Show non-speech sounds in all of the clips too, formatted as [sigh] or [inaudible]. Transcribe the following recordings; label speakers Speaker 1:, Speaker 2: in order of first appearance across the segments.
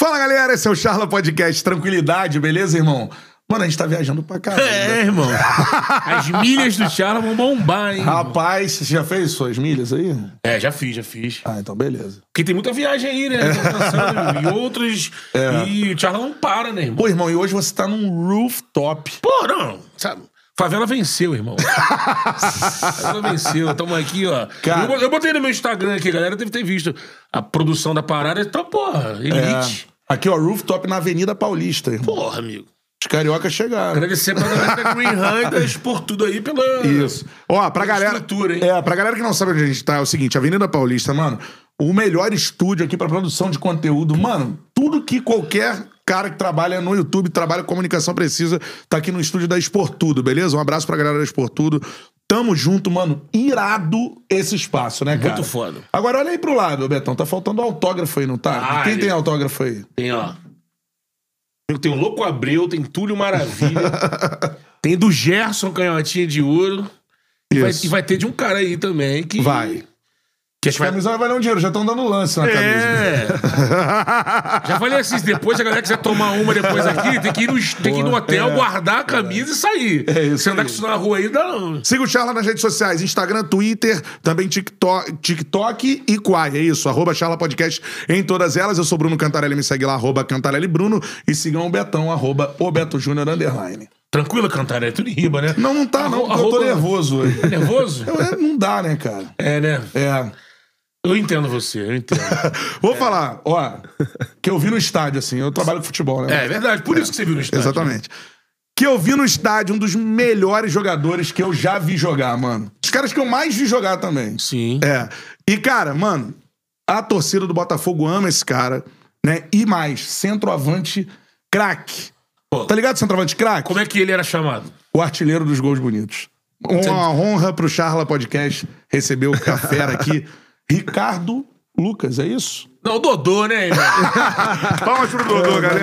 Speaker 1: Fala galera, esse é o Charla Podcast. Tranquilidade, beleza, irmão? Mano, a gente tá viajando pra né? caramba.
Speaker 2: [laughs] É, irmão. As milhas do Charla vão bombar, hein? irmão?
Speaker 1: Rapaz, você já fez suas milhas aí?
Speaker 2: É, já fiz, já fiz.
Speaker 1: Ah, então beleza.
Speaker 2: Porque tem muita viagem aí, né? Tô
Speaker 1: [laughs]
Speaker 2: pensando, E outros.
Speaker 1: É.
Speaker 2: E o Charla não para, né, irmão?
Speaker 1: Pô, irmão, e hoje você tá num rooftop.
Speaker 2: Pô, não. Sabe? Favela venceu, irmão. Favela venceu. Tamo aqui, ó.
Speaker 1: Cara.
Speaker 2: Eu bo- eu botei no meu Instagram aqui, a galera deve ter visto a produção da parada. Então, porra, elite.
Speaker 1: É. Aqui, ó, rooftop na Avenida Paulista, irmão.
Speaker 2: Porra, amigo.
Speaker 1: Os cariocas chegaram.
Speaker 2: Agradecer pra galera da Green
Speaker 1: [laughs]
Speaker 2: Hunters por tudo aí pela.
Speaker 1: Isso. Ó, pra galera.
Speaker 2: estrutura, hein?
Speaker 1: É, pra galera que não sabe onde a gente tá, é o seguinte: Avenida Paulista, mano, o melhor estúdio aqui pra produção de conteúdo. Mano, tudo que qualquer cara que trabalha no YouTube, trabalha com comunicação precisa, tá aqui no estúdio da Esportudo, beleza? Um abraço pra galera da Esportudo. Tamo junto, mano. Irado esse espaço, né, cara?
Speaker 2: Muito foda.
Speaker 1: Agora olha aí pro lado, Betão. Tá faltando autógrafo aí, não tá?
Speaker 2: Ah,
Speaker 1: Quem
Speaker 2: ele-
Speaker 1: tem autógrafo aí?
Speaker 2: Tem, ó. Tem o Louco Abreu, tem
Speaker 1: [laughs]
Speaker 2: Túlio Maravilha. tem do Gerson Canhotinha de Ouro. E vai,
Speaker 1: Isso.
Speaker 2: e vai ter de um cara aí também que.
Speaker 1: Vai.
Speaker 2: Que acho que
Speaker 1: A
Speaker 2: vai.
Speaker 1: camisa vai valer um dinheiro, já estão dando lance na camisa.
Speaker 2: É.
Speaker 1: [laughs]
Speaker 2: Já falei assim: depois se a galera quiser tomar uma depois aqui, tem que ir no, tem que ir no hotel, guardar a camisa e sair.
Speaker 1: É isso
Speaker 2: Se andar
Speaker 1: aí.
Speaker 2: com isso na rua aí, dá não.
Speaker 1: Siga o Charla nas redes sociais, Instagram, Twitter, também TikTok, TikTok e Quai. É isso, arroba Charla Podcast em todas elas. Eu sou Bruno Cantarelli, me segue lá, arroba Cantarelli Bruno. E sigam o Betão, arroba o Beto Júnior, underline.
Speaker 2: Tranquilo, cantar, é tudo em riba, né?
Speaker 1: Não, não tá não, porque eu tô
Speaker 2: Arroba- Tá
Speaker 1: nervoso hoje.
Speaker 2: Nervoso?
Speaker 1: Eu- é, não dá, né, cara?
Speaker 2: É, né? [laughs]
Speaker 1: É.
Speaker 2: Eu entendo você, eu entendo. É.
Speaker 1: Vou falar, ó, que eu vi no estádio, assim, eu trabalho com futebol, né?
Speaker 2: É, é verdade, por isso que você viu no estádio.
Speaker 1: Exatamente. Que eu vi no estádio um dos melhores jogadores que eu já vi jogar, mano. Os caras que eu mais vi jogar também.
Speaker 2: Sim.
Speaker 1: É. E, cara, mano, a torcida do Botafogo ama esse cara, né? E mais, centroavante craque.
Speaker 2: Pô.
Speaker 1: Tá ligado, centroavante craque?
Speaker 2: Como é que ele era chamado?
Speaker 1: O artilheiro dos gols bonitos. Uma honra pro Charla Podcast receber o
Speaker 2: [laughs]
Speaker 1: Cafera aqui. Ricardo Lucas, é isso?
Speaker 2: Não, o Dodô, né, irmão?
Speaker 1: Palmas pro Dodô, galera.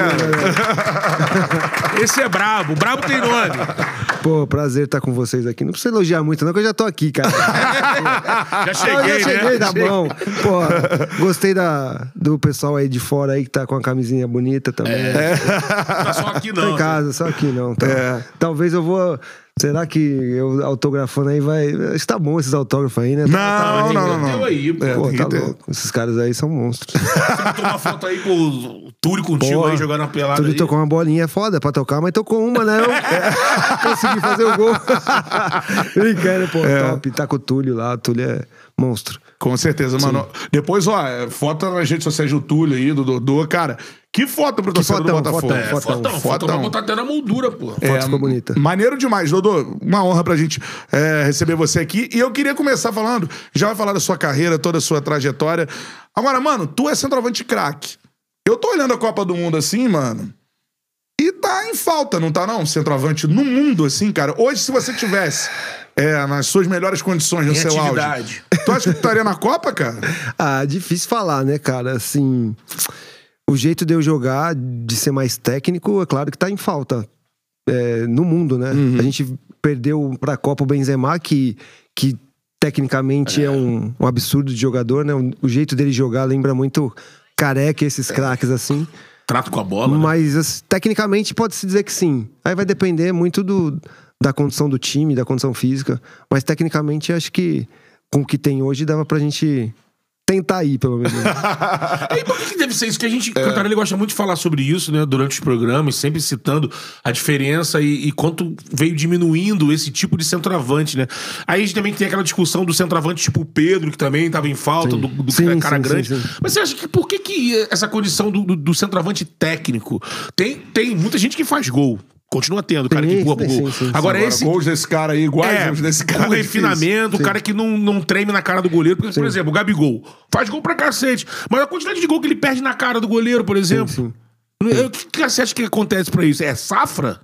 Speaker 2: Esse é brabo. Brabo tem nome.
Speaker 3: Pô, prazer estar com vocês aqui. Não precisa elogiar muito, não, que eu já tô aqui, cara.
Speaker 2: Já
Speaker 3: eu
Speaker 2: cheguei,
Speaker 3: já cheguei,
Speaker 2: né?
Speaker 3: tá bom. Pô, gostei da, do pessoal aí de fora aí que tá com a camisinha bonita também.
Speaker 2: Tá só aqui
Speaker 3: Tô em
Speaker 2: não.
Speaker 3: casa, só aqui não. Tá? Talvez eu vou. Será que eu autografando aí vai. Está bom esses autógrafos aí, né?
Speaker 1: Não, não, não,
Speaker 2: Tá Deu
Speaker 1: não.
Speaker 2: aí, pô.
Speaker 1: É.
Speaker 3: Pô,
Speaker 1: tem
Speaker 3: tá
Speaker 1: que ter.
Speaker 3: louco. Esses caras aí são monstros.
Speaker 2: Botou uma foto aí com o Túlio contigo
Speaker 3: Porra.
Speaker 2: aí jogando uma pelada.
Speaker 3: Tudo
Speaker 2: aí.
Speaker 3: tocou uma bolinha é foda pra tocar, mas tocou uma, não. [laughs] Consegui fazer o gol. Brincando, pô, top. Tá com o Túlio lá, o Túlio é monstro.
Speaker 1: Com certeza, mano. Depois, ó, é, foto nas redes sociais do Túlio aí, do Dodô. Cara, que foto pro torcedor do
Speaker 3: fotão,
Speaker 1: Botafogo.
Speaker 3: fotão,
Speaker 2: É,
Speaker 3: fotão.
Speaker 2: fotão, fotão. Pra
Speaker 1: Fotão. É,
Speaker 2: botar até na moldura, pô.
Speaker 3: foto ficou bonita.
Speaker 1: Maneiro demais, Dodô. Uma honra pra gente é, receber você aqui. E eu queria começar falando, já vai falar da sua carreira, toda a sua trajetória. Agora, mano, tu é centroavante craque. Eu tô olhando a Copa do Mundo assim, mano. E tá em falta, não tá não? Centroavante no mundo, assim, cara. Hoje, se você tivesse é, nas suas melhores condições, no
Speaker 2: Em
Speaker 1: seu é auge.
Speaker 2: atividade.
Speaker 1: Tu acha que tu estaria na Copa,
Speaker 2: [laughs]
Speaker 1: cara?
Speaker 3: Ah, difícil falar, né, cara? Assim, o jeito de eu jogar, de ser mais técnico, é claro que tá em falta é, no mundo, né? A gente perdeu pra Copa o Benzema, que, que tecnicamente é, um, um absurdo de jogador, né? O jeito dele jogar lembra muito careca esses craques assim.
Speaker 2: Trato com a bola. né?
Speaker 3: Mas assim, tecnicamente pode-se dizer que sim. Aí vai depender muito do, da condição do time, da condição física. Mas tecnicamente acho que com o que tem hoje dava pra gente tentar ir, pelo menos.
Speaker 2: E por que, que deve ser isso? Que a gente, Cantarelli gosta muito de falar sobre isso, né? Durante os programas, sempre citando a diferença e, e quanto veio diminuindo esse tipo de centroavante, né? Aí a gente também tem aquela discussão do centroavante tipo o Pedro, que também estava em falta, do, do
Speaker 3: Sim,
Speaker 2: cara
Speaker 3: sim,
Speaker 2: grande.
Speaker 3: sim, sim.
Speaker 2: Mas você acha que por que, que essa condição do, do- do centroavante técnico? Tem, tem muita gente que faz gol. Continua tendo, cara que
Speaker 3: Tem,
Speaker 2: empurra pro
Speaker 3: sim,
Speaker 2: gol.
Speaker 3: sim, sim.
Speaker 2: Agora,
Speaker 1: Agora,
Speaker 2: esse
Speaker 1: gols desse cara aí, iguais gols desse cara.
Speaker 2: com
Speaker 1: é difícil.
Speaker 2: um refinamento, o cara que não, não treme na cara do goleiro. Porque, por exemplo, o Gabigol faz gol pra cacete. Mas a quantidade de gol que ele perde na cara do goleiro, por exemplo.
Speaker 3: sim.
Speaker 2: Eu- O que, que você acha que acontece pra isso? É safra?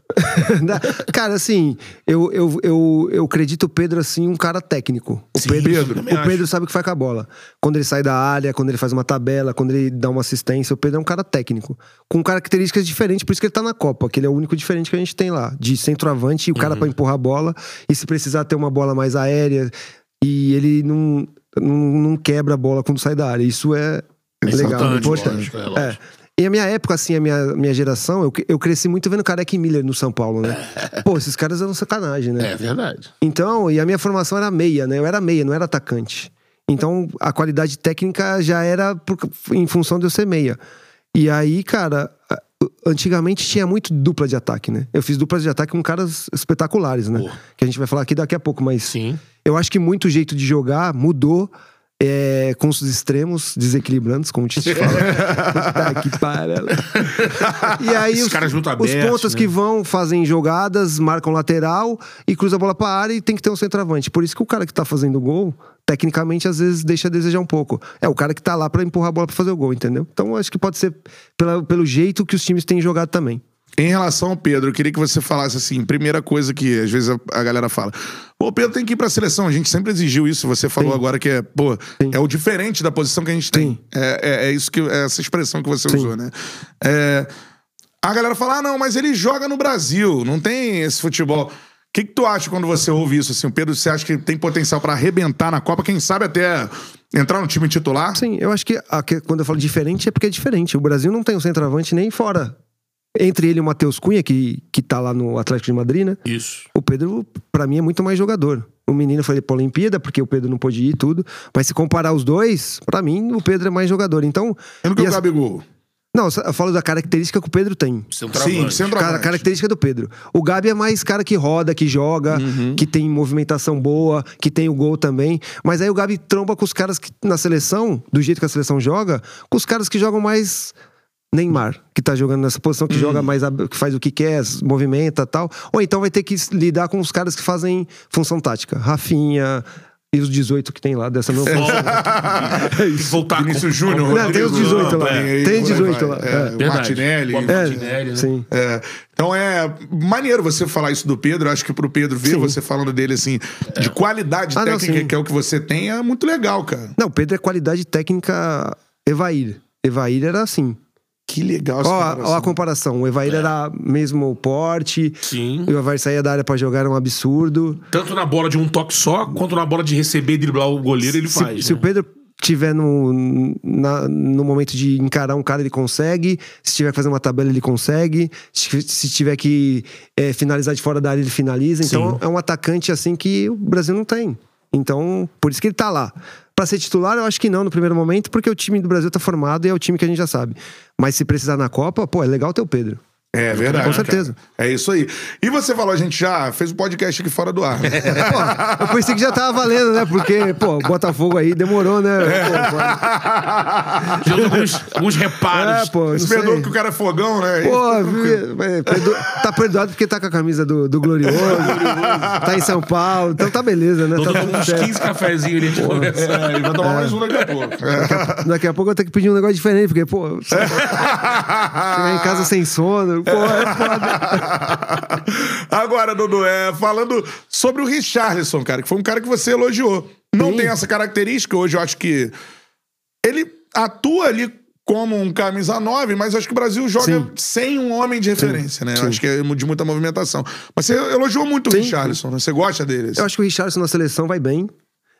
Speaker 3: Na- [laughs] Cara, assim, eu, eu, eu, eu acredito o Pedro assim, um cara técnico. O
Speaker 2: Sim,
Speaker 3: Pedro,
Speaker 2: Pedro. também
Speaker 3: o Pedro sabe o que faz com a bola. Quando ele sai da área, quando ele faz uma tabela, quando ele dá uma assistência, o Pedro é um cara técnico. Com características diferentes, por isso que ele tá na Copa, que ele é o único diferente que a gente tem lá. De centroavante, o
Speaker 2: Uhum.
Speaker 3: cara pra empurrar a bola, e se precisar ter uma bola mais aérea, e ele não, não, não quebra a bola quando sai da área. Isso é, legal,
Speaker 2: Importante,
Speaker 3: importante.
Speaker 2: lógico, é, lógico.
Speaker 3: É. E a minha época, assim, a minha, minha geração, eu, eu cresci muito vendo Careca e Miller no São
Speaker 2: [laughs]
Speaker 3: Paulo, né? Pô, esses caras eram sacanagem, né?
Speaker 2: É verdade.
Speaker 3: Então, e a minha formação era meia, né? Eu era meia, não era atacante. Então, a qualidade técnica já era por- em função de eu ser meia. E aí, cara, a- antigamente tinha muito dupla de ataque, né? Eu fiz duplas de ataque com caras espetaculares, né?
Speaker 2: Pô.
Speaker 3: Que a gente vai falar aqui daqui a pouco, mas
Speaker 2: Sim.
Speaker 3: eu acho que muito jeito de jogar mudou. é, com os extremos desequilibrantes, como
Speaker 2: [laughs]
Speaker 3: o Tite fala. Puta que parela. E aí
Speaker 2: Esses
Speaker 3: os,
Speaker 2: caras muito
Speaker 3: os
Speaker 2: abertos,
Speaker 3: pontas
Speaker 2: né?
Speaker 3: que vão, fazem jogadas, marcam lateral e cruza a bola pra área e tem que ter um centroavante. Por isso que o cara que tá fazendo gol, tecnicamente, às vezes deixa a desejar um pouco. É o cara que tá lá pra empurrar a bola pra fazer o gol, entendeu? Então acho que pode ser pela- pelo jeito que os times têm jogado também.
Speaker 1: Em relação ao Pedro, eu queria que você falasse assim, primeira coisa que às vezes a, a galera fala. Pô, o Pedro tem que ir pra seleção, a gente sempre exigiu isso, você falou agora que é, pô, é o diferente da posição que a gente tem. É, é- é isso que é essa expressão que você usou, né? É, a galera fala: "Ah, não, mas ele joga no Brasil, não tem esse futebol". O que, que tu acha quando você ouve isso assim? O Pedro, você acha que tem potencial pra arrebentar na Copa, quem sabe até entrar no time titular?
Speaker 3: Sim, eu acho que, a- que quando eu falo diferente é porque é diferente. O Brasil não tem um centroavante nem fora. Entre ele e o Matheus Cunha, que, que tá lá no Atlético de Madrid, né?
Speaker 2: Isso.
Speaker 3: O Pedro, pra mim, é muito mais jogador. O menino foi pra Olimpíada, porque o Pedro não pôde ir e tudo. Mas se comparar os dois, pra mim, o Pedro é mais jogador. Então.
Speaker 1: Sendo que
Speaker 3: e
Speaker 1: o
Speaker 3: as-
Speaker 1: Gabigol.
Speaker 3: Não, eu falo da característica que o Pedro tem.
Speaker 2: é um
Speaker 1: Sim, é-
Speaker 2: Centroavante.
Speaker 1: centroavante.
Speaker 3: Cara, característica do Pedro. O Gabi é mais cara que roda, que joga,
Speaker 2: Uhum.
Speaker 3: que tem movimentação boa, que tem o gol também. Mas aí o Gabi tromba com os caras que na seleção, do jeito que a seleção joga, com os caras que jogam mais Neymar, que tá jogando nessa posição,
Speaker 2: Uhum.
Speaker 3: que joga mais, ab- que faz o que quer, se movimenta tal. Ou então vai ter que s- lidar com os caras que fazem função tática. Rafinha e os 18 que tem lá dessa mesma [laughs] função.
Speaker 2: É isso. Voltar
Speaker 1: Vinícius Júnior.
Speaker 3: Não, tem os
Speaker 1: Rodrigo
Speaker 3: 18
Speaker 1: Lampa,
Speaker 3: lá.
Speaker 1: é,
Speaker 3: Tem
Speaker 1: por
Speaker 3: 18
Speaker 1: aí vai.
Speaker 3: lá,
Speaker 1: É,
Speaker 3: é.
Speaker 1: o
Speaker 2: Verdade.
Speaker 1: Martinelli.
Speaker 2: Boa
Speaker 3: É,
Speaker 2: Martinelli, né?
Speaker 3: sim.
Speaker 1: É. Então é maneiro você falar isso do Pedro. Acho que pro Pedro ver você falando dele assim, de qualidade
Speaker 3: Ah, não,
Speaker 1: técnica
Speaker 3: sim.
Speaker 1: que é o que você tem, é muito legal, cara.
Speaker 3: Não, o Pedro é qualidade técnica Evair. Evair era assim.
Speaker 1: Que legal
Speaker 3: Ó, a- ó a comparação. O
Speaker 2: É.
Speaker 3: Evair era mesmo porte.
Speaker 2: Sim.
Speaker 3: O Evair saía da área pra jogar, era um absurdo.
Speaker 2: Tanto na bola de um toque só, quanto na bola de receber e driblar o goleiro, ele
Speaker 3: se,
Speaker 2: faz.
Speaker 3: se
Speaker 2: né?
Speaker 3: o Pedro tiver no, na- no momento de encarar um cara, ele consegue. Se tiver que fazer uma tabela, ele consegue. Se, se tiver que eh, finalizar de fora da área, ele finaliza. Então
Speaker 2: Sim.
Speaker 3: é um atacante assim que o Brasil não tem. Então, por isso que ele tá lá. Pra ser titular, eu acho que não no primeiro momento, porque o time do Brasil tá formado e é o time que a gente já sabe. Mas se precisar na Copa, pô, é legal ter o Pedro.
Speaker 1: É verdade.
Speaker 3: Com certeza.
Speaker 1: cara. É isso aí. E você falou, a gente já fez o podcast aqui fora do ar. né?
Speaker 3: É.
Speaker 1: [laughs]
Speaker 3: Pô, eu pensei que já tava valendo, né? Porque, pô, o Botafogo aí demorou, né?
Speaker 2: É.
Speaker 3: Pô,
Speaker 2: Deu alguns, alguns reparos.
Speaker 3: É, pô, não
Speaker 1: Esse
Speaker 3: sei.
Speaker 1: Pedro que o cara é fogão, né?
Speaker 3: Pô, viu? É, perdo- tá perdoado porque tá com a camisa do, do Glorioso, tá em São Paulo, então tá beleza, né?
Speaker 2: Todo
Speaker 3: Tá
Speaker 2: mundo
Speaker 3: tudo
Speaker 2: uns
Speaker 3: certo.
Speaker 2: 15 cafezinhos ali de conversa.
Speaker 1: É, ele vai tomar mais um daqui a pouco.
Speaker 3: É.
Speaker 1: [laughs]
Speaker 3: Daqui a pouco eu tenho que pedir um negócio diferente, porque, pô, chegar em
Speaker 2: Ah.
Speaker 3: casa sem sono, pô, é foda.
Speaker 1: [laughs] Agora, Dudu, é, falando sobre o Richarlison, cara, que foi um cara que você elogiou. Não tem essa característica hoje, eu acho que. Ele atua ali como um camisa 9, mas eu acho que o Brasil joga
Speaker 3: Sim.
Speaker 1: sem um homem de referência, né? Eu
Speaker 3: Sim.
Speaker 1: acho que é de muita movimentação. Mas você elogiou muito o Richarlison, né? Você gosta dele? assim?
Speaker 3: Eu acho que o Richardson na seleção vai bem.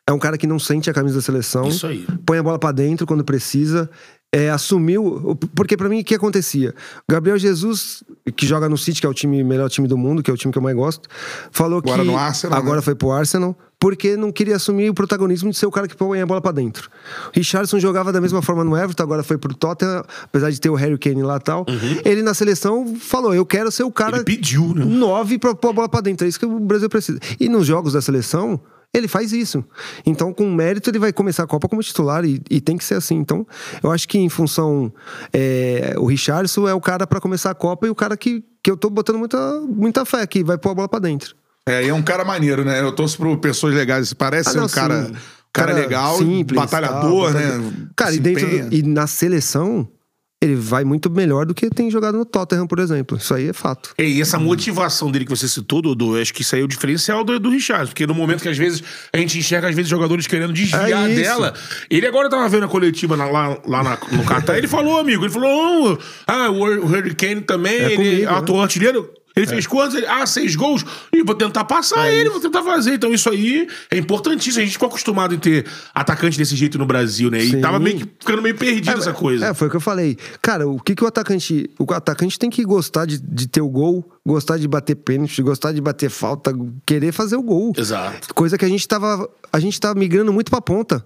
Speaker 3: É um cara que não sente a camisa da seleção.
Speaker 2: Isso aí.
Speaker 3: Põe a bola pra dentro quando precisa. É, assumiu. Porque pra mim, o que acontecia? O Gabriel Jesus, que joga no City, que é o time, melhor time do mundo, que é o time que eu mais gosto, falou
Speaker 1: Agora
Speaker 3: que.
Speaker 1: no Arsenal,
Speaker 3: Agora
Speaker 1: né?
Speaker 3: foi pro Arsenal. Porque não queria assumir o protagonismo de ser o cara que põe a bola pra dentro. Richardson jogava da mesma forma no Everton, agora foi pro Tottenham, apesar de ter o Harry Kane lá e tal. Ele na seleção falou: Eu quero ser o cara
Speaker 2: Uhum. Ele pediu, né?
Speaker 3: nove pra pôr a bola pra dentro. É isso que o Brasil precisa. E nos jogos da seleção, ele faz isso. Então, com mérito, ele vai começar a Copa como titular e, e tem que ser assim. Então, eu acho que em função. é, o Richardson é o cara pra começar a Copa e o cara que, que eu tô botando muita, muita fé aqui, vai pôr a bola pra dentro.
Speaker 1: É, e é um cara maneiro, né? Eu torço por pessoas legais. Parece
Speaker 3: Ah,
Speaker 1: ser um
Speaker 3: não,
Speaker 1: cara,
Speaker 3: sim.
Speaker 1: cara, legal, batalhador,
Speaker 3: tal,
Speaker 1: né?
Speaker 3: batalhador. Cara, e,
Speaker 1: Se
Speaker 3: dentro do-
Speaker 1: empenha.
Speaker 3: e na seleção, ele vai muito melhor do que tem jogado no Tottenham, por exemplo. Isso aí é fato.
Speaker 2: É, e essa motivação dele que você citou, Dodô, eu acho que isso aí é o diferencial do, do Richard. Porque no momento que às vezes a gente enxerga, às vezes, jogadores querendo desviar
Speaker 3: É isso.
Speaker 2: dela, ele agora tava vendo a coletiva na- lá, lá na- no Catar, ele falou, amigo, ele falou: "Oh, ah, o Hur- o Hurricane também, ele
Speaker 3: comigo, né?" É.
Speaker 2: atuou artilheiro. Ele fez quantos? Ele- ah, seis gols. E vou tentar passar ele, vou tentar fazer. Então isso aí é importantíssimo. A gente ficou acostumado em ter atacante desse jeito no Brasil, né? E
Speaker 3: Sim.
Speaker 2: tava meio que ficando meio perdido essa coisa.
Speaker 3: É, foi o que eu falei. Cara, o que, que o atacante. O atacante tem que gostar de, de ter o gol, gostar de bater pênalti, gostar de bater falta, querer fazer o gol.
Speaker 2: Exato.
Speaker 3: Coisa que a gente tava. A gente tava migrando muito pra ponta.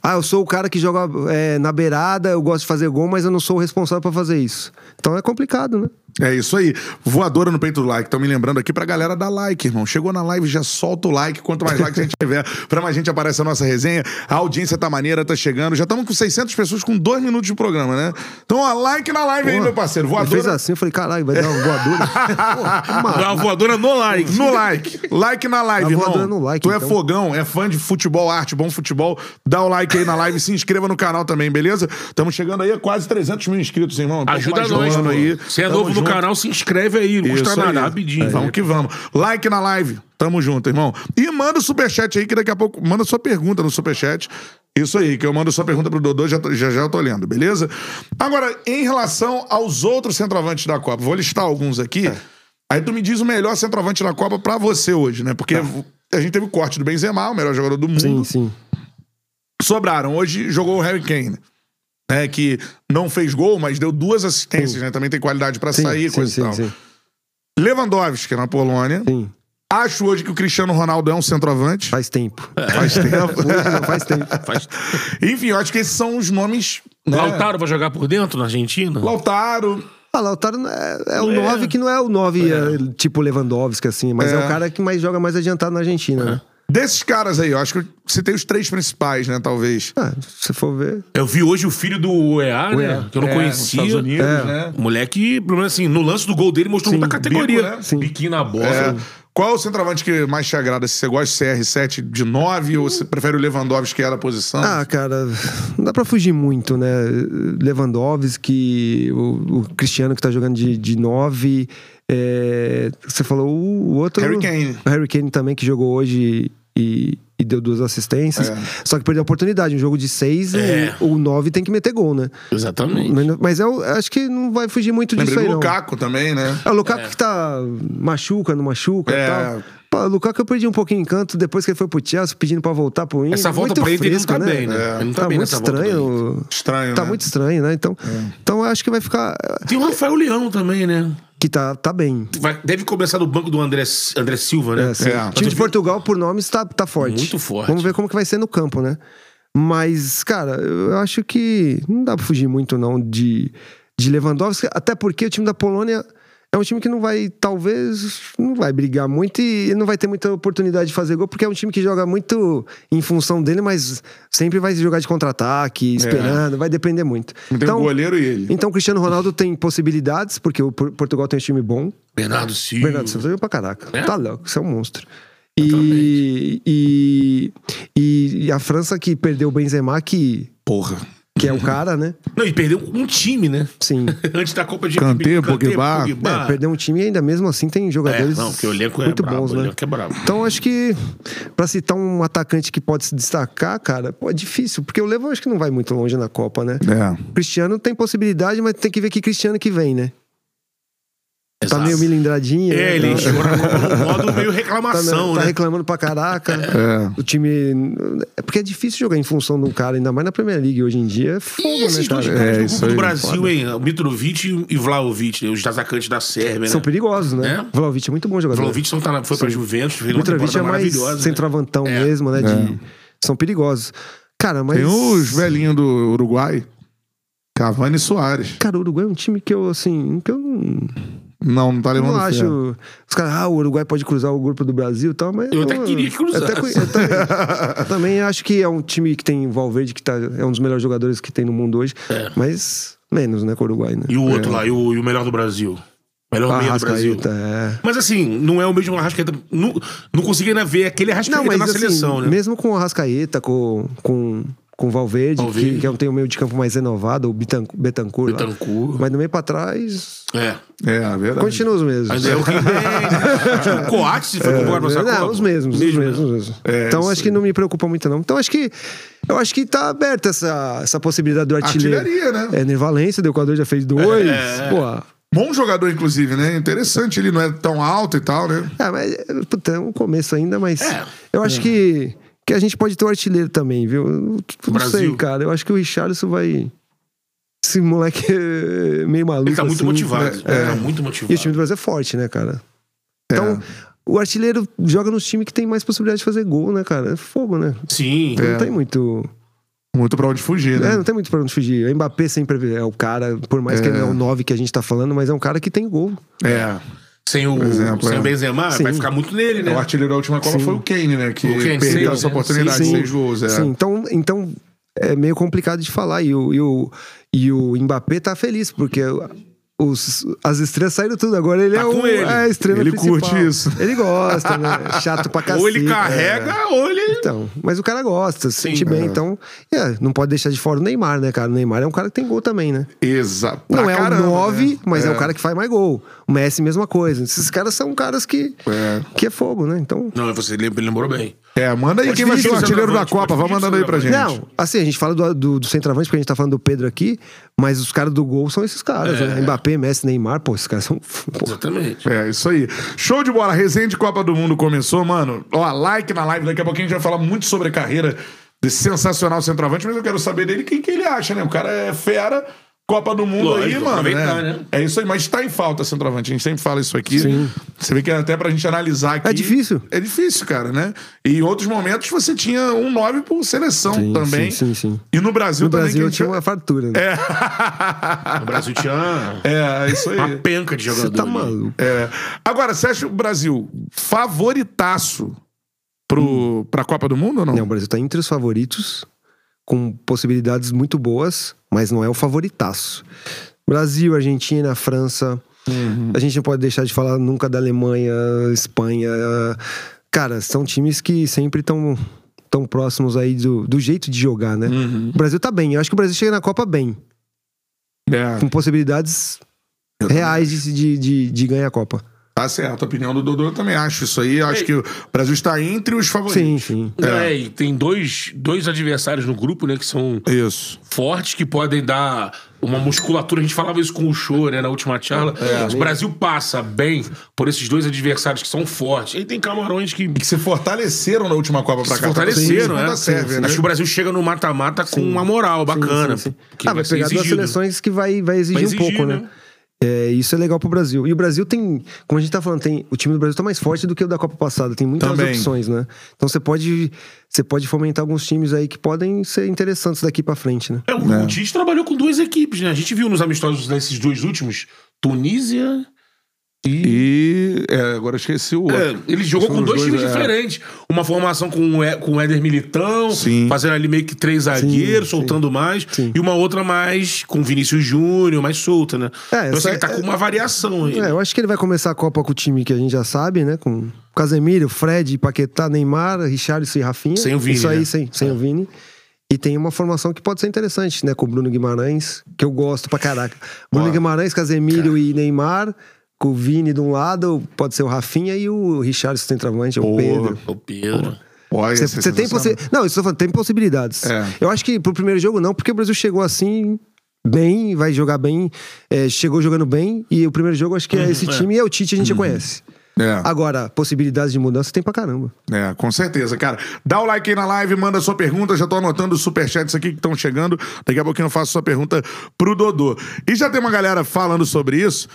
Speaker 3: Ah, eu sou o cara que joga é, na beirada, eu gosto de fazer gol, mas eu não sou o responsável pra fazer isso. Então é complicado, né?
Speaker 1: É isso aí. Voadora no peito do like. Estão me lembrando aqui pra galera dar like, irmão. Chegou na live, já solta o like. Quanto mais like a gente tiver, [laughs] pra mais gente aparece a nossa resenha. A audiência tá maneira, tá chegando. Já estamos com 600 pessoas com dois minutos de programa, né? Então, ó, like na live aí,
Speaker 3: Pô,
Speaker 1: meu parceiro.
Speaker 3: Ele fez
Speaker 1: Voadora
Speaker 3: assim, eu falei, caralho, vai dar uma voadora. Pô, uma-
Speaker 2: Dá uma voadora no like.
Speaker 3: [laughs]
Speaker 1: no like. Like na live,
Speaker 3: Tá voadora
Speaker 1: irmão.
Speaker 3: no like,
Speaker 1: tu é
Speaker 3: então.
Speaker 1: fogão, é fã de futebol, arte, bom futebol. Dá o like aí na live, se inscreva no canal também, beleza? Estamos chegando aí a quase 300 mil inscritos, irmão. Um pouco
Speaker 2: Ajuda
Speaker 1: mais de um
Speaker 2: nós,
Speaker 1: ano
Speaker 2: mano.
Speaker 1: aí.
Speaker 2: Se é
Speaker 1: Tamo
Speaker 2: novo no
Speaker 1: junto.
Speaker 2: canal, se inscreve aí. Não custa
Speaker 1: Isso
Speaker 2: nada,
Speaker 1: aí. É.
Speaker 3: É
Speaker 2: rapidinho.
Speaker 1: Vamos que vamos. Like na live. Tamo junto, irmão. E manda o superchat aí, que daqui a pouco. Manda sua pergunta no superchat. Isso aí, que eu mando sua pergunta pro Dodô, já, tô- já já eu tô lendo, beleza? Agora, em relação aos outros centroavantes da Copa, vou listar alguns aqui.
Speaker 3: É.
Speaker 1: Aí tu me diz o melhor centroavante da Copa pra você hoje, né? Porque a gente teve o corte do Benzema, o melhor jogador do mundo
Speaker 3: [laughs] Tá. Sim, sim.
Speaker 1: sobraram. Hoje jogou o Harry Kane, né? Que não fez gol, mas deu duas assistências, né? Também tem qualidade pra
Speaker 3: Sim,
Speaker 1: sair,
Speaker 3: sim,
Speaker 1: coisa
Speaker 3: sim,
Speaker 1: e tal.
Speaker 3: sim,
Speaker 1: Lewandowski na Polônia.
Speaker 3: sim.
Speaker 1: Acho hoje que o Cristiano Ronaldo é um centroavante.
Speaker 3: Faz tempo.
Speaker 1: Faz
Speaker 3: [laughs]
Speaker 1: tempo.
Speaker 3: Hoje não, faz tempo.
Speaker 1: [laughs] Enfim, eu acho que esses são os nomes. Né?
Speaker 2: Lautaro vai jogar por dentro na Argentina?
Speaker 1: Lautaro.
Speaker 3: Ah, Lautaro não é, é o 9 que não é o 9 é, tipo Lewandowski, assim, mas é.
Speaker 1: É.
Speaker 3: o cara que mais joga mais adiantado na Argentina, né?
Speaker 1: Desses caras aí, eu acho que eu citei os três principais, né? Talvez.
Speaker 3: Ah, se for ver.
Speaker 2: Eu vi hoje o filho do EA, né?
Speaker 3: UEA,
Speaker 2: Que eu não
Speaker 1: É, nos
Speaker 2: conhecia.
Speaker 1: Estados Unidos, né?
Speaker 2: O moleque, pelo menos assim, no lance do gol dele mostrou muita categoria.
Speaker 1: bico, né?
Speaker 3: Sim.
Speaker 2: Biquinho na bola.
Speaker 1: É. Qual é o centroavante que mais te agrada? Se você gosta de CR7 de 9 ou você prefere o Lewandowski, que era a posição?
Speaker 3: Ah, cara, não dá pra fugir muito, né? Lewandowski, o, o Cristiano que tá jogando de, de 9. é, você falou o, o outro.
Speaker 1: Harry Kane.
Speaker 3: O Harry Kane também, que jogou hoje e, e deu duas assistências.
Speaker 1: É.
Speaker 3: Só que perdeu a oportunidade. Um jogo de 6,
Speaker 2: É.
Speaker 3: o 9 tem que meter gol, né?
Speaker 2: Exatamente.
Speaker 3: Mas, mas eu acho que não vai fugir muito disso
Speaker 1: Lembrei
Speaker 3: aí,
Speaker 1: do
Speaker 3: não.
Speaker 1: Lukaku também, né?
Speaker 3: É, o Lukaku que tá machuca, não machuca
Speaker 1: É.
Speaker 3: e tal. Pô, o Lukaku eu perdi um pouquinho de encanto depois que ele foi pro Chelsea pedindo pra voltar pro Inter.
Speaker 2: Essa volta
Speaker 3: muito
Speaker 2: pra ele, ele não
Speaker 3: fresco,
Speaker 2: tá bem, né? Ele não tá
Speaker 3: tá
Speaker 2: bem
Speaker 3: muito
Speaker 2: nessa volta
Speaker 3: estranho.
Speaker 1: Estranho,
Speaker 3: tá
Speaker 1: né?
Speaker 3: muito estranho, né? Então, então eu acho que vai ficar...
Speaker 2: Tem o Rafael Leão também, né?
Speaker 3: Que tá, tá bem.
Speaker 2: Vai- deve começar do banco do André, André Silva, né?
Speaker 3: É, assim,
Speaker 1: É.
Speaker 3: O time de Portugal, por nomes, tá, tá forte.
Speaker 2: Muito forte.
Speaker 3: Vamos ver como que vai ser no campo, né? Mas, cara, eu acho que não dá pra fugir muito, não, de, de Lewandowski. Até porque o time da Polônia é um time que não vai, talvez, não vai brigar muito e não vai ter muita oportunidade de fazer gol, porque é um time que joga muito em função dele, mas sempre vai jogar de contra-ataque, esperando, vai depender muito.
Speaker 1: Tem um o goleiro e ele.
Speaker 3: Então, o Cristiano Ronaldo tem possibilidades, porque o Por- Portugal tem um time bom.
Speaker 2: Bernardo Silva.
Speaker 3: Bernardo Santos jogou pra caraca.
Speaker 2: É?
Speaker 3: Tá louco, você é um monstro. E, e, e a França que perdeu o Benzema, que,
Speaker 1: Porra.
Speaker 3: que é o cara, né?
Speaker 2: Não, e perdeu um time, né? [laughs]
Speaker 3: Sim.
Speaker 2: Antes da Copa de
Speaker 1: Kanté,
Speaker 2: Kanté,
Speaker 1: Pogba.
Speaker 3: É, perdeu um time e ainda mesmo assim tem jogadores
Speaker 2: É, não, porque o elenco é
Speaker 3: muito
Speaker 2: brabo,
Speaker 3: bons,
Speaker 2: o
Speaker 3: né?
Speaker 2: elenco é brabo.
Speaker 3: Então acho que pra citar um atacante que pode se destacar, cara, pô, é difícil, porque o Levo acho que não vai muito longe na Copa, né?
Speaker 1: É.
Speaker 3: Cristiano tem possibilidade, mas tem que ver que Cristiano que vem, né?
Speaker 2: Exato.
Speaker 3: Tá meio milindradinho. né?
Speaker 2: É, ele
Speaker 3: Então- [laughs]
Speaker 2: chegou na Copa no modo meio
Speaker 3: tá, na-
Speaker 2: reclamação,
Speaker 3: tá
Speaker 2: né?
Speaker 3: reclamando pra caraca.
Speaker 2: [laughs]
Speaker 3: O time. É porque é difícil jogar em função de um cara, ainda mais na Premier League hoje em dia. É fogo,
Speaker 2: E esses
Speaker 3: né,
Speaker 2: dois
Speaker 3: cara?
Speaker 1: É,
Speaker 2: caras do
Speaker 1: isso
Speaker 2: grupo do
Speaker 1: aí,
Speaker 2: Brasil,
Speaker 3: foda.
Speaker 2: hein? O Mitrovic e o Vlaovic, né? os atacantes da Sérvia,
Speaker 3: São
Speaker 2: né?
Speaker 3: perigosos, né?
Speaker 2: Né?
Speaker 3: Vlaovic é muito bom
Speaker 2: O
Speaker 3: jogador.
Speaker 2: Vlaovic não tá na, foi pra Juventus, fez uma
Speaker 3: Mitrovic é
Speaker 2: temporada
Speaker 3: mais
Speaker 2: maravilhosa. né?
Speaker 3: centroavantão
Speaker 2: É.
Speaker 3: mesmo, né? de- São perigosos. Cara, mas.
Speaker 1: Tem os velhinhos do Uruguai. Cavani e Soares.
Speaker 3: Cara, o Uruguai é um time que eu, assim, que eu não,
Speaker 1: Não, não tá
Speaker 3: eu
Speaker 1: levando
Speaker 3: não
Speaker 1: fé.
Speaker 3: acho. Os caras, ah, o Uruguai pode cruzar o grupo do Brasil e tal, mas.
Speaker 2: é. Eu até queria que cruzasse.
Speaker 3: Eu, até conhe- eu também,
Speaker 2: [laughs]
Speaker 3: eu também acho que é um time que tem o Valverde, que tá, é um dos melhores jogadores que tem no mundo hoje, mas menos, né, com o Uruguai, né?
Speaker 2: É. E o outro lá, e o, e o melhor do Brasil. Melhor meia do Brasil.
Speaker 3: Arrascaeta, é.
Speaker 2: Mas assim, não é o mesmo Arrascaeta. Não, não consegui ainda ver aquele Arrascaeta
Speaker 3: Não, mas
Speaker 2: na
Speaker 3: assim,
Speaker 2: seleção, né?
Speaker 3: mesmo com o Rascaeta, com, com, com o Valverde,
Speaker 2: Valverde.
Speaker 3: Que, que é um tem um meio de campo mais renovado, o Bitan- Betancourt. lá.
Speaker 2: Betancourt.
Speaker 3: Mas do meio pra trás,
Speaker 2: É.
Speaker 1: É, é verdade.
Speaker 3: continua os mesmos.
Speaker 2: Mas é o que vem. o Coates se foi convocado pra essa
Speaker 3: É, não,
Speaker 2: Copa.
Speaker 3: os mesmos,
Speaker 2: Mesmo,
Speaker 3: os mesmos,
Speaker 2: né?
Speaker 3: os mesmos.
Speaker 1: É,
Speaker 3: então
Speaker 1: isso
Speaker 3: acho que não me preocupa muito não. Então acho que eu acho que tá aberta essa, essa possibilidade do artilheiro.
Speaker 1: Artilharia, né?
Speaker 3: É, Nervalência, do Equador já fez dois. Pô,
Speaker 1: Bom jogador, inclusive, né? Interessante, ele não é tão alto e tal, né?
Speaker 3: Ah, mas, eh, puta, é um começo ainda, mas
Speaker 2: É.
Speaker 3: eu acho que, que a gente pode ter o artilheiro também, viu? Eu Não
Speaker 2: Brasil.
Speaker 3: sei, cara. Eu acho que o Richarlison vai. Esse moleque é meio maluco.
Speaker 2: Ele tá muito
Speaker 3: assim,
Speaker 2: motivado.
Speaker 3: né?
Speaker 2: Ele tá muito motivado.
Speaker 3: E o time do Brasil é forte, né, cara? Então, o artilheiro joga nos times que tem mais possibilidade de fazer gol, né, cara? É fogo, né?
Speaker 2: Sim.
Speaker 3: Não tem muito.
Speaker 1: Muito pra onde fugir,
Speaker 3: É,
Speaker 1: né?
Speaker 3: não tem muito pra onde fugir. O Mbappé sempre é o cara, por mais que ele não é o 9 que a gente tá falando, mas é um cara que tem gol.
Speaker 1: É.
Speaker 2: Sem o,
Speaker 1: exemplo,
Speaker 2: sem
Speaker 1: é.
Speaker 2: o Benzema,
Speaker 3: Sim.
Speaker 2: vai ficar muito nele, né?
Speaker 1: O artilheiro da última Copa
Speaker 3: Sim.
Speaker 1: foi É. o Kane, né? Que
Speaker 2: O Kane,
Speaker 1: perdeu
Speaker 2: seis,
Speaker 1: essa
Speaker 2: né?
Speaker 1: oportunidade,
Speaker 3: Sim, sim.
Speaker 1: seis gols. É.
Speaker 3: Sim, então, então é meio complicado de falar. E o, e o, e o Mbappé tá feliz, porque os, as estrelas saíram tudo. Agora ele
Speaker 2: Tá
Speaker 3: é,
Speaker 2: com
Speaker 3: o,
Speaker 2: ele.
Speaker 3: é a estrela
Speaker 1: Ele
Speaker 3: principal.
Speaker 1: curte isso.
Speaker 3: Ele gosta, né? Chato pra cacete.
Speaker 2: ou ele carrega, ou ele.
Speaker 3: Então, mas o cara gosta, se
Speaker 2: Sim.
Speaker 3: sente bem, então. é, não pode deixar de fora o Neymar, né, cara? O Neymar é um cara que tem gol também, né?
Speaker 1: Exa- pra
Speaker 3: Não é
Speaker 1: caramba,
Speaker 3: o 9,
Speaker 1: né?
Speaker 3: mas é. o cara que faz mais gol. O Messi, mesma coisa. Esses caras são caras que
Speaker 1: É.
Speaker 3: é, que é fogo, né? Então.
Speaker 2: Não, você lem- lembrou bem.
Speaker 1: É, manda aí
Speaker 2: Pode
Speaker 1: quem vai
Speaker 2: vir,
Speaker 1: ser o Tipo,
Speaker 2: seu
Speaker 1: artilheiro da
Speaker 2: centroavante,
Speaker 1: Copa.
Speaker 2: pode
Speaker 1: Vai
Speaker 2: vir,
Speaker 1: mandando
Speaker 2: seu
Speaker 1: aí pra gente.
Speaker 3: Não, assim, a gente fala do, do, do centroavante, porque a gente tá falando do Pedro aqui, mas os caras do gol são esses caras, né? Mbappé, Messi, Neymar, pô, esses caras são. Pô,
Speaker 2: Exatamente.
Speaker 1: É, isso aí. Show de bola. Resenha de Copa do Mundo começou, mano. Ó, like na live. Daqui a pouquinho a gente vai falar muito sobre a carreira desse sensacional centroavante, mas eu quero saber dele quem que ele acha, né? O cara é fera. Copa do Mundo aí,
Speaker 2: Lógico,
Speaker 1: mano. né?
Speaker 2: aproveitar, né?
Speaker 1: É isso aí, mas tá em falta centroavante. A gente sempre fala isso aqui. Você vê que é até pra gente analisar aqui.
Speaker 3: É difícil.
Speaker 1: É difícil, cara, né? E em outros momentos você tinha um 9 por seleção
Speaker 3: Sim,
Speaker 1: também.
Speaker 3: sim, sim, sim.
Speaker 1: E no Brasil
Speaker 3: no
Speaker 1: também.
Speaker 3: Brasil
Speaker 1: que a
Speaker 3: tinha
Speaker 1: gente-
Speaker 3: uma fartura, né?
Speaker 2: O Brasil tinha
Speaker 1: [laughs]
Speaker 2: uma-
Speaker 1: É, é isso aí.
Speaker 2: uma penca de né?
Speaker 3: Você
Speaker 2: jogador.
Speaker 3: tá
Speaker 2: ali.
Speaker 3: maluco.
Speaker 1: É. Agora, você acha o Brasil favoritaço pro, pra Copa do Mundo ou Hum. não?
Speaker 3: Não, o Brasil tá entre os favoritos, com possibilidades muito boas, mas não é o favoritaço. Brasil, Argentina, França.
Speaker 1: Uhum.
Speaker 3: A gente não pode deixar de falar nunca da Alemanha, Espanha. Cara, são times que sempre estão tão próximos aí do, do jeito de jogar,
Speaker 1: Uhum.
Speaker 3: né? O Brasil tá bem. Eu acho que o Brasil chega na Copa bem,
Speaker 1: É.
Speaker 3: com possibilidades reais de, de, de, de ganhar a Copa.
Speaker 1: Tá certo. A opinião do Dodô eu também acho isso aí. Acho
Speaker 2: Ei.
Speaker 1: que o Brasil está entre os favoritos.
Speaker 3: Sim, sim.
Speaker 2: É, e tem dois, dois adversários no grupo, né, que são
Speaker 1: Isso.
Speaker 2: fortes, que podem dar uma musculatura. A gente falava isso com o show, né, na última
Speaker 3: É,
Speaker 2: charla. Se o Brasil passa bem por esses dois adversários que são fortes. E tem camarões que
Speaker 1: E que se fortaleceram na última Copa pra
Speaker 2: se
Speaker 1: cá.
Speaker 2: fortaleceram, né?
Speaker 1: Tá Sérvia, né?
Speaker 2: Acho que o Brasil chega no mata-mata com uma moral bacana.
Speaker 3: Sim, sim, sim.
Speaker 2: que
Speaker 3: Ah, vai
Speaker 2: ser
Speaker 3: pegar duas
Speaker 2: exigido.
Speaker 3: seleções que vai, vai, exigir,
Speaker 2: Vai exigir,
Speaker 3: um pouco, né?
Speaker 2: né?
Speaker 3: É, isso é legal pro Brasil. E o Brasil tem, como a gente tá falando, tem, o time do Brasil tá mais forte do que o da Copa passada, tem muitas
Speaker 1: Também.
Speaker 3: opções, né? Então você pode, você pode fomentar alguns times aí que podem ser interessantes daqui pra frente, né?
Speaker 2: É, o
Speaker 1: Né?
Speaker 2: o Tite trabalhou com duas equipes, né? A gente viu nos amistosos desses dois últimos, Tunísia
Speaker 1: E é, agora eu esqueci o outro.
Speaker 2: É, ele jogou
Speaker 1: Foram
Speaker 2: com
Speaker 1: os
Speaker 2: dois, times
Speaker 1: é.
Speaker 2: diferentes. Uma formação com o, é, com o Éder Militão,
Speaker 1: Sim.
Speaker 2: fazendo ali meio que três zagueiros,
Speaker 3: sim.
Speaker 2: soltando mais.
Speaker 3: Sim.
Speaker 2: E uma outra mais com o Vinícius Júnior, mais solta, né?
Speaker 3: É,
Speaker 2: então, assim,
Speaker 3: essa
Speaker 2: ele tá
Speaker 3: é-
Speaker 2: com uma variação aí.
Speaker 3: É, eu acho que ele vai começar a Copa com o time que a gente já sabe, né? Com Casemiro, Fred, Paquetá, Neymar, Richarlison e Rafinha.
Speaker 2: Sem o Vini,
Speaker 3: Isso aí,
Speaker 2: né?
Speaker 3: sem, sem o Vini. E tem uma formação que pode ser interessante, né? Com o Bruno Guimarães, que eu gosto pra caraca. Bruno Guimarães, Casemiro e Neymar. Com o Vini de um lado, pode ser o Rafinha e o Richarlison centroavante, ou o
Speaker 1: Boa.
Speaker 3: Pedro.
Speaker 2: O Pedro.
Speaker 1: Olha,
Speaker 3: Você
Speaker 1: isso é
Speaker 3: você tem
Speaker 1: sensacional.
Speaker 3: possibilidades. Não, isso eu tô falando, tem possibilidades.
Speaker 1: É.
Speaker 3: Eu acho que pro primeiro jogo não, porque o Brasil chegou assim bem, vai jogar bem, é, chegou jogando bem, e o primeiro jogo acho que é esse time e é o Tite, a
Speaker 1: Uhum.
Speaker 3: gente já conhece.
Speaker 1: É.
Speaker 3: Agora, possibilidades de mudança tem pra caramba.
Speaker 1: É, com certeza, cara. Dá o like aí na live, manda sua pergunta. Já tô anotando os superchats aqui que estão chegando. Daqui a pouquinho eu faço sua pergunta pro Dodô. E já tem uma galera falando sobre isso.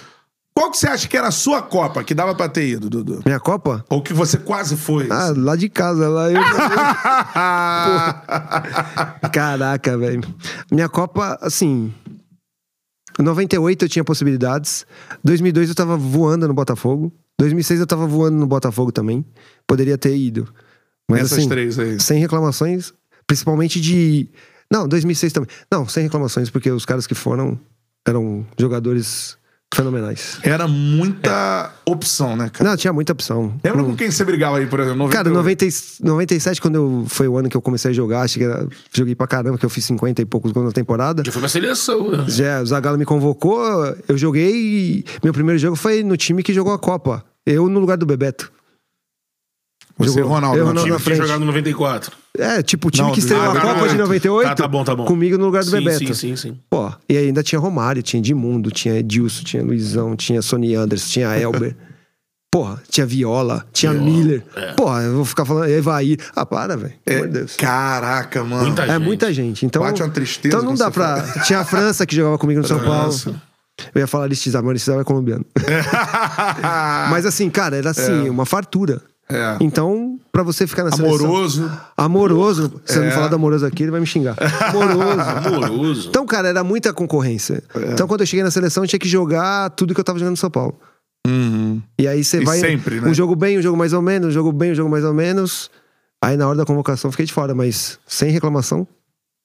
Speaker 1: Qual que você acha que era a sua Copa que dava pra ter ido, Dodô?
Speaker 3: Minha Copa?
Speaker 1: Ou que você quase foi?
Speaker 3: Ah, lá de casa, lá eu. Caraca, velho. Minha Copa, assim. em 98 eu tinha possibilidades. 2002 eu tava voando no Botafogo. 2006 eu tava voando no Botafogo também. Poderia ter ido. Mas
Speaker 1: Essas
Speaker 3: assim,
Speaker 1: três aí.
Speaker 3: sem reclamações, principalmente de. Não, 2006 também. Não, sem reclamações, porque os caras que foram eram jogadores fenomenais.
Speaker 1: [laughs] Era muita opção, né, cara?
Speaker 3: Não, tinha muita opção.
Speaker 1: Lembra com quem você brigava aí, por exemplo? um? 90...
Speaker 3: Cara, 90, e- 97, quando eu, foi o ano que eu comecei a jogar, acho que era- joguei pra caramba, que eu fiz 50 e poucos gols na temporada.
Speaker 2: Já foi pra seleção, né?
Speaker 3: Já, o Zagallo me convocou, eu joguei e meu primeiro jogo foi no time que jogou a Copa. Eu no lugar do Bebeto.
Speaker 1: Você e o Ronaldo.
Speaker 3: Eu,
Speaker 1: né?
Speaker 2: O
Speaker 3: Ronaldo.
Speaker 2: time
Speaker 3: na
Speaker 2: que tinha
Speaker 3: frente.
Speaker 2: jogado no 94.
Speaker 3: É, tipo, o time
Speaker 1: Não,
Speaker 3: que estreou
Speaker 1: ah,
Speaker 3: a
Speaker 1: tá,
Speaker 3: Copa de
Speaker 1: tá,
Speaker 3: 98.
Speaker 2: tá, tá bom, tá bom.
Speaker 3: Comigo no lugar do
Speaker 2: Sim, sim,
Speaker 3: Bebeto.
Speaker 2: sim, sim.
Speaker 3: Pô, e ainda tinha Romário, tinha Edmundo, tinha Edilson, tinha Luizão, tinha Sony Anderson,
Speaker 2: [laughs]
Speaker 3: tinha Elber. Porra, tinha Viola, tinha Miller.
Speaker 2: é.
Speaker 3: Porra, eu vou ficar falando Evair. Ah, para, velho. Pelo amor de Deus.
Speaker 1: Caraca, mano. [laughs]
Speaker 2: Muita
Speaker 3: É
Speaker 2: gente.
Speaker 3: muita gente. Então,
Speaker 1: É Bate uma tristeza
Speaker 3: Então não
Speaker 1: quando
Speaker 3: dá
Speaker 1: você
Speaker 3: pra. Tinha a França que jogava comigo no São Paulo.
Speaker 1: França.
Speaker 3: Eu ia falar Listizar, mas Listizar é colombiano. Mas assim, cara, era assim, uma fartura.
Speaker 1: Ah. É.
Speaker 3: Então, pra você ficar na seleção-
Speaker 1: Amoroso.
Speaker 3: Amoroso. Se eu
Speaker 1: É.
Speaker 3: não falar do amoroso aqui, ele vai
Speaker 1: [laughs]
Speaker 3: me xingar. Amoroso.
Speaker 2: Amoroso.
Speaker 3: Então, cara, era muita concorrência.
Speaker 1: É.
Speaker 3: Então, quando eu cheguei na seleção, eu tinha que jogar tudo que eu tava jogando no São Paulo. E aí você
Speaker 1: Uhum. E
Speaker 3: vai.
Speaker 1: sempre, né?
Speaker 3: Um jogo bem, um jogo mais ou menos, um jogo bem, um jogo mais ou menos. Aí na hora da convocação eu fiquei de fora, mas sem reclamação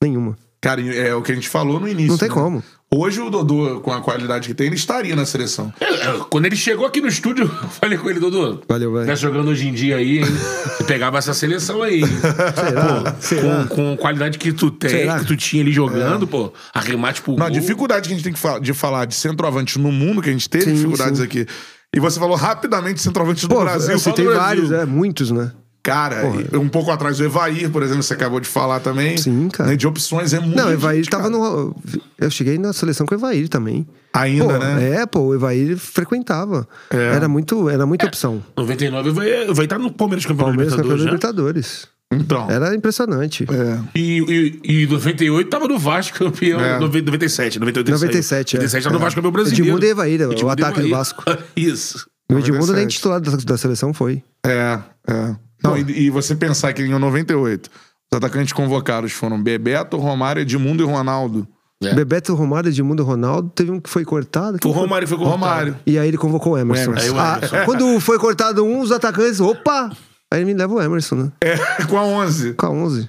Speaker 3: nenhuma.
Speaker 1: Cara, é o que a gente falou no início.
Speaker 3: Não tem
Speaker 1: né?
Speaker 3: como.
Speaker 1: Hoje o Dodô, com a qualidade que tem, ele estaria na seleção.
Speaker 2: É, é, Quando ele chegou aqui no estúdio, [laughs] eu falei com ele, Dudu.
Speaker 3: Então- Valeu, velho.
Speaker 2: Tá jogando hoje em dia aí, hein? Você pegava essa seleção aí. hein?
Speaker 3: É,
Speaker 2: Pô,
Speaker 1: [laughs]
Speaker 2: Com, com a qualidade que tu tem,
Speaker 3: Será? É.
Speaker 2: que tu tinha ali jogando, pô. Arremate pro
Speaker 1: Não, a
Speaker 2: gol.
Speaker 1: dificuldade que a gente tem que fa- de falar de centroavante no mundo, que a gente teve
Speaker 3: Sim,
Speaker 1: dificuldades
Speaker 3: sim.
Speaker 1: aqui. E você falou rapidamente de centroavante do
Speaker 3: Pô,
Speaker 1: Brasil.
Speaker 3: eu
Speaker 1: só do
Speaker 3: citei
Speaker 1: Brasil.
Speaker 3: vários, é, muitos, né?
Speaker 1: Cara, e- um pouco atrás o Evair, por exemplo, você acabou de falar também.
Speaker 3: Sim, cara.
Speaker 1: Né, de opções é muito.
Speaker 3: Não, o Evair
Speaker 1: gente, cara.
Speaker 3: tava no. Eu cheguei na seleção com o Evair também.
Speaker 1: Ainda,
Speaker 3: Pô,
Speaker 1: né? É.
Speaker 3: É, pô, o Evair frequentava. Era muito, era muita opção.
Speaker 2: É 99 vai, vai estar no Palmeiras campeão Palmeiras
Speaker 3: Palmeiras campeão da
Speaker 2: Libertadores, né?
Speaker 1: Então.
Speaker 3: Libertadores. Era impressionante.
Speaker 1: É.
Speaker 2: E, e, e 98 tava no Vasco campeão.
Speaker 1: É.
Speaker 2: nove- 97, 98 saiu.
Speaker 3: 97, é.
Speaker 2: 97 tava no Vasco campeão brasileiro.
Speaker 3: Edmundo e Evair, o
Speaker 2: Edmundo e
Speaker 3: ataque do
Speaker 2: Evair.
Speaker 3: Vasco.
Speaker 2: [laughs] Isso.
Speaker 3: O Edmundo
Speaker 1: 97.
Speaker 3: nem titular da, da seleção foi.
Speaker 1: É, é. Não, e, e você pensar que em 98, os atacantes convocados foram Bebeto, Romário, Edmundo e Ronaldo.
Speaker 2: É.
Speaker 3: Bebeto, Romário, Edmundo, Ronaldo. Teve um que foi cortado.
Speaker 2: O
Speaker 3: quem foi?
Speaker 2: Romário foi com
Speaker 1: Romário.
Speaker 3: E aí ele convocou o Emerson.
Speaker 1: O Emerson.
Speaker 3: Ah, quando foi cortado um, os atacantes, opa! Aí ele me leva o Emerson, né?
Speaker 1: É, [laughs] com a 11.
Speaker 3: Com a 11.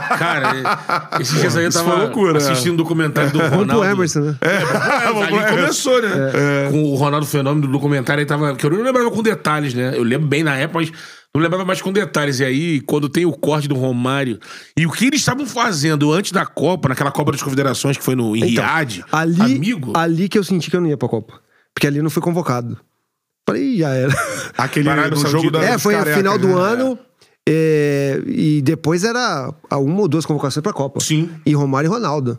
Speaker 2: Cara,
Speaker 3: [laughs]
Speaker 2: é- esses dias aí eu
Speaker 1: isso
Speaker 2: tava
Speaker 1: foi loucura,
Speaker 2: assistindo um documentário do
Speaker 3: Vamos
Speaker 2: Ronaldo.
Speaker 3: pro é. Emerson, né?
Speaker 1: É. vamos
Speaker 2: ali
Speaker 1: pro Emerson.
Speaker 2: começou, né? Com o Ronaldo Fenômeno do documentário, aí tava. Que eu não lembrava com detalhes, né? Eu lembro bem na época, mas não lembrava mais com detalhes. E aí, quando tem o corte do Romário e o que eles estavam fazendo antes da Copa, naquela Copa das Confederações que foi no em Riad,
Speaker 3: Então, Ali,
Speaker 2: amigo.
Speaker 3: ali que eu senti que eu não ia pra Copa. Porque ali eu não fui convocado. Falei, "Ih, já era.
Speaker 1: Aquele
Speaker 2: Parábio
Speaker 1: no
Speaker 2: Saudita.
Speaker 1: jogo da,
Speaker 3: é,
Speaker 1: dos
Speaker 3: foi a
Speaker 1: carecas,
Speaker 3: final do
Speaker 1: né?
Speaker 3: ano. é, e depois era a uma ou duas convocações pra Copa.
Speaker 2: Sim.
Speaker 3: E Romário e Ronaldo.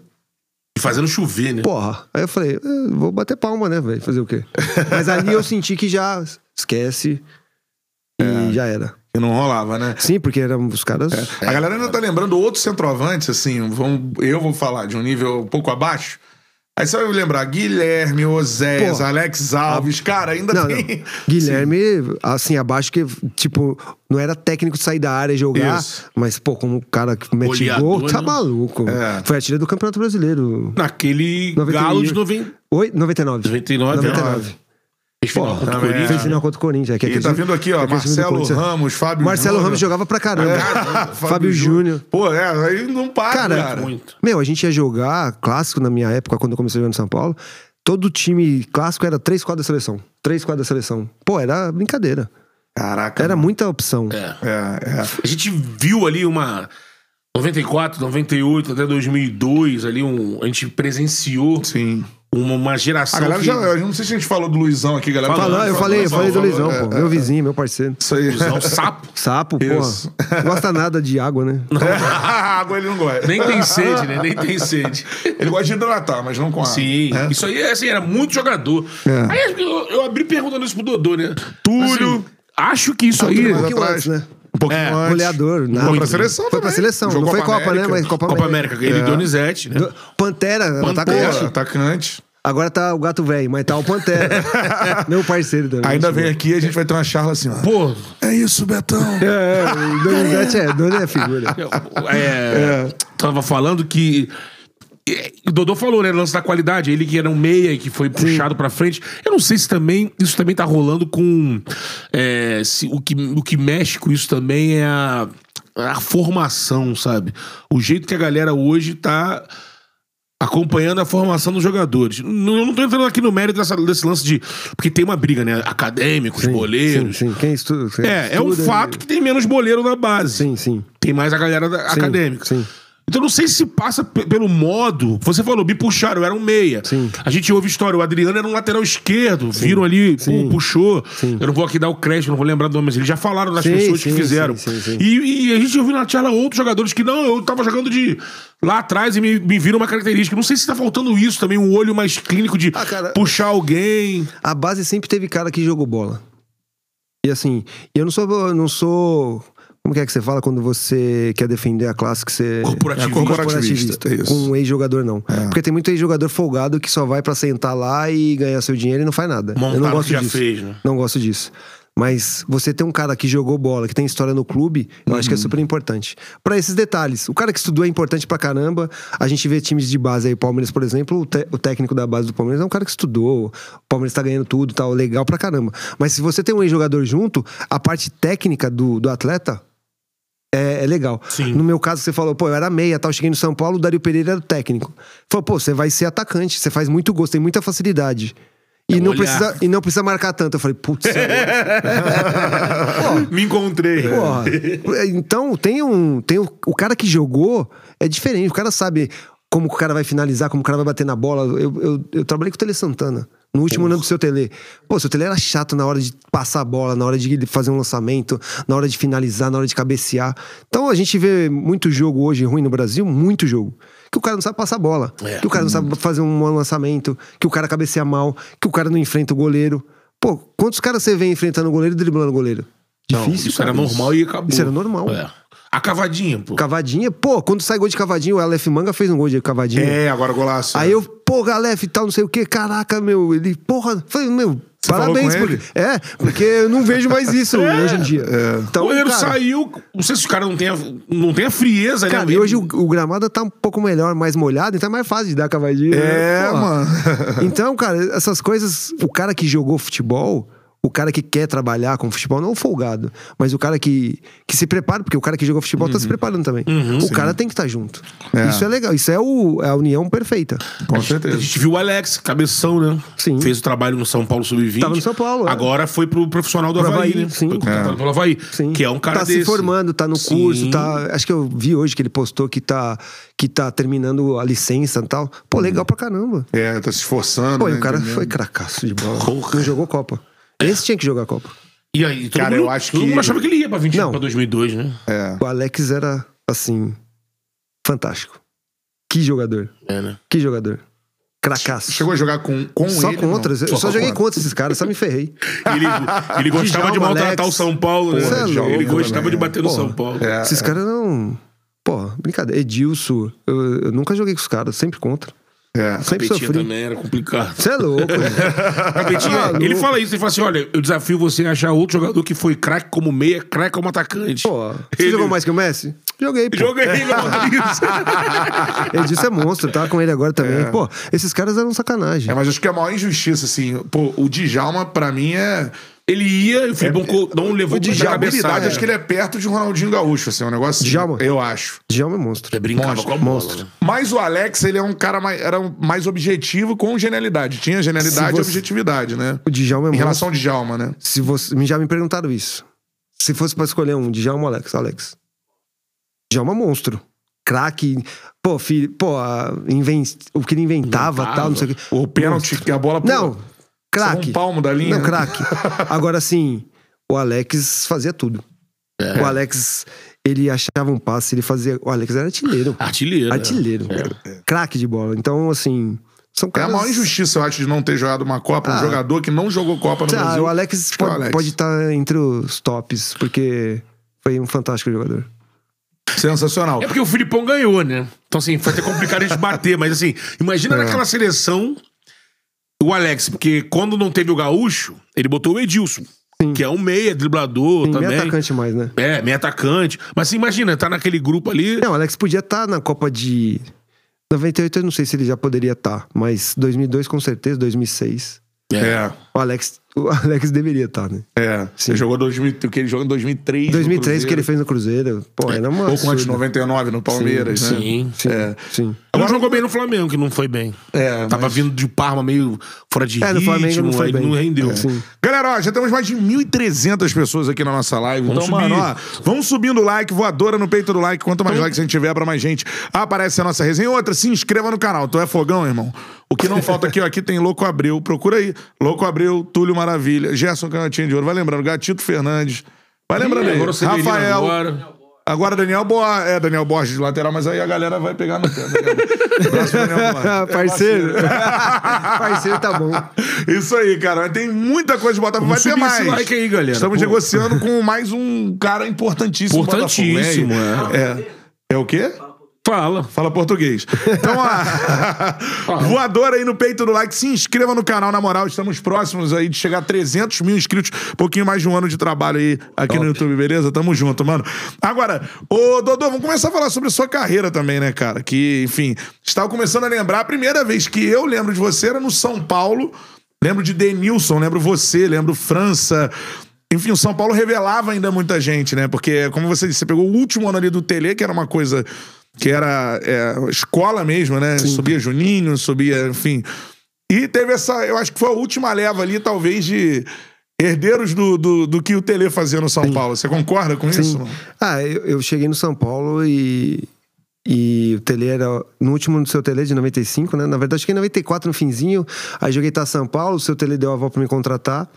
Speaker 2: E fazendo chover, né?
Speaker 3: Porra. Aí eu falei, "Eh, vou bater palma, né, velho? Fazer o quê? Mas ali eu senti que já esquece. E já era.
Speaker 1: E não rolava, né?
Speaker 3: Sim, porque eram os caras.
Speaker 1: A galera ainda tá lembrando outros centroavantes, assim, vão, eu vou falar de um nível um pouco abaixo. Aí você vai lembrar Guilherme, Oséias,
Speaker 3: Pô.
Speaker 1: Alexis Alves, cara, ainda [laughs]
Speaker 3: Não, não.
Speaker 1: tem.
Speaker 3: Guilherme, assim, abaixo que, tipo, não era técnico de sair da área e jogar,
Speaker 1: Isso.
Speaker 3: mas, pô, como o cara que mete
Speaker 2: Goleador,
Speaker 3: gol, tá
Speaker 2: né?
Speaker 3: maluco.
Speaker 1: É.
Speaker 3: Foi a tira do Campeonato Brasileiro.
Speaker 2: Naquele
Speaker 3: 91.
Speaker 2: galo de 90.
Speaker 3: Oi? 99.
Speaker 2: 99,
Speaker 3: 99.
Speaker 2: Fez final
Speaker 3: Pô,
Speaker 2: contra o
Speaker 1: também,
Speaker 2: Corinthians.
Speaker 3: Fez final contra o Corinthians. é Que
Speaker 1: E
Speaker 3: aquele
Speaker 1: tá
Speaker 3: time-
Speaker 1: vindo aqui, ó,
Speaker 3: aquele time do
Speaker 1: Marcelo
Speaker 3: Corinthians.
Speaker 1: Ramos, Fábio
Speaker 3: Marcelo
Speaker 1: Júnior. É,
Speaker 3: Ramos jogava pra caramba. [laughs] Fábio, Júnior.
Speaker 1: Pô, é, aí não para, cara.
Speaker 3: Cara,
Speaker 2: Muito.
Speaker 3: Meu, a gente ia jogar clássico na minha época, quando eu comecei a jogar no São Paulo. Todo time clássico era três quadras da seleção. Três quadras da seleção. Pô, era brincadeira.
Speaker 1: Caraca.
Speaker 3: Era muita opção.
Speaker 2: É.
Speaker 1: É, é.
Speaker 2: A gente viu ali uma 94, 98 até 2002 ali um a gente presenciou
Speaker 1: Sim.
Speaker 2: uma, uma geração
Speaker 1: A galera
Speaker 2: que-
Speaker 1: já. Eu não sei se a gente falou do Luizão aqui, galera.
Speaker 2: Falou,
Speaker 3: Falou, eu falei, eu falei do Luizão,
Speaker 1: é,
Speaker 3: pô.
Speaker 1: é,
Speaker 3: Meu vizinho, meu parceiro.
Speaker 1: Isso aí.
Speaker 2: Luizão, um sapo.
Speaker 3: Sapo, pô.
Speaker 1: Isso.
Speaker 3: Não gosta nada de água, né?
Speaker 1: [laughs] Água ele não gosta.
Speaker 2: Nem tem sede, né? Nem tem sede.
Speaker 1: Ele gosta de hidratar, mas não com água.
Speaker 2: Sim. Isso aí, assim, era muito jogador.
Speaker 3: É.
Speaker 2: Aí eu, eu abri perguntando isso pro Dodô, né?
Speaker 1: Túlio.
Speaker 2: Assim, acho que isso aí.
Speaker 1: Túlio
Speaker 3: Um
Speaker 1: mais
Speaker 3: pouquinho
Speaker 1: atrás.
Speaker 3: antes, né?
Speaker 1: Um pouquinho
Speaker 2: [laughs] É,
Speaker 1: antes.
Speaker 3: Goleador, nada.
Speaker 1: Foi pra seleção
Speaker 3: Foi pra
Speaker 1: também.
Speaker 3: seleção.
Speaker 1: Jogou
Speaker 3: não foi
Speaker 1: Copa
Speaker 3: Copa, né?
Speaker 1: América.
Speaker 3: Mas Copa,
Speaker 2: Copa América, ele e
Speaker 1: É.
Speaker 2: Donizete, né?
Speaker 3: Pantera,
Speaker 1: Pô,
Speaker 3: atacante.
Speaker 1: atacante.
Speaker 3: Agora tá o gato velho, mas tá
Speaker 2: [laughs]
Speaker 3: o Pantera. meu parceiro também.
Speaker 1: Ainda vem aqui e a gente vai ter uma charla assim, ó.
Speaker 2: Pô,
Speaker 1: É isso, Betão.
Speaker 3: É, o Donizete é, Donizete é figura.
Speaker 2: é, tava falando que. é, O Dodô falou, né? Lance da qualidade. Ele que era um meia e que foi puxado pra frente. Eu não sei se também. Isso também tá rolando com. é, se, o, que, o que mexe com isso também é a, a formação, sabe? O jeito que a galera hoje tá acompanhando a formação dos jogadores. Não, eu não tô entrando aqui no mérito dessa- desse lance de. Porque tem uma briga, né? Acadêmicos, boleiros.
Speaker 3: Sim, sim. Quem estuda. quem
Speaker 2: É, é um
Speaker 3: estuda,
Speaker 2: fato que tem menos boleiro na base.
Speaker 3: Sim, sim.
Speaker 2: Tem mais a galera da-
Speaker 3: Sim,
Speaker 2: acadêmica.
Speaker 3: Sim.
Speaker 2: Então não sei se passa pe- pelo modo. Você falou, me puxaram, eu era um meia.
Speaker 3: Sim.
Speaker 2: A gente ouve história, o Adriano era um lateral esquerdo, viram ali, pô, puxou.
Speaker 3: Sim.
Speaker 2: Eu não vou aqui dar o crédito, não vou lembrar do nome, mas eles já falaram das
Speaker 3: Sim,
Speaker 2: pessoas que
Speaker 3: sim,
Speaker 2: fizeram.
Speaker 3: sim, sim, sim.
Speaker 2: E, e a gente ouviu na tela outros jogadores que não, eu tava jogando de lá atrás e me, me viram uma característica. Não sei se tá faltando isso também, um olho mais clínico de
Speaker 3: Ah, cara.
Speaker 2: puxar alguém.
Speaker 3: A base sempre teve cara que jogou bola. E assim, eu não sou. eu não sou. Como que é que você fala quando você quer defender a classe que você.
Speaker 2: Corporativista. É.
Speaker 3: É
Speaker 1: Corporativista, isso.
Speaker 3: Com um ex-jogador, não. Porque tem muito ex-jogador folgado que só vai pra sentar lá e ganhar seu dinheiro e não faz nada.
Speaker 2: Montar
Speaker 3: eu não
Speaker 2: o que
Speaker 3: gosto
Speaker 2: já
Speaker 3: disso.
Speaker 2: fez, né?
Speaker 3: Não gosto disso. Mas você ter um cara que jogou bola, que tem história no clube, eu acho que
Speaker 2: Uhum.
Speaker 3: é super importante. Pra esses detalhes, o cara que estudou é importante pra caramba. A gente vê times de base aí, o Palmeiras, por exemplo, o, te- o técnico da base do Palmeiras é um cara que estudou. O Palmeiras tá ganhando tudo, tal, legal pra caramba. Mas se você tem um ex-jogador junto, a parte técnica do, do atleta é, é legal.
Speaker 2: Sim.
Speaker 3: No meu caso, você falou, pô, eu era meia, tal, cheguei no São Paulo, o Dário Pereira era o técnico. Falou, pô, você vai ser atacante, você faz muito gosto, tem muita facilidade. E,
Speaker 2: um
Speaker 3: não
Speaker 2: olhar.
Speaker 3: precisa, e não precisa marcar tanto. Eu falei, putz, é,
Speaker 2: [laughs] Me encontrei.
Speaker 3: porra. [laughs] Então, tem um. Tem um- o cara que jogou é diferente. O cara sabe como que o cara vai finalizar, como o cara vai bater na bola. Eu, eu, eu trabalhei com o Tele Santana. No último ano do seu Tele. Pô, seu Tele era chato na hora de passar a bola, na hora de fazer um lançamento, na hora de finalizar, na hora de cabecear. Então a gente vê muito jogo hoje ruim no Brasil, muito jogo. Que o cara não sabe passar a bola,
Speaker 2: É.
Speaker 3: que o cara não sabe fazer um bom lançamento, que o cara cabeceia mal, que o cara não enfrenta o goleiro. Pô, quantos caras você vê enfrentando o goleiro e driblando o goleiro?
Speaker 2: Não, isso era normal e acabou.
Speaker 3: Isso era normal.
Speaker 2: É. A cavadinha, pô.
Speaker 3: Cavadinha, pô, quando sai gol de cavadinha, o Aleph Manga fez um gol de cavadinha.
Speaker 1: É, agora golaço.
Speaker 3: Aí eu, porra, Aleph e tal, não sei o quê, caraca, meu, ele, porra, falei, meu, parabéns.
Speaker 1: falou com É.
Speaker 3: porque- é, porque eu não vejo mais
Speaker 1: [laughs]
Speaker 3: isso hoje em dia. Então,
Speaker 2: o goleiro
Speaker 3: cara,
Speaker 2: saiu. Não sei se o cara não tem a, não tem a frieza,
Speaker 3: Cara,
Speaker 2: né?
Speaker 3: e hoje o, o gramado tá um pouco melhor, mais molhado, então é mais fácil de dar cavadinha.
Speaker 1: É,
Speaker 3: né? Porra.
Speaker 2: [laughs]
Speaker 1: mano.
Speaker 3: [laughs] Então, cara, essas coisas, o cara que jogou futebol, o cara que quer trabalhar com futebol, não o folgado, mas o cara que, que se prepara, porque o cara que jogou futebol
Speaker 2: Uhum.
Speaker 3: tá se preparando também. o cara tem que estar junto.
Speaker 1: É.
Speaker 3: Isso é legal, isso é, o, é a união perfeita.
Speaker 1: Com
Speaker 2: A
Speaker 1: certeza.
Speaker 2: gente viu o Alex, cabeção, né?
Speaker 3: Sim.
Speaker 2: Fez o trabalho no São Paulo Sub-20.
Speaker 3: Tava no São Paulo, é.
Speaker 2: Agora foi pro profissional do
Speaker 3: Pro
Speaker 2: Havaí,
Speaker 3: Havaí,
Speaker 2: né?
Speaker 3: sim.
Speaker 2: Foi contratado
Speaker 1: É.
Speaker 2: pelo Havaí.
Speaker 3: Sim.
Speaker 2: Que é um cara
Speaker 3: tá
Speaker 2: desse.
Speaker 3: se formando, tá no
Speaker 2: Sim.
Speaker 3: curso, tá. Acho que eu vi hoje que ele postou que tá, que tá terminando a licença e tal. Pô, legal pra caramba.
Speaker 1: É, tá se esforçando.
Speaker 3: Pô, e
Speaker 1: né,
Speaker 3: o cara
Speaker 1: entendendo?
Speaker 3: foi cracaço de bola.
Speaker 2: Porra.
Speaker 3: Não jogou Copa. Esse tinha que jogar Copa.
Speaker 2: E aí, todo
Speaker 1: Cara,
Speaker 2: mundo,
Speaker 1: eu acho
Speaker 2: todo
Speaker 1: que-
Speaker 2: mundo achava que ele ia pra, 20,
Speaker 3: Não.
Speaker 2: pra 2002, né?
Speaker 1: É.
Speaker 3: O Alex era, assim, fantástico. Que jogador.
Speaker 2: É, né?
Speaker 3: Que jogador. Cracaço.
Speaker 1: Chegou a jogar com, com
Speaker 3: só
Speaker 1: ele,
Speaker 3: com
Speaker 1: não?
Speaker 3: outras. Eu
Speaker 1: Só
Speaker 3: só
Speaker 1: com
Speaker 3: joguei
Speaker 1: outras.
Speaker 3: contra esses caras, só me ferrei. [laughs]
Speaker 2: Ele, ele gostava de
Speaker 3: Djalma,
Speaker 2: maltratar
Speaker 3: é Alex. é
Speaker 2: o São Paulo, né?
Speaker 3: Porra, Djalma
Speaker 2: ele gostava
Speaker 1: também,
Speaker 2: de bater no
Speaker 3: é.
Speaker 2: São Paulo.
Speaker 1: É,
Speaker 3: esses
Speaker 1: é,
Speaker 3: caras não. Pô, brincadeira. Edilson. Eu, eu nunca joguei com os caras, sempre contra.
Speaker 1: é.
Speaker 3: Sempre
Speaker 2: Petinha
Speaker 3: sofri.
Speaker 2: também era complicado.
Speaker 3: Você
Speaker 1: [laughs]
Speaker 3: é louco.
Speaker 2: Capetinha,
Speaker 3: Ah,
Speaker 2: ele
Speaker 3: louco.
Speaker 2: fala isso, ele fala assim: olha, eu desafio você a achar outro jogador que foi craque como meia, craque como atacante.
Speaker 3: Pô, você
Speaker 2: Ele-
Speaker 3: jogou mais que o Messi? Joguei, pô.
Speaker 2: Joga aí, [laughs] Rodrigues.
Speaker 3: Ele disse é monstro, tá com ele agora também. Pô, esses caras eram sacanagem.
Speaker 1: É, mas acho que é a maior injustiça, assim. Pô, o Djalma, pra mim, é.
Speaker 2: Ele ia, o Filipão Co- não levou
Speaker 1: O
Speaker 2: pra
Speaker 1: Djalma, habilidade,
Speaker 2: cabeçada.
Speaker 1: acho que ele é perto de um Ronaldinho Gaúcho, assim, um negócio. assim,
Speaker 3: Djalma?
Speaker 1: Eu acho.
Speaker 3: Djalma é monstro.
Speaker 2: Ele brincava
Speaker 1: Monstro,
Speaker 2: com a bola. né?
Speaker 1: Mas o Alex, ele é um cara mais, era um- mais objetivo com genialidade. Tinha genialidade
Speaker 3: Se
Speaker 1: e
Speaker 3: você-
Speaker 1: objetividade, né?
Speaker 3: O Djalma é
Speaker 1: Em
Speaker 3: monstro.
Speaker 1: relação ao Djalma, né?
Speaker 3: Se você... Já me perguntaram isso. Se fosse pra escolher um, Djalma ou Alex? Alex. Djalma é monstro. Craque. Pô, filho, pô, a inven... o que ele inventava,
Speaker 2: Inventava.
Speaker 3: tal, não sei o quê.
Speaker 1: O pênalti que a bola. pô,
Speaker 3: Não,
Speaker 1: só
Speaker 3: craque.
Speaker 1: Um palmo da linha.
Speaker 3: Não, craque. Agora sim, o Alex fazia tudo.
Speaker 1: É.
Speaker 3: O Alex, ele achava um passe, ele fazia. O Alex era artilheiro.
Speaker 1: É.
Speaker 2: Artilheiro. né?
Speaker 3: Artilheiro. Craque de bola. Então, assim, são
Speaker 1: É a
Speaker 3: caras...
Speaker 1: maior injustiça, eu acho, de não ter jogado uma Copa. Um
Speaker 3: Ah.
Speaker 1: jogador que não jogou Copa no
Speaker 3: Ah,
Speaker 1: Brasil.
Speaker 3: o Alex
Speaker 1: Acho que é o
Speaker 3: pode
Speaker 1: Alex.
Speaker 3: pode estar entre os tops, porque foi um fantástico jogador.
Speaker 1: Sensacional.
Speaker 2: É porque o Filipão ganhou, né? Então, assim, foi até complicado a gente bater, mas assim, imagina naquela seleção o Alex, porque quando não teve o Gaúcho, ele botou o Edilson, que é um meia, driblador
Speaker 3: Tem meio
Speaker 2: também.
Speaker 3: atacante mais, né?
Speaker 2: É, meio atacante. Mas assim, imagina, tá naquele grupo ali.
Speaker 3: Não, o Alex podia estar na Copa de... 98 eu tá, não sei se ele já poderia estar, mas 2002 com certeza, 2006.
Speaker 1: É.
Speaker 3: O Alex o Alex deveria estar, né?
Speaker 1: É. Ele jogou 2000, o que ele jogou em 2003. no
Speaker 3: 2003, o que ele
Speaker 1: Cruzeiro.
Speaker 3: fez no Cruzeiro, pô, era uma.
Speaker 1: Pouco antes de
Speaker 3: absurda.
Speaker 1: 99 no Palmeiras, né?
Speaker 2: Sim.
Speaker 3: Sim,
Speaker 1: É.
Speaker 3: sim.
Speaker 2: Agora jogou bem no Flamengo, que não foi bem.
Speaker 1: É,
Speaker 3: Tá
Speaker 2: Tava vindo de Parma meio fora de
Speaker 3: É, no
Speaker 2: ritmo,
Speaker 3: Flamengo não foi
Speaker 2: aí
Speaker 3: bem.
Speaker 2: não rendeu.
Speaker 3: É, sim.
Speaker 1: Galera, ó, já temos mais de 1.300 pessoas aqui na nossa live.
Speaker 2: Vamos
Speaker 1: então,
Speaker 2: subir.
Speaker 1: mano, ó, vamos subindo o like, voadora no peito do like. Quanto mais likes a gente tiver, pra mais gente aparece a nossa resenha. Outra, se inscreva no canal. Tu é fogão, irmão? O que não falta aqui, ó, aqui tem Louco Abreu. Procura aí. Louco Abreu, Túlio Maravilha, Gerson Canhotinho de Ouro. Vai lembrando, Gatito Fernandes. Vai lembrando
Speaker 2: Ih,
Speaker 1: aí.
Speaker 2: agora o Severino
Speaker 1: Rafael.
Speaker 2: agora.
Speaker 1: Agora Daniel Borges. É, Daniel Borges de lateral, mas aí a galera vai pegar no pé. Daniel Borges. Abraço, Daniel Borges.
Speaker 3: [laughs] Parceiro. [laughs] Parceiro tá bom.
Speaker 1: [laughs] Isso aí, cara. Mas Tem muita coisa de Botafogo. Vai
Speaker 2: Vamos
Speaker 1: ter
Speaker 2: subir
Speaker 1: mais.
Speaker 2: esse like aí, galera.
Speaker 1: Estamos
Speaker 2: Pô.
Speaker 1: negociando com mais um cara importantíssimo. do
Speaker 2: Importantíssimo,
Speaker 1: Botafogo, né? é. É o quê?
Speaker 2: Fala.
Speaker 1: Fala português. Então, [laughs] ó, voador aí no peito do like. Se inscreva no canal, na moral. Estamos próximos aí de chegar a 300 mil inscritos. Pouquinho mais de um ano de trabalho aí aqui no YouTube, beleza? Tamo junto, mano. Agora, ô Dodô, vamos começar a falar sobre a sua carreira também, né, cara? Que, enfim, estava começando a lembrar. A primeira vez que eu lembro de você era no São Paulo. Lembro de Denilson, lembro você, lembro França. Enfim, o São Paulo revelava ainda muita gente, né? Porque, como você disse, você pegou o último ano ali do Tele, que era uma coisa que era é, escola mesmo, né? Subia Juninho, subia, enfim. E teve essa, eu acho que foi a última leva ali, talvez, de herdeiros do, do, do que o Tele fazia no São Paulo. Você concorda com isso? mano?
Speaker 3: Ah, eu, eu cheguei no São Paulo e. E o Tele era. No último do seu Tele de 95, né? Na verdade, cheguei em 94 no finzinho. Aí joguei tá São Paulo, o seu Tele deu a volta pra me contratar.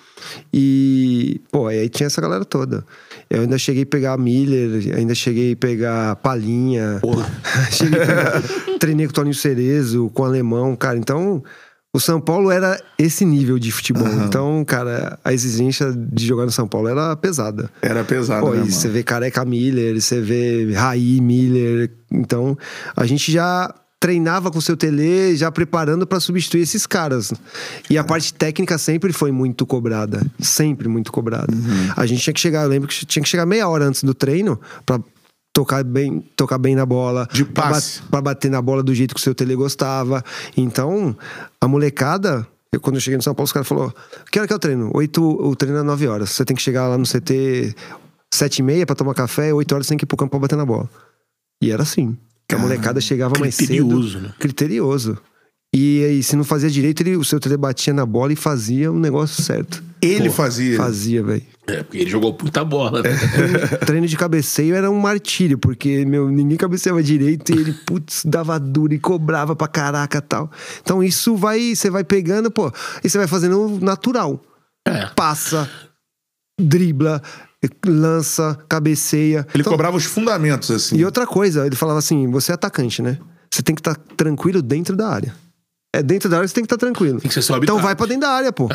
Speaker 3: E. Pô, aí tinha essa galera toda. Eu ainda cheguei a pegar Miller, ainda cheguei a pegar Palinha. [laughs] cheguei a pegar.
Speaker 1: [laughs]
Speaker 3: Treinei com o Toninho Cerezo, com o Alemão, cara. Então. O São Paulo era esse nível de futebol. Então, cara, a exigência de jogar no São Paulo era pesada.
Speaker 1: Era pesado,
Speaker 3: Pô,
Speaker 1: né,
Speaker 3: e
Speaker 1: mano?
Speaker 3: você vê Careca Miller, você vê Raí Miller. Então, a gente já treinava com o seu Tele, já preparando pra substituir esses caras. E a parte técnica sempre foi muito cobrada. Sempre muito cobrada.
Speaker 1: Uhum.
Speaker 3: A gente tinha que chegar, eu lembro que tinha que chegar meia hora antes do treino pra tocar bem, tocar bem na bola.
Speaker 1: De
Speaker 3: pra ba-
Speaker 1: passe.
Speaker 3: Pra bater na bola do jeito que o seu Tele gostava. Então, a molecada. eu- quando eu cheguei no São Paulo, os caras falaram: que hora que é o treino? Oito, o treino é nove horas. Você tem que chegar lá no CT sete e meia pra tomar café, oito horas você tem que ir pro campo pra bater na bola. E era assim. Que a molecada chegava mais cedo.
Speaker 2: criterioso, né?
Speaker 3: Criterioso. E, aí, se não fazia direito, ele, o seu Tele batia na bola e fazia o negócio certo.
Speaker 1: Ele fazia.
Speaker 3: Fazia, velho.
Speaker 2: É, porque ele jogou puta bola, né?
Speaker 3: treino de cabeceio era um martírio, porque, meu, ninguém cabeceava direito e ele, putz, dava duro e cobrava pra caraca tal. Então isso vai, você vai pegando, pô, e você vai fazendo natural.
Speaker 2: É.
Speaker 3: Passa, dribla, lança, cabeceia.
Speaker 1: Ele
Speaker 3: Então,
Speaker 1: cobrava os fundamentos, assim.
Speaker 3: E outra coisa, ele falava assim: você é atacante, né? Você tem que estar tranquilo dentro da área. É dentro da área que você tem que estar tranquilo.
Speaker 2: Tem que ser seu
Speaker 3: então
Speaker 2: habitat.
Speaker 3: vai pra dentro da área, pô.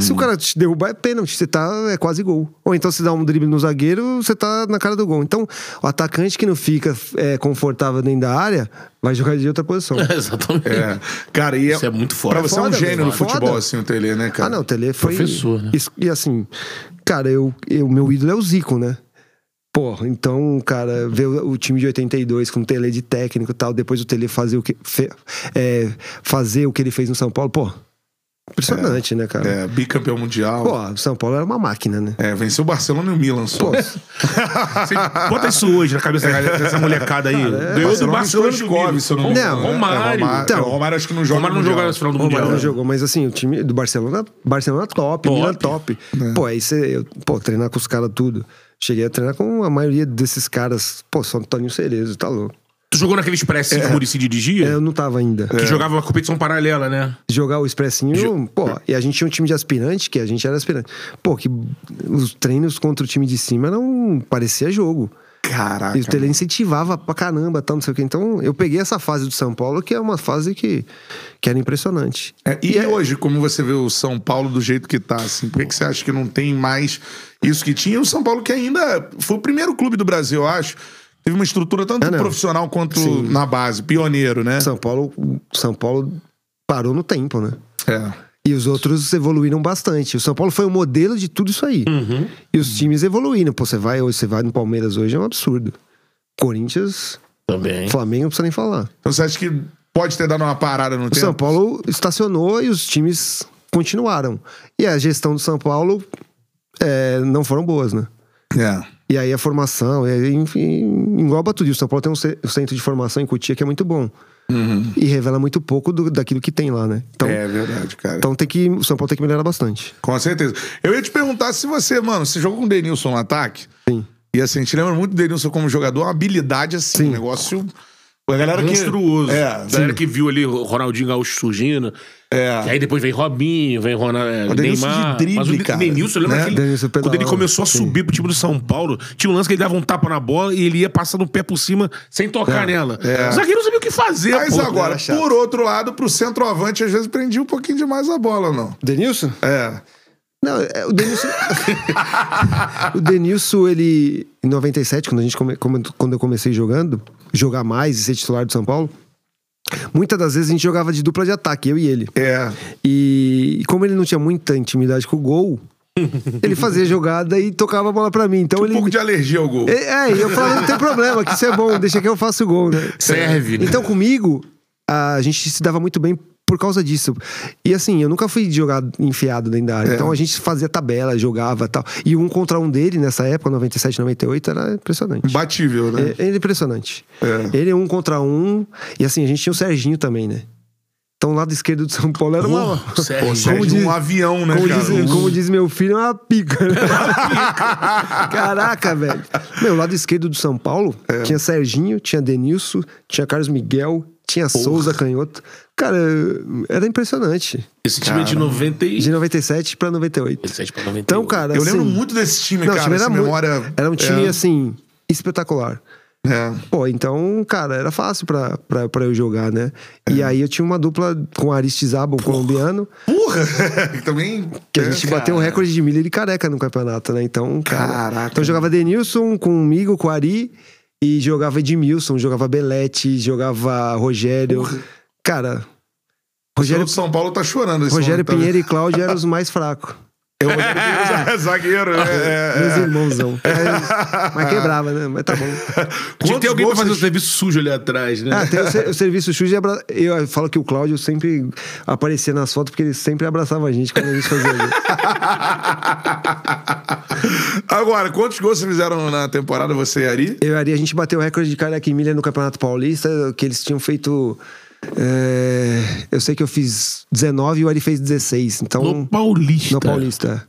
Speaker 3: Se o cara te derrubar, é pênalti, você tá, é quase gol. Ou então você dá um drible no zagueiro, você tá na cara do gol. Então, o atacante que não fica é, confortável dentro da área, vai jogar de outra posição.
Speaker 2: [laughs] Exatamente.
Speaker 1: É. Cara, e é-
Speaker 2: Isso é muito foda.
Speaker 1: Pra você é um
Speaker 3: Foda,
Speaker 1: gênio
Speaker 3: velho.
Speaker 1: no futebol,
Speaker 3: Foda.
Speaker 1: assim, o Tele, né, cara?
Speaker 3: Ah, não, o Tele foi.
Speaker 2: Professor, né?
Speaker 3: Isso- E assim, cara, eu, eu, meu ídolo é o Zico, né? Pô, então, cara, ver o, o time de 82 com o Tele de técnico e tal, depois o Tele fazer o que, fe- é, fazer o que ele fez no São Paulo, pô, impressionante, né, cara?
Speaker 1: É, bicampeão mundial.
Speaker 3: Pô, o São Paulo era uma máquina, né?
Speaker 1: É, venceu o Barcelona e o Milan só.
Speaker 3: Pô,
Speaker 2: Você bota isso hoje na cabeça da galera, dessa molecada aí.
Speaker 1: é.
Speaker 2: Ganhou do Barcelona e do Milan.
Speaker 1: se eu não me engano.
Speaker 3: Não,
Speaker 2: Romário.
Speaker 1: É, Romário,
Speaker 3: Então,
Speaker 1: é, Romário acho que não joga.
Speaker 2: Romário não
Speaker 1: Mundial.
Speaker 2: jogou nessa final do
Speaker 3: o Romário
Speaker 2: Mundial. né?
Speaker 3: não jogou, mas assim, o time do Barcelona, Barcelona top,
Speaker 2: Top.
Speaker 3: Milan top. Pô, aí você, eu- pô, treinar com os caras tudo. Cheguei a treinar com a maioria desses caras, pô, só Antônio Cerezo, tá louco. É,
Speaker 2: Tu jogou naquele expressinho que o Muricy dirigia?
Speaker 3: Eu não tava ainda.
Speaker 2: Que jogava uma competição paralela, né?
Speaker 3: jogar o expressinho, pô, e a gente tinha um time de aspirante, que a gente era aspirante. Pô, que os treinos contra o time de cima não parecia jogo.
Speaker 1: Caraca.
Speaker 3: e o Tele incentivava pra caramba, tal, não sei o quê. Então, eu peguei essa fase do São Paulo, que é uma fase que, que era impressionante.
Speaker 1: É, e hoje, como você vê o São Paulo do jeito que tá, assim, por que, que você acha que não tem mais isso que tinha? E o São Paulo que ainda foi o primeiro clube do Brasil, eu acho. Teve uma estrutura tanto
Speaker 3: Ah, não.
Speaker 1: profissional quanto na base, pioneiro, né?
Speaker 3: São Paulo, São Paulo parou no tempo, né?
Speaker 1: É.
Speaker 3: E os outros evoluíram bastante. O São Paulo foi o modelo de tudo isso
Speaker 2: Hum.
Speaker 3: aí.
Speaker 2: Uhum.
Speaker 3: E os times evoluíram. Pô, você vai hoje, você vai no Palmeiras hoje, é um absurdo. Corinthians,
Speaker 2: Também.
Speaker 3: Flamengo, não precisa nem falar.
Speaker 1: Então você acha que pode ter dado uma parada no
Speaker 3: O
Speaker 1: tempo?
Speaker 3: São Paulo estacionou e os times continuaram. E a gestão do São Paulo é, não foram boas, né?
Speaker 1: É.
Speaker 3: E aí a formação, e aí, enfim, engloba tudo. E o São Paulo tem um ce- um centro de formação em Cotia que é muito bom. E revela muito pouco do- daquilo que tem lá, né? Então,
Speaker 1: é verdade, cara.
Speaker 3: então tem que, o São Paulo tem que melhorar bastante.
Speaker 1: Com certeza. Eu ia te perguntar se você, mano, você jogou com o Denilson no ataque?
Speaker 3: Sim.
Speaker 1: E assim, te lembra muito do Denilson como jogador, uma habilidade assim, um negócio. A galera que-
Speaker 2: monstruoso.
Speaker 1: É,
Speaker 2: a galera que viu ali o Ronaldinho Gaúcho surgindo. E aí depois vem Robinho, vem Ronaldo, eh,
Speaker 1: O Denilson
Speaker 2: Neymar.
Speaker 1: de drible,
Speaker 2: Mas o
Speaker 1: cara.
Speaker 2: Denilson, lembra
Speaker 1: Né?
Speaker 2: aquele-
Speaker 3: Denilson pedalava,
Speaker 2: quando ele começou a subir pro time do São Paulo, tinha um lance que ele dava um tapa na bola e ele ia passando o pé por cima sem tocar nela. O zagueiro não sabia o que fazer,
Speaker 1: É, Mas
Speaker 2: pô.
Speaker 1: agora,
Speaker 3: era chato.
Speaker 1: por outro lado, pro centroavante, às vezes prendia um pouquinho demais a bola, não.
Speaker 3: Denilson?
Speaker 1: É.
Speaker 3: Não, é, o Denilson. [laughs] o Denilson, ele. Em 97, quando, a gente come, come- quando eu comecei jogando, jogar mais e ser titular do São Paulo, muitas das vezes a gente jogava de dupla de ataque, eu e ele.
Speaker 1: É.
Speaker 3: E, e como ele não tinha muita intimidade com o gol, ele fazia jogada e tocava a bola pra mim. Então
Speaker 1: Um
Speaker 3: ele.
Speaker 1: pouco de alergia ao gol.
Speaker 3: É, é, e eu falava, não tem problema, que isso é bom, deixa que eu faço o gol, né?
Speaker 2: Serve. né?
Speaker 3: Então, comigo, a gente se dava muito bem por causa disso. E assim, eu nunca fui jogar enfiado dentro da área.
Speaker 2: É.
Speaker 3: Então a gente fazia tabela, jogava e tal. E um contra um dele nessa época, 97, 98, era impressionante.
Speaker 1: Imbatível, né?
Speaker 3: É, Ele é impressionante.
Speaker 1: É.
Speaker 3: Ele é um contra um. E assim, a gente tinha o Serginho também, né? Então o lado esquerdo do São Paulo era uma.
Speaker 2: Pô, Serve.
Speaker 1: Pô, Sérgio,
Speaker 3: diz-
Speaker 1: um avião, né,
Speaker 3: Como
Speaker 1: cara?
Speaker 3: diz, como diz meu filho, é uma pica. né? [laughs] Caraca, velho. Meu, o lado esquerdo do São Paulo
Speaker 1: É.
Speaker 3: tinha Serginho, tinha Denilson, tinha Carlos Miguel, tinha Souza Canhoto. Cara, era impressionante.
Speaker 2: Esse time é de 90 e...
Speaker 3: De 97 pra 98.
Speaker 2: 97 pra um. 98.
Speaker 3: Então, cara,
Speaker 1: Eu lembro
Speaker 3: assim,
Speaker 1: muito desse time,
Speaker 3: não, o
Speaker 1: cara.
Speaker 3: time era,
Speaker 1: essa
Speaker 3: muito-
Speaker 1: memória...
Speaker 3: era um time, assim, espetacular.
Speaker 1: É. é.
Speaker 3: Pô, então, cara, era fácil pra, pra, pra eu jogar, né? E
Speaker 1: É.
Speaker 3: aí eu tinha uma dupla com Aristizábal, colombiano,
Speaker 1: Porra! é. [laughs] Também...
Speaker 3: Que a gente
Speaker 1: É, cara.
Speaker 3: bateu o recorde de milha e campeonato no campeonato, né? Então, cara.
Speaker 1: Caraca.
Speaker 3: Então jogava Denilson comigo, com o Ari, e jogava Edmilson, jogava Belete, jogava Rogério. Cara,
Speaker 1: O
Speaker 3: Rogério,
Speaker 1: São Paulo tá chorando. esse
Speaker 3: Rogério
Speaker 1: momento, tá
Speaker 3: Pinheiro e Cláudio eram os mais fracos.
Speaker 1: É o Rogério Pinheiro, é [laughs] zagueiro. É, é,
Speaker 3: Meus irmãozão. Mas- Mas quebrava, né? Mas tá bom.
Speaker 2: Tinha que ter
Speaker 1: Quantos
Speaker 2: alguém pra
Speaker 1: gols
Speaker 2: fazer o
Speaker 1: vocês- É,
Speaker 2: serviço sujo ali atrás, né?
Speaker 3: Ah, tem o, ser- o serviço Xuxa. Eu falo que o Cláudio sempre aparecia nas fotos porque ele sempre abraçava a gente quando a gente fazia gol.
Speaker 1: Agora, quantos gols vocês fizeram na temporada, você e Ari?
Speaker 3: Eu e Ari, a gente bateu o recorde de careca em milha no Campeonato Paulista, que eles tinham feito. é, eu sei que eu fiz 19 e o Ari fez 16. Então.
Speaker 1: um
Speaker 2: No Paulista.
Speaker 3: no Paulista.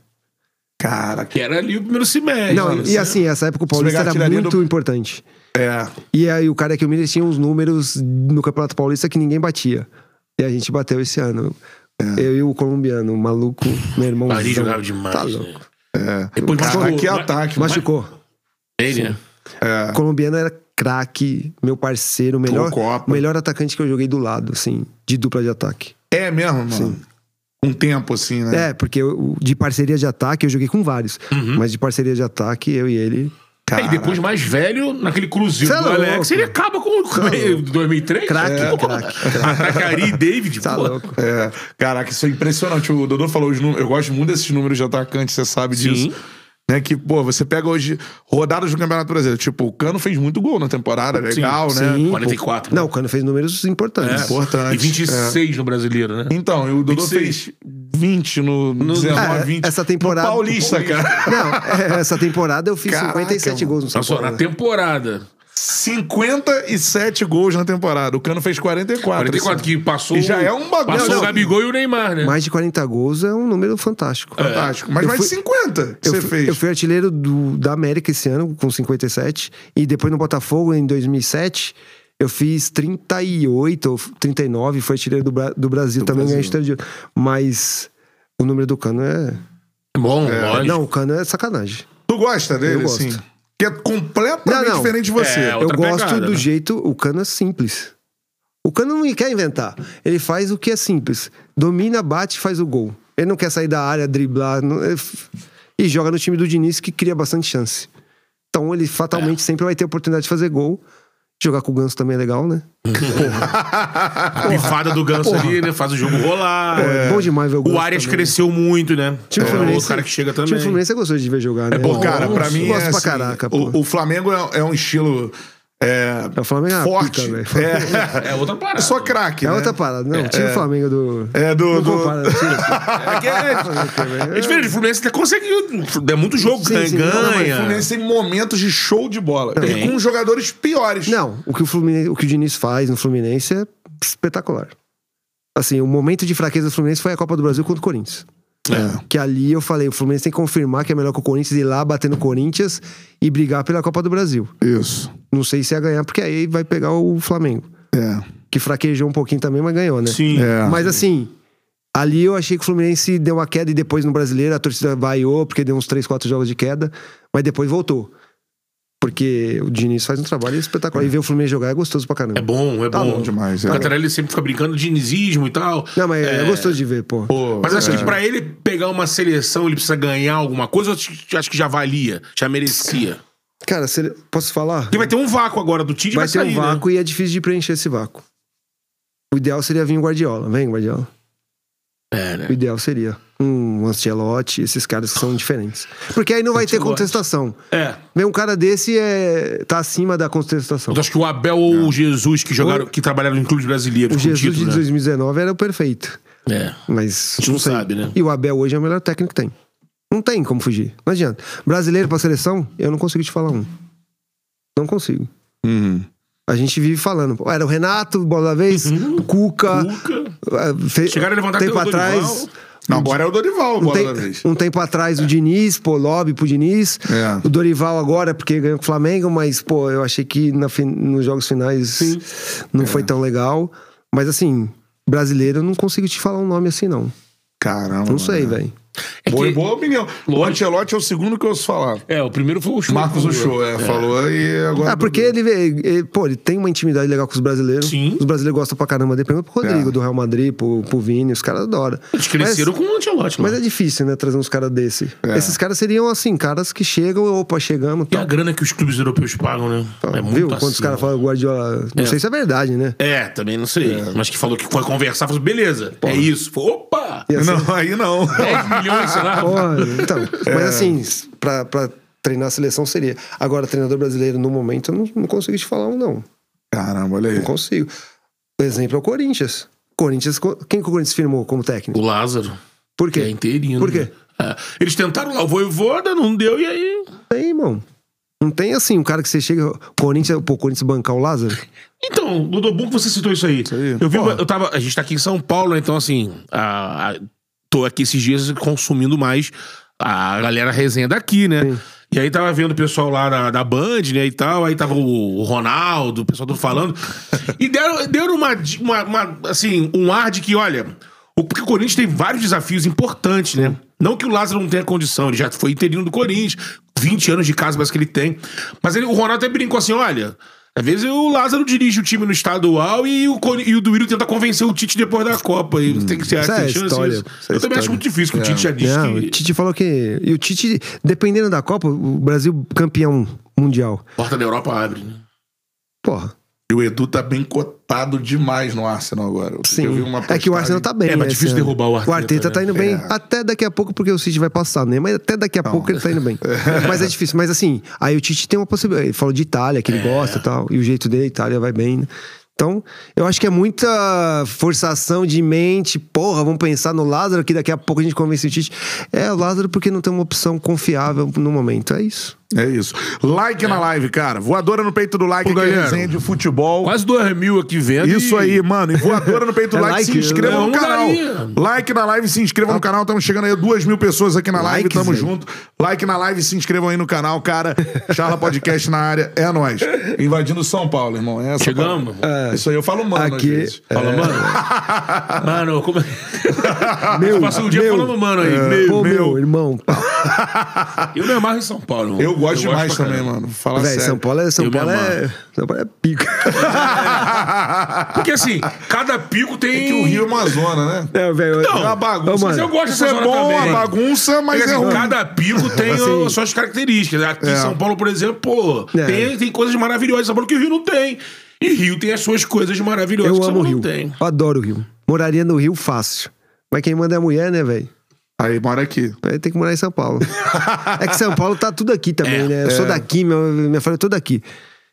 Speaker 1: Cara, que...
Speaker 2: Que era ali o primeiro
Speaker 1: É
Speaker 2: semestre.
Speaker 3: Não, e, e assim, essa época o Paulista
Speaker 1: pegar a
Speaker 3: era
Speaker 1: artilharia
Speaker 3: muito
Speaker 1: do-
Speaker 3: importante.
Speaker 1: É.
Speaker 3: E aí o careca em milha eles tinham uns números no Campeonato Paulista que ninguém batia. E a gente bateu esse ano. Eu e o colombiano, o maluco, meu irmão.
Speaker 2: Ari jogava demais.
Speaker 3: Tá
Speaker 2: né?
Speaker 3: louco.
Speaker 2: Depois
Speaker 1: Cara,
Speaker 2: machucou.
Speaker 1: é. que ataque. É. Mas...
Speaker 3: Machucou.
Speaker 2: Ele, né?
Speaker 3: O colombiano era craque, meu parceiro, o melhor,
Speaker 1: Copa.
Speaker 3: o melhor atacante que eu joguei do lado, assim, de dupla de ataque.
Speaker 1: É mesmo, mano? Um tempo assim, né?
Speaker 3: É, Uhum. porque eu- de parceria de ataque eu joguei com vários, mas de parceria de ataque eu e ele.
Speaker 1: Tá.
Speaker 2: Aí depois mais velho, naquele cruzeiro
Speaker 3: Cê é
Speaker 2: do
Speaker 3: louco.
Speaker 2: Alex, ele acaba com o 2003.
Speaker 3: Craque,
Speaker 2: Pô,
Speaker 3: craque,
Speaker 2: Atacari É. David,
Speaker 3: Tá
Speaker 2: pô.
Speaker 3: louco.
Speaker 1: É. Caraca, isso é impressionante. O Dodô falou os números. Eu gosto muito desses números de atacante, você sabe
Speaker 2: Sim.
Speaker 1: disso. Né, que, pô, você pega hoje rodadas do Campeonato Brasileiro. Tipo, o Cano fez muito gol na temporada, legal, né?
Speaker 2: Sim, 44.
Speaker 3: Não, é o Cano fez números importantes.
Speaker 1: Pô. importante,
Speaker 2: E 26 no brasileiro, né?
Speaker 1: Então, e o Dodô
Speaker 2: 26.
Speaker 1: fez 20 no, 19,
Speaker 3: É,
Speaker 1: 20.
Speaker 3: essa temporada-
Speaker 1: No Paulista,
Speaker 3: [laughs]
Speaker 1: cara.
Speaker 3: Não, é, essa temporada eu fiz
Speaker 1: Caraca,
Speaker 3: 57
Speaker 1: mano.
Speaker 3: gols no São
Speaker 2: Olha só,
Speaker 3: Paulo.
Speaker 2: na
Speaker 3: né?
Speaker 2: temporada.
Speaker 1: 57 gols na temporada. O Cano fez 44.
Speaker 2: 44
Speaker 1: assim.
Speaker 2: que passou.
Speaker 1: E já é um bagulho.
Speaker 2: Passou
Speaker 1: Não,
Speaker 2: o Gabigol e o Neymar, né?
Speaker 3: Mais de 40 gols é um número fantástico.
Speaker 1: Fantástico. Mas
Speaker 3: Eu
Speaker 1: mais de
Speaker 3: fui-
Speaker 1: 50 que
Speaker 3: Eu
Speaker 1: você
Speaker 3: fui,
Speaker 1: fez.
Speaker 3: eu fui artilheiro do- da América esse ano, com 57. E depois no Botafogo, em 2007, eu fiz 38 ou 39. Fui artilheiro do, Bra- do Brasil também, ganhei artilheiro de ouro. Mas o número do Cano é...
Speaker 2: Bom, lógico.
Speaker 3: Não, o Cano é sacanagem.
Speaker 1: Tu gosta dele,
Speaker 3: Eu gosto.
Speaker 1: assim? Que é completamente
Speaker 3: Não, não.
Speaker 1: diferente de você.
Speaker 2: É,
Speaker 1: [laughs]
Speaker 3: eu
Speaker 2: outra
Speaker 3: gosto
Speaker 2: pegada,
Speaker 3: do
Speaker 2: né?
Speaker 3: jeito... O Cano é simples. O Cano não quer inventar. Ele faz o que é simples. Domina, bate, faz o gol. Ele não quer sair da área, driblar... não- é f- E joga no time do Diniz, que cria bastante chance. Então ele fatalmente sempre vai ter oportunidade de fazer gol. Jogar com o Ganso também é legal, né?
Speaker 2: A pifada do Ganso ali, né? Faz o jogo rolar.
Speaker 3: É bom demais ver o Ganso
Speaker 2: O Arias
Speaker 3: também.
Speaker 2: cresceu muito, né?
Speaker 3: Time
Speaker 2: É,
Speaker 3: Fluminense-
Speaker 2: outro cara que chega também.
Speaker 3: Time Fluminense é gostoso de ver jogar, né?
Speaker 1: Pô, cara, pra mim
Speaker 3: Gosto
Speaker 1: é
Speaker 3: pra
Speaker 1: assim,
Speaker 3: caraca, pô.
Speaker 1: o, o Flamengo é, é um estilo é,
Speaker 3: É o Flamengo é uma
Speaker 1: forte.
Speaker 3: pica, velho.
Speaker 1: é,
Speaker 2: É outra parada.
Speaker 1: é só craque,
Speaker 3: É
Speaker 1: né?
Speaker 3: outra parada. Não, tira o Flamengo do.
Speaker 1: É, do-
Speaker 3: Não
Speaker 1: do-
Speaker 3: compara, tira.
Speaker 2: É, que
Speaker 1: [laughs]
Speaker 2: é, é diferente. O Fluminense até consegue. É muito jogo,
Speaker 3: Sim,
Speaker 2: ganha.
Speaker 3: sim.
Speaker 1: Não, mas o
Speaker 2: ganha.
Speaker 1: Fluminense tem momentos de show de bola. E
Speaker 2: Tem.
Speaker 1: com jogadores piores.
Speaker 3: Não, o que o, Fluminense, o que o Diniz faz no Fluminense é espetacular. Assim, o momento de fraqueza do Fluminense foi a Copa do Brasil contra o Corinthians. Que ali eu falei, o Fluminense tem que confirmar que é melhor que o Corinthians ir lá bater no Corinthians e brigar pela Copa do Brasil.
Speaker 1: Isso.
Speaker 3: Não sei se ia ganhar, porque aí vai pegar o Flamengo.
Speaker 1: É.
Speaker 3: Que fraquejou um pouquinho também, mas ganhou, né?
Speaker 2: Sim.
Speaker 1: É.
Speaker 3: Mas assim, ali eu achei que o Fluminense deu uma queda e depois no brasileiro a torcida vaiou, porque deu uns 3, 4 jogos de queda, mas depois voltou. Porque o Diniz faz um trabalho espetacular. E ver o Fluminense jogar é gostoso pra caramba.
Speaker 2: É bom, é
Speaker 3: Tá
Speaker 2: bom.
Speaker 3: bom
Speaker 1: demais, é.
Speaker 2: O Cantarelli sempre fica brincando de dinizismo e tal.
Speaker 3: Não, mas é, gostoso de ver, pô.
Speaker 1: Pô,
Speaker 2: Mas acho
Speaker 1: é.
Speaker 2: que pra ele pegar uma seleção, ele precisa ganhar alguma coisa, eu acho que- acho que já valia, já merecia.
Speaker 3: Cara, se- posso falar?
Speaker 2: Porque vai ter um vácuo agora do Tite, vai,
Speaker 3: Vai ter
Speaker 2: sair, né?
Speaker 3: um vácuo e é difícil de preencher esse vácuo. O ideal seria vir o Guardiola. Vem, Guardiola.
Speaker 2: né? É, né?
Speaker 3: O ideal seria um Ancelotti, esses caras que são diferentes. Porque aí não vai ter
Speaker 2: É Ancelotti.
Speaker 3: contestação.
Speaker 2: É.
Speaker 3: Vem um cara desse é tá acima da contestação.
Speaker 2: Eu acho que o Abel ou o Jesus que jogaram, que trabalharam em clubes brasileiros
Speaker 3: É. O
Speaker 2: com
Speaker 3: Jesus de
Speaker 2: título, né?
Speaker 3: 2019 era o perfeito.
Speaker 2: É.
Speaker 3: Mas.
Speaker 2: A gente não
Speaker 3: sei.
Speaker 2: sabe, né?
Speaker 3: E o Abel hoje é o melhor técnico que tem. Não tem como fugir. Não adianta. Brasileiro pra seleção, eu não consigo te falar um. Não consigo.
Speaker 1: Uhum.
Speaker 3: A gente vive falando. pô, Era o Renato, bola da vez, Cuca.
Speaker 2: Uhum. Cuca.
Speaker 3: eh, fe-
Speaker 2: Chegaram a levantar
Speaker 3: Ah, tempo
Speaker 2: até o
Speaker 3: atrás.
Speaker 2: Dorival.
Speaker 1: Não, agora é o Dorival,
Speaker 3: Um,
Speaker 1: bola
Speaker 3: tem-
Speaker 1: da vez.
Speaker 3: um tempo atrás o Diniz, pô, lobby pro Diniz.
Speaker 1: É.
Speaker 3: O Dorival agora, porque ganhou com o Flamengo, mas, pô, eu achei que na fin- nos jogos finais não foi tão legal. Mas assim, brasileiro, eu não consigo te falar um nome assim, não.
Speaker 1: Caramba.
Speaker 3: Não sei,
Speaker 1: mano.
Speaker 3: velho.
Speaker 1: Boa,
Speaker 2: que-
Speaker 1: boa opinião. O Ancelotti é o segundo que eu ouço falar.
Speaker 2: É, o primeiro foi o show.
Speaker 1: Marcos Uchoa, é, falou e agora.
Speaker 3: Ah, porque ele, ele, ele- pô, ele tem uma intimidade legal com os brasileiros.
Speaker 2: Sim.
Speaker 3: Os brasileiros gostam pra caramba dele. Pergunta pro Rodrigo,
Speaker 1: É.
Speaker 3: do Real Madrid, pro, pro Vini, os caras adoram.
Speaker 2: Eles cresceram com o Antelote,
Speaker 3: Mas
Speaker 2: mas
Speaker 3: é difícil, né, trazer uns caras desse.
Speaker 1: É.
Speaker 3: Esses caras seriam, assim, caras que chegam, opa, chegamos,
Speaker 2: E
Speaker 3: tá.
Speaker 2: a grana que os clubes europeus pagam, né? É muito
Speaker 3: Então, Viu? Quando
Speaker 2: acima.
Speaker 3: os caras falam Guardiola. Não
Speaker 2: É.
Speaker 3: sei se é verdade,
Speaker 2: [laughs]
Speaker 3: né?
Speaker 2: É, também não sei. Mas que falou que foi conversar, falou, beleza, é isso. Falou, opa!
Speaker 3: E assim,
Speaker 1: Não, aí não.
Speaker 2: 10 milhões, sei lá.
Speaker 3: olha, então, mas assim, pra, pra treinar a seleção seria. Agora, treinador brasileiro, no momento, eu não, não consigo te falar um, não.
Speaker 1: Caramba, olha aí.
Speaker 3: Não consigo. Por exemplo, é o Corinthians. Corinthians, co- quem que o Corinthians firmou como técnico?
Speaker 2: O Lázaro.
Speaker 3: Por quê?
Speaker 2: É inteirinho.
Speaker 3: Por
Speaker 2: né?
Speaker 3: quê?
Speaker 2: É. Eles tentaram lá, o Voivoda, não deu, e aí...
Speaker 3: Não tem, irmão. Não tem assim, um cara que você chega. Corinthians, pô, Corinthians bancar
Speaker 2: [laughs]
Speaker 3: o Lázaro?
Speaker 2: Então, Dudu, bom que você citou isso aí.
Speaker 1: aí.
Speaker 2: Eu vi,
Speaker 1: Porra.
Speaker 2: eu tava, a gente tá aqui em São Paulo, né? então assim, a, a- tô aqui esses dias consumindo mais a galera resenha daqui, né? E aí tava vendo o pessoal lá na- da Band, né, e tal, aí tava o Ronaldo, o pessoal todo
Speaker 1: [laughs]
Speaker 2: falando, e deram, deram uma, di- uma- uma, assim, um ar de que, olha, o, porque o Corinthians tem vários desafios importantes, né? Não que o Lázaro não tenha condição, ele já foi interino do Corinthians, 20 anos de casa, mas que ele tem. Mas ele- o Ronaldo até brincou assim: olha, às vezes o Lázaro dirige o time no estadual e o, Cor- e o Duílio tenta convencer o Tite depois da Copa. E
Speaker 1: Hum,
Speaker 2: tem que ser
Speaker 3: Isso
Speaker 2: tem
Speaker 3: é
Speaker 2: chance,
Speaker 3: história,
Speaker 2: isso.
Speaker 3: isso é
Speaker 2: Eu também acho
Speaker 3: história.
Speaker 2: muito difícil, que o Tite já disse
Speaker 3: Não,
Speaker 2: que.
Speaker 3: o Tite falou que. E o Tite, dependendo da Copa, o Brasil campeão mundial.
Speaker 2: Porta da Europa abre, né?
Speaker 3: Porra.
Speaker 1: E o Edu tá bem cotado demais no Arsenal agora.
Speaker 3: Sim.
Speaker 1: Eu vi uma
Speaker 3: É que o Arsenal tá bem.
Speaker 2: É, mas
Speaker 3: esse
Speaker 2: difícil
Speaker 3: ano.
Speaker 2: derrubar o Arteta,
Speaker 3: O Arteta tá
Speaker 2: né?
Speaker 3: indo bem.
Speaker 1: É.
Speaker 3: Até daqui a pouco, porque o City vai passar, né? Mas até daqui a pouco ele tá
Speaker 2: [laughs]
Speaker 3: indo bem. Mas é difícil. Mas assim, aí o Tite tem uma possibilidade. Ele falou de Itália,
Speaker 2: É.
Speaker 3: que ele gosta e tal. E o jeito dele, a Itália vai bem, né? Então, eu acho que é muita forçação de mente. Porra, vamos pensar no Lázaro, que daqui a pouco a gente convence o Tite. É, o Lázaro porque não tem uma opção confiável no momento. É isso.
Speaker 1: É isso. Like
Speaker 3: É.
Speaker 1: na live, cara. Voadora no peito do like,
Speaker 2: Pô,
Speaker 1: que é
Speaker 2: galera.
Speaker 1: resenha de futebol.
Speaker 2: Quase 2 mil aqui vendo.
Speaker 1: Isso
Speaker 2: e-
Speaker 1: aí, mano. E voadora no peito do
Speaker 3: [laughs] É
Speaker 1: like,
Speaker 3: like,
Speaker 1: se inscreva
Speaker 2: né?
Speaker 1: no
Speaker 2: Vamos
Speaker 1: canal.
Speaker 2: daí.
Speaker 1: Like na live, se inscreva no canal. Estamos chegando aí a duas mil pessoas aqui na live.
Speaker 3: Like,
Speaker 1: Tamo
Speaker 3: velho.
Speaker 1: junto. Like na live, se inscrevam aí no canal, cara. Charla Podcast na área. É nóis. Invadindo São Paulo, irmão. É essa
Speaker 2: Chegamos.
Speaker 1: parada. Isso aí eu falo, mano. às
Speaker 3: Aqui-
Speaker 1: vezes. É.
Speaker 2: Fala, mano.
Speaker 1: [laughs]
Speaker 2: Mano, como. é?
Speaker 3: Meu,
Speaker 2: Passa Ah, o dia
Speaker 3: meu.
Speaker 2: falando, mano, aí.
Speaker 1: É.
Speaker 3: Pô, meu,
Speaker 1: meu.
Speaker 3: irmão.
Speaker 2: Eu não amarro em São Paulo. irmão.
Speaker 1: Eu gosto demais
Speaker 2: pra
Speaker 1: também,
Speaker 2: caramba.
Speaker 1: mano. Fala
Speaker 3: Véi,
Speaker 1: sério.
Speaker 3: São Paulo é. São
Speaker 2: Eu me
Speaker 3: Paulo é,
Speaker 2: amarro.
Speaker 3: São Paulo é pica.
Speaker 2: Porque assim, cada pico tem.
Speaker 1: Que o Rio é uma zona, né?
Speaker 3: Não, velho.
Speaker 2: Não,
Speaker 3: eu-
Speaker 2: é uma
Speaker 1: bagunça,
Speaker 3: Então, Ô,
Speaker 2: mas
Speaker 3: mano,
Speaker 2: eu gosto
Speaker 1: Isso
Speaker 2: dessa
Speaker 1: é
Speaker 2: zona
Speaker 1: bom,
Speaker 2: também.
Speaker 1: a bagunça, mas
Speaker 2: Porque,
Speaker 1: é
Speaker 2: assim,
Speaker 1: ruim.
Speaker 2: Cada pico tem
Speaker 3: Assim.
Speaker 2: as suas características. né? Aqui
Speaker 1: É.
Speaker 2: em São Paulo, por exemplo, pô,
Speaker 3: É.
Speaker 2: tem, tem coisas maravilhosas. em São Paulo que o Rio não tem. E Rio tem as suas coisas maravilhosas
Speaker 3: eu
Speaker 2: que São
Speaker 3: amo o
Speaker 2: Paulo
Speaker 3: Rio.
Speaker 2: não tem.
Speaker 3: Eu adoro o Rio. Moraria no Rio fácil. Mas quem manda é a mulher, né, velho?
Speaker 1: Aí mora aqui.
Speaker 3: Aí tem que morar
Speaker 2: [laughs]
Speaker 3: em São Paulo. é que São Paulo tá tudo aqui também,
Speaker 2: É,
Speaker 3: né? Eu sou daqui, minha, minha família é toda aqui.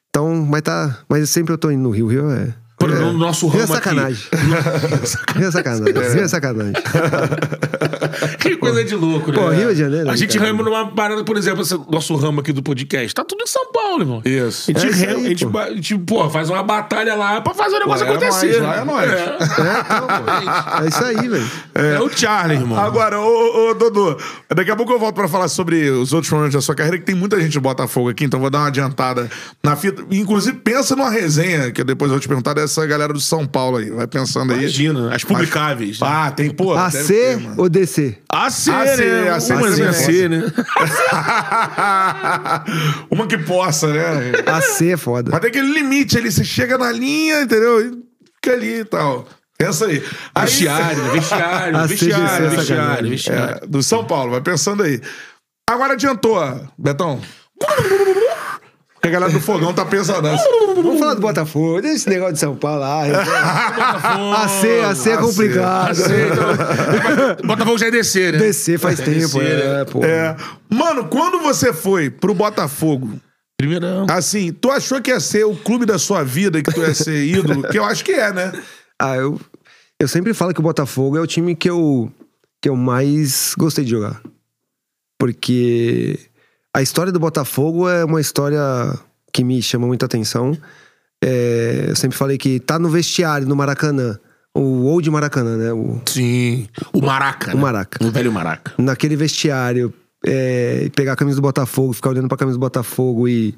Speaker 3: Então, mas tá. Mas sempre eu tô indo no Rio. Rio é.
Speaker 2: Por- no nosso
Speaker 3: Rio é
Speaker 2: ramo aqui. [laughs]
Speaker 3: sacanagem. [laughs] Rio é sacanagem. Rio é sacanagem.
Speaker 2: Que coisa de louco, né?
Speaker 3: Pô, Rio de Janeiro,
Speaker 2: A
Speaker 3: né,
Speaker 2: gente
Speaker 3: cara?
Speaker 2: rama numa parada, por exemplo, esse nosso ramo aqui do podcast. Tá tudo em São Paulo, irmão.
Speaker 1: Isso.
Speaker 2: A gente,
Speaker 3: É isso aí,
Speaker 2: rema- a gente,
Speaker 3: pô.
Speaker 2: ba- a gente, pô, faz uma batalha lá pra fazer o negócio
Speaker 1: Lá é
Speaker 2: acontecer.
Speaker 1: nóis, lá é nóis.
Speaker 3: É isso aí, velho.
Speaker 2: É. É o Charlie, irmão.
Speaker 1: Agora, ô, ô, ô, Dodô, daqui a pouco eu volto pra falar sobre os outros problemas da sua carreira, que tem muita gente do Botafogo aqui, então vou dar uma adiantada na fita. Inclusive, pensa numa resenha, que depois eu vou te perguntar dessa galera do São Paulo aí. Vai pensando aí.
Speaker 2: Imagina, as publicáveis. né?
Speaker 1: Ah, tem, pô. deve ter,
Speaker 3: AC
Speaker 1: mano.
Speaker 3: ou DC?
Speaker 2: AC,
Speaker 1: AC,
Speaker 2: né?
Speaker 1: AC,
Speaker 2: Umas
Speaker 1: né?
Speaker 2: AC, né?
Speaker 1: [laughs] Uma que possa, né?
Speaker 3: AC é foda.
Speaker 1: Mas tem aquele limite ali, você chega na linha, entendeu? E fica ali e tal. Pensa aí. Aí-
Speaker 2: Vestiário, né? vestiário,
Speaker 3: AC,
Speaker 2: vestiário,
Speaker 3: sacanagem.
Speaker 2: vestiário, vestiário.
Speaker 1: É, do São Paulo, vai pensando aí. Agora adiantou, Betão. Porque a galera do fogão tá pensando nessa.
Speaker 3: Vamos falar do Botafogo. Deixa esse negócio de São
Speaker 2: [laughs]
Speaker 3: Paulo lá. AC, AC é
Speaker 1: AC.
Speaker 3: complicado.
Speaker 2: Botafogo já é descer, né?
Speaker 3: DC faz
Speaker 2: É, DC,
Speaker 3: tempo. É, pô.
Speaker 1: É, mano, quando você foi pro Botafogo,
Speaker 2: Primeirão.
Speaker 1: assim, tu achou que ia ser o clube da sua vida, que tu ia ser ídolo? Que eu acho que é, né?
Speaker 3: Ah, eu, eu sempre falo que o Botafogo é o time que eu, que eu mais gostei de jogar. Porque a história do Botafogo é uma história que me chama muita atenção. É, eu sempre falei que tá no vestiário, no Maracanã. O Old Maracanã, né? O,
Speaker 2: Sim. O Maraca.
Speaker 3: O Maraca.
Speaker 2: Né? O velho Maraca.
Speaker 3: naquele vestiário, é, pegar a camisa do Botafogo, ficar olhando pra camisa do Botafogo e,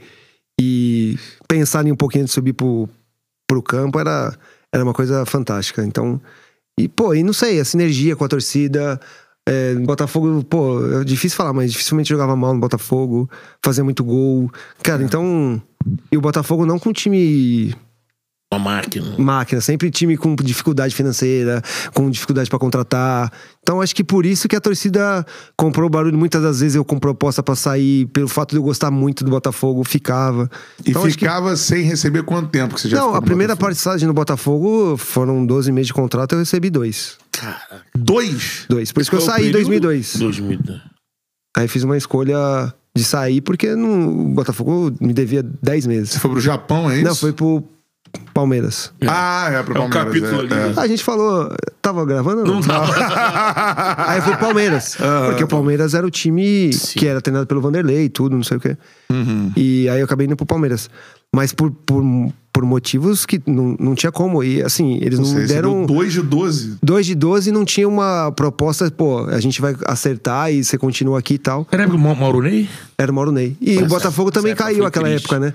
Speaker 3: e pensar em um pouquinho de subir pro, pro campo era, era uma coisa fantástica. Então, e pô, e não sei, a sinergia com a torcida. É, Botafogo, pô, é difícil falar, mas dificilmente jogava mal no Botafogo, fazia muito gol. Cara, então. E o Botafogo não com um time
Speaker 2: Uma máquina.
Speaker 3: máquina, sempre time com dificuldade financeira, com dificuldade pra contratar. Então acho que por isso que a torcida comprou o barulho. Muitas das vezes eu com proposta pra sair, pelo fato de eu gostar muito do Botafogo, ficava.
Speaker 1: E
Speaker 3: Então, acho que-
Speaker 1: ficava sem receber quanto tempo que você já
Speaker 3: Não,
Speaker 1: ficou
Speaker 3: a
Speaker 1: no
Speaker 3: primeira
Speaker 1: Botafogo?
Speaker 3: passagem no Botafogo foram 12 meses de contrato, eu recebi dois.
Speaker 2: Caraca.
Speaker 1: Dois?
Speaker 3: Dois. Por isso que eu
Speaker 2: Foi o
Speaker 3: saí em
Speaker 2: período-
Speaker 3: 2002.
Speaker 2: 2002.
Speaker 3: Aí fiz uma escolha de sair porque não, o Botafogo me devia 10
Speaker 1: Você
Speaker 3: meses.
Speaker 1: foi pro Japão, é isso?
Speaker 3: Não, foi pro Palmeiras.
Speaker 1: Ah, é pro
Speaker 2: É um
Speaker 1: Palmeiras.
Speaker 2: capítulo ali.
Speaker 3: A gente falou, tava gravando? Não,
Speaker 1: é.
Speaker 3: [laughs] Aí foi
Speaker 2: [laughs]
Speaker 3: o Palmeiras. porque o Palmeiras era o time
Speaker 2: Ah. Sim. Uhum.
Speaker 3: que era treinado pelo Vanderlei e tudo, não sei o quê. E aí eu acabei indo pro Palmeiras. Mas por, por, por motivos que não, não tinha como. E assim, eles não
Speaker 1: Você deram...
Speaker 3: deram.
Speaker 1: dois de 12.
Speaker 3: 2 de 12 não tinha uma proposta, pô, a gente vai acertar e você continua aqui e tal.
Speaker 2: Era o Ma- Mauro Ney?
Speaker 3: Era o Mauro Ney. E
Speaker 2: Essa-
Speaker 3: o Botafogo
Speaker 2: essa
Speaker 3: também
Speaker 2: época
Speaker 3: caiu
Speaker 2: foi
Speaker 3: aquela
Speaker 2: triste.
Speaker 3: época, né?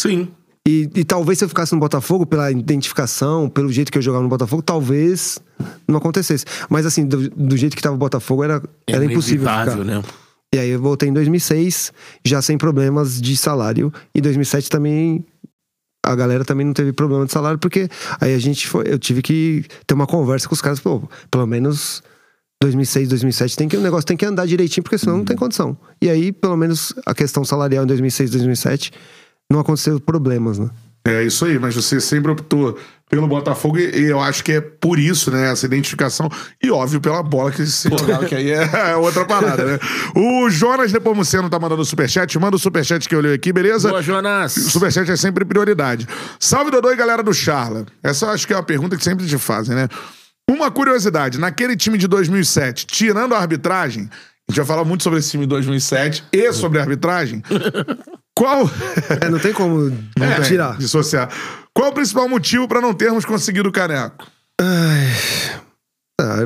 Speaker 2: Sim.
Speaker 3: E, e talvez se eu ficasse no Botafogo, pela identificação, pelo jeito que eu jogava no Botafogo, talvez não acontecesse. Mas assim, do, do jeito que tava o Botafogo, era, era impossível
Speaker 2: É inevitável,
Speaker 3: ficar.
Speaker 2: né?
Speaker 3: E aí eu voltei em 2006, já sem problemas de salário. E 2007 também a galera também não teve problema de salário, porque aí a gente foi, eu tive que ter uma conversa com os caras, pô, pelo menos 2006, 2007 tem que o negócio tem que andar direitinho, porque senão não tem condição. E aí, pelo menos a questão salarial em 2006, 2007 não aconteceu problemas, né?
Speaker 1: É isso aí, mas você sempre optou pelo Botafogo e e eu acho que é por isso, né? Essa identificação. E óbvio, pela bola que se jogava, que aí é outra parada, né? O Jonas Nepomuceno tá mandando superchat. Manda o superchat que eu li aqui, beleza?
Speaker 2: Boa, Jonas.
Speaker 1: Superchat é sempre prioridade. Salve, Dodô e galera do Charla. Essa eu acho que é uma pergunta que sempre te fazem, né? Uma curiosidade, naquele time de 2007, tirando a arbitragem, a gente vai falar muito sobre esse time de 2007 e sobre a arbitragem, qual...
Speaker 3: É, não tem como
Speaker 1: É,
Speaker 3: tirar.
Speaker 1: Dissociar. Qual o principal motivo pra não termos conseguido o caneco?
Speaker 3: Ah,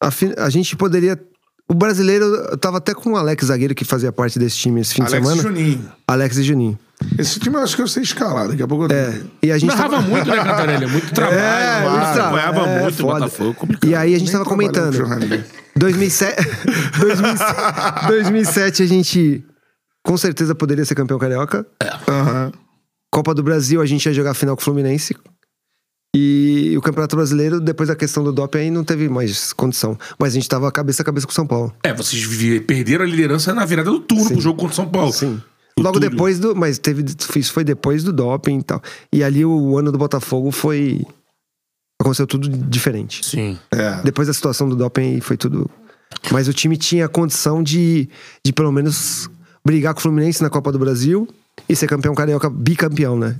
Speaker 3: a, fi- a gente poderia. O brasileiro, eu tava até com o Alex Zagueiro, que fazia parte desse time esse fim de
Speaker 1: Alex
Speaker 3: semana.
Speaker 1: Juninho.
Speaker 3: Alex e Juninho.
Speaker 1: Esse time eu acho que eu sei escalar, daqui a pouco eu...
Speaker 3: É. E a gente tava-
Speaker 2: Narrava muito,
Speaker 3: [laughs]
Speaker 2: né, Cantarelli? Muito trabalho.
Speaker 3: É,
Speaker 2: mano.
Speaker 3: muito trabalho.
Speaker 2: Acompanhava
Speaker 3: É,
Speaker 2: muito o
Speaker 3: foda.
Speaker 2: Botafogo. Complicado.
Speaker 3: E aí a
Speaker 1: Nem
Speaker 3: gente tava
Speaker 1: trabalhava com
Speaker 3: comentando. [laughs]
Speaker 1: jornalismo.
Speaker 3: 2007, 2007, 2007 a gente com certeza poderia ser campeão carioca.
Speaker 1: Aham.
Speaker 3: Copa do Brasil a gente ia jogar a final com o Fluminense. E o Campeonato Brasileiro, depois da questão do doping, aí não teve mais condição. Mas a gente tava cabeça a cabeça com o São Paulo.
Speaker 2: É, vocês vi- perderam a liderança na virada do turno pro jogo contra o São Paulo.
Speaker 3: Sim.
Speaker 2: O
Speaker 3: Logo
Speaker 2: Túlio.
Speaker 3: depois do. Mas teve. Isso foi depois do doping e tal. E ali o ano do Botafogo foi. Aconteceu tudo diferente.
Speaker 2: Sim.
Speaker 1: É.
Speaker 3: Depois da situação do doping foi tudo. Mas o time tinha condição de, de pelo menos brigar com o Fluminense na Copa do Brasil e ser campeão carioca, bicampeão, né?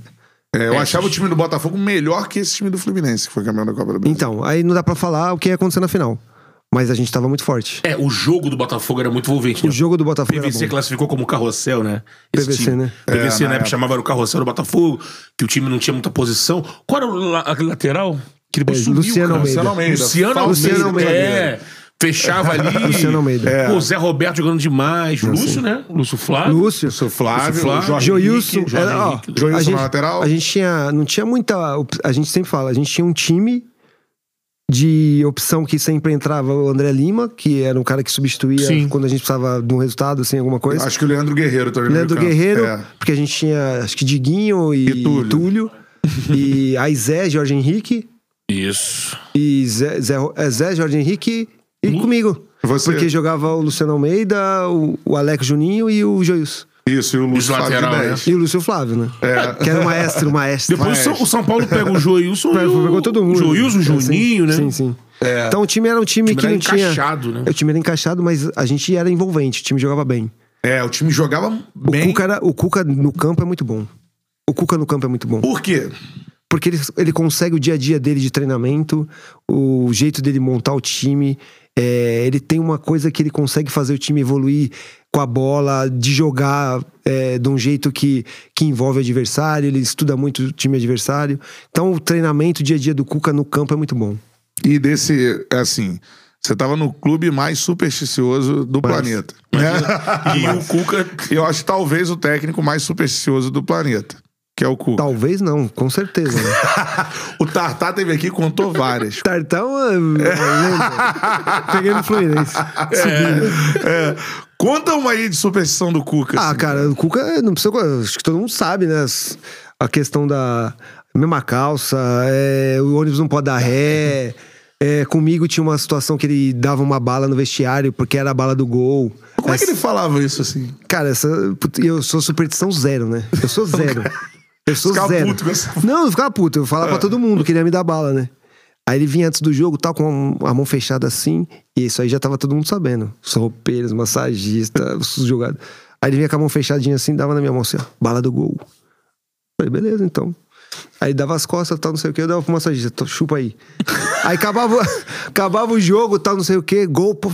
Speaker 1: É, eu achava o time do Botafogo melhor que esse time do Fluminense, que foi campeão da Copa do Brasil.
Speaker 3: Então, aí não dá pra falar o que ia acontecer na final. Mas a gente tava muito forte.
Speaker 2: É, o jogo do Botafogo era muito envolvente. né?
Speaker 3: O jogo do Botafogo era
Speaker 2: PVC
Speaker 3: bom.
Speaker 2: classificou como carrossel, né?
Speaker 3: PVC,
Speaker 2: time.
Speaker 3: né?
Speaker 2: PVC,
Speaker 1: É, na
Speaker 2: na época,
Speaker 1: época.
Speaker 2: chamava o carrossel do Botafogo, que o time não tinha muita posição. Qual era o la- a lateral? Que depois
Speaker 3: É,
Speaker 2: sumiu,
Speaker 3: Luciano
Speaker 2: cara.
Speaker 3: Almeida.
Speaker 1: Luciano Almeida.
Speaker 2: Luciano
Speaker 1: Falso
Speaker 2: Almeida.
Speaker 3: Luciano Almeida.
Speaker 2: É,
Speaker 3: [laughs]
Speaker 2: fechava ali.
Speaker 3: Luciano Almeida.
Speaker 1: É.
Speaker 2: Pô, o Zé Roberto jogando demais. Lúcio, né? Lúcio Flávio.
Speaker 3: Lúcio,
Speaker 1: Sou Flávio,
Speaker 2: Flávio,
Speaker 1: Jorge
Speaker 3: Joilson,
Speaker 1: Henrique, Jorge
Speaker 3: era, ó,
Speaker 1: Henrique. Joilson
Speaker 3: a
Speaker 1: na
Speaker 3: gente-
Speaker 1: lateral.
Speaker 3: A gente tinha, não tinha muita, op- a gente sempre fala, a gente tinha um time de opção que sempre entrava o André Lima, que era um cara que substituía
Speaker 2: Sim.
Speaker 3: quando a gente precisava de um resultado, assim, alguma coisa.
Speaker 1: Acho que o Leandro Guerreiro também. no
Speaker 3: Leandro
Speaker 1: meio campo.
Speaker 3: Guerreiro,
Speaker 1: É.
Speaker 3: porque a gente tinha, acho que Diguinho e,
Speaker 1: E Túlio.
Speaker 3: Túlio. e Aizé, Jorge Henrique,
Speaker 2: Isso.
Speaker 3: e Zé, Zé, é, Zé, Jorge Henrique e
Speaker 2: Hum.
Speaker 3: comigo.
Speaker 1: Você.
Speaker 3: Porque jogava o Luciano Almeida, o, o Alex Juninho e o Joilson.
Speaker 1: Isso, e o Lúcio
Speaker 2: Os
Speaker 1: Flávio de
Speaker 2: lateral,
Speaker 1: 10.
Speaker 3: E o Lúcio Flávio, né?
Speaker 1: É.
Speaker 3: Que era o maestro, o maestro.
Speaker 2: É
Speaker 3: É.
Speaker 2: Depois o São,
Speaker 1: Maestro.
Speaker 2: o São Paulo pega o
Speaker 3: [laughs]
Speaker 2: Joilson. e o-
Speaker 3: Pegou todo mundo.
Speaker 2: Joilson,
Speaker 3: É,
Speaker 2: Juninho,
Speaker 3: sim,
Speaker 2: né?
Speaker 3: Sim, sim. Então o time era um time,
Speaker 2: O time
Speaker 3: que
Speaker 2: era
Speaker 3: não tinha.
Speaker 2: encaixado, né?
Speaker 3: O time era encaixado, mas a gente era envolvente, o time jogava bem.
Speaker 1: É, o time jogava
Speaker 3: O,
Speaker 1: bem.
Speaker 3: Cuca, era- o Cuca no campo é muito bom. O Cuca no campo é muito bom.
Speaker 1: Por quê?
Speaker 3: Porque ele, ele consegue o dia a dia dele de treinamento, o jeito dele montar o time. é, ele tem uma coisa que ele consegue fazer o time evoluir com a bola, de jogar é, de um jeito que, que envolve o adversário, ele estuda muito o time adversário. Então o treinamento, o dia a dia do Cuca no campo é muito bom.
Speaker 1: E desse, assim, você tava no clube mais supersticioso do planeta. [laughs] né?
Speaker 2: E o Cuca.
Speaker 1: Eu acho talvez o técnico mais supersticioso do planeta, que é o Cuca.
Speaker 3: Talvez não, com certeza. Né?
Speaker 1: O Tartar teve aqui e contou várias.
Speaker 3: Tartão, eu lembro. Peguei no Fluminense.
Speaker 1: [laughs] É, conta uma aí de superstição do Cuca.
Speaker 3: Ah,
Speaker 1: assim.
Speaker 3: cara, o Cuca, não precisa. Acho que todo mundo sabe, né? as- A questão da mesma calça, é, o ônibus não pode
Speaker 1: [laughs]
Speaker 3: dar ré. É, comigo tinha uma situação que ele dava uma bala no vestiário porque era a bala do gol.
Speaker 1: Como é que ele falava isso assim?
Speaker 3: Cara, essa, put- eu sou superstição zero, né?
Speaker 1: [laughs]
Speaker 3: Eu sou zero. Eu sou
Speaker 1: Ficava
Speaker 3: zero.
Speaker 1: puto É. com essa-
Speaker 3: Não, eu não ficava puto. Eu falava pra todo mundo, queria me dar bala, né? Aí ele vinha antes do jogo, tal, com a mão fechada assim. E isso aí já tava todo mundo sabendo. Os roupeiros, massagista, os jogadores. Aí ele vinha com a mão fechadinha assim, dava na minha mão assim, ó, bala do gol. Falei, beleza, então. Aí dava as costas, tal, não sei o que, eu dava pro massagista, "Tô, chupa aí. aí acabava, [laughs] acabava o jogo, tal, não sei o que, gol, pô.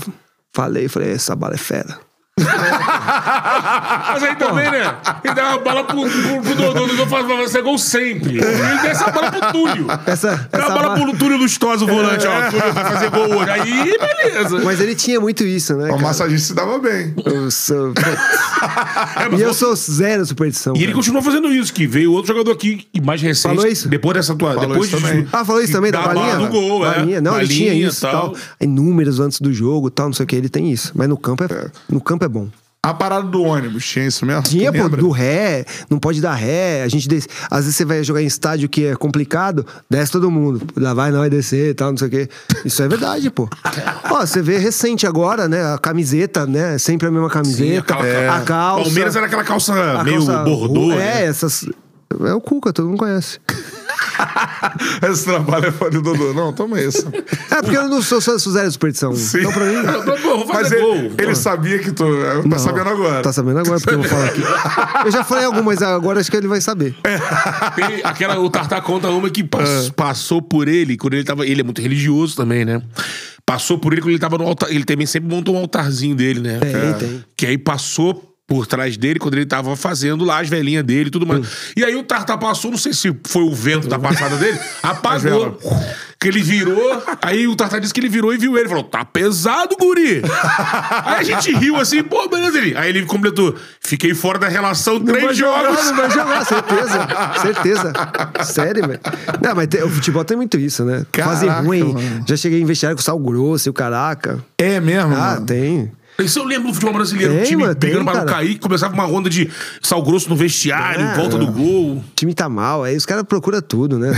Speaker 3: Falei, falei, essa bala é fera.
Speaker 2: Mas aí também, né? Ele dá uma bala pro, pro, pro Dodô. O Dodô fala, vai ser gol sempre. Ele dá essa bala pro Túlio.
Speaker 3: Essa,
Speaker 2: Dá
Speaker 3: essa
Speaker 2: uma bala
Speaker 3: bala-
Speaker 2: pro Túlio Lustosa, o volante, ó. O Túlio vai fazer gol hoje. Aí, beleza.
Speaker 3: Mas ele tinha muito isso, né?
Speaker 1: É, O
Speaker 3: cara?
Speaker 1: massagista se dava bem.
Speaker 3: Eu
Speaker 2: [laughs]
Speaker 3: sou- [laughs]
Speaker 2: É, mas
Speaker 3: e eu
Speaker 2: você-
Speaker 3: sou zero superstição.
Speaker 2: E ele
Speaker 3: cara.
Speaker 2: continuou fazendo isso, que veio outro jogador aqui, e mais recente.
Speaker 3: Falou isso?
Speaker 2: Depois dessa tua.
Speaker 1: Falou
Speaker 2: depois
Speaker 1: isso
Speaker 2: de-
Speaker 1: também.
Speaker 3: Ah, falou isso também da,
Speaker 2: da
Speaker 3: balinha?
Speaker 2: bala do gol, é.
Speaker 3: Balinha. Não, ele
Speaker 2: Balinha
Speaker 3: tinha
Speaker 2: e
Speaker 3: isso e tal.
Speaker 2: tal.
Speaker 3: Aí números antes do jogo tal, não sei o que. Ele tem isso. Mas no campo é, no campo é bom.
Speaker 1: A parada do ônibus, tinha isso mesmo?
Speaker 3: Tinha,
Speaker 1: Tu
Speaker 3: pô,
Speaker 1: lembra?
Speaker 3: do ré, não pode dar ré. A gente desce. Às vezes você vai jogar em estádio que é complicado, desce todo mundo. Lá vai, não vai descer e tal, não sei o quê. Isso é verdade, pô. Ó, você vê recente agora, né? A camiseta, né? Sempre a mesma camiseta.
Speaker 2: aquela-
Speaker 3: a calça.
Speaker 2: É. Palmeiras era aquela calça
Speaker 3: a
Speaker 2: meio
Speaker 3: calça-
Speaker 2: bordô.
Speaker 3: É,
Speaker 2: né?
Speaker 3: essas. É o Cuca, todo mundo conhece.
Speaker 1: Esse trabalho é foda do Dodô. Não, toma [laughs] isso.
Speaker 3: É porque eu não sou só sou zero superstição. Então, pra mim.
Speaker 2: Pô, vou
Speaker 1: Mas
Speaker 2: fazer gol.
Speaker 1: ele, ele sabia que tu. Tá
Speaker 3: não.
Speaker 1: sabendo agora.
Speaker 3: Tá sabendo agora, porque eu vou falar aqui. Eu já falei algumas, agora acho que ele vai saber.
Speaker 1: É,
Speaker 2: Tem aquela, o Tartar conta uma que
Speaker 3: Ah.
Speaker 2: pass- passou por ele quando ele tava. Ele é muito religioso também, né? Passou por ele quando ele tava no altar. Ele também sempre montou um altarzinho dele, né?
Speaker 3: Tem, tem.
Speaker 2: Que aí passou por trás dele quando ele tava fazendo lá as velhinhas dele e tudo
Speaker 3: Hum.
Speaker 2: mais. E aí o Tartar passou, não sei se foi o vento da passada
Speaker 3: [laughs]
Speaker 2: dele, apagou. Que ele virou, aí o Tartar disse que ele virou e viu ele. Falou, tá pesado, guri. aí a gente riu assim, pô, beleza. Ele. Aí ele completou, fiquei fora da relação três jogos.
Speaker 3: Não vai jogar, certeza. Certeza. Sério, velho. Não, mas tem- o futebol tem muito isso, né?
Speaker 1: Caraca,
Speaker 3: Fazer ruim.
Speaker 1: mano.
Speaker 3: Já cheguei em vestiário com sal grosso e o caraca.
Speaker 1: É mesmo?
Speaker 3: Ah,
Speaker 1: mano?
Speaker 3: tem.
Speaker 2: Isso eu lembro do futebol brasileiro.
Speaker 3: Tem,
Speaker 2: o time
Speaker 3: mano, tem,
Speaker 2: brigando pra não
Speaker 3: cara.
Speaker 2: cair, começava uma ronda de sal grosso no vestiário, em
Speaker 3: É.
Speaker 2: volta do gol.
Speaker 3: O time tá mal, aí os caras procuram tudo, né?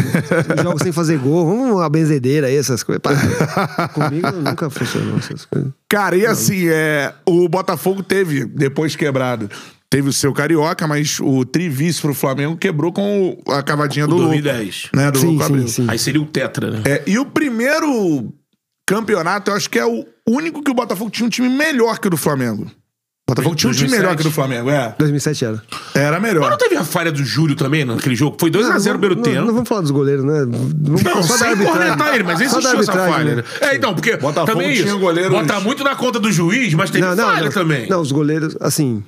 Speaker 3: Jogos sem fazer gol, vamos uma benzedeira aí, essas coisas. Pá, Comigo nunca funcionou essas coisas.
Speaker 1: Cara, e assim, é, o Botafogo teve, depois quebrado, teve o seu Carioca, mas o trivice pro Flamengo quebrou com o- a cavadinha do
Speaker 2: 2010.
Speaker 1: Louco, né, do
Speaker 3: Sim,
Speaker 1: Louco
Speaker 3: sim,
Speaker 1: Abreu.
Speaker 3: sim.
Speaker 2: Aí seria o Tetra, né?
Speaker 1: É, e o primeiro campeonato, eu acho que é o único que o Botafogo tinha um time melhor que o do Flamengo. Botafogo tinha um time
Speaker 2: 2007.
Speaker 1: melhor que o do Flamengo, é.
Speaker 3: 2007 era.
Speaker 1: Era
Speaker 2: Mas não
Speaker 1: melhor.
Speaker 2: teve a falha do Júlio também naquele jogo? Foi 2x0 no Ah, primeiro
Speaker 3: não,
Speaker 2: tempo.
Speaker 3: Não vamos falar dos goleiros, né? Vamos
Speaker 2: Não,
Speaker 3: falar
Speaker 2: sem cornetar ele, mas
Speaker 3: Só da
Speaker 2: existiu essa
Speaker 3: arbitragem,
Speaker 2: falha.
Speaker 3: né?
Speaker 2: né? É, então, porque
Speaker 1: Botafogo
Speaker 2: também
Speaker 1: tinha
Speaker 2: isso,
Speaker 1: goleiros-
Speaker 2: bota muito na conta do juiz, mas teve falha também.
Speaker 3: Não, os goleiros, assim.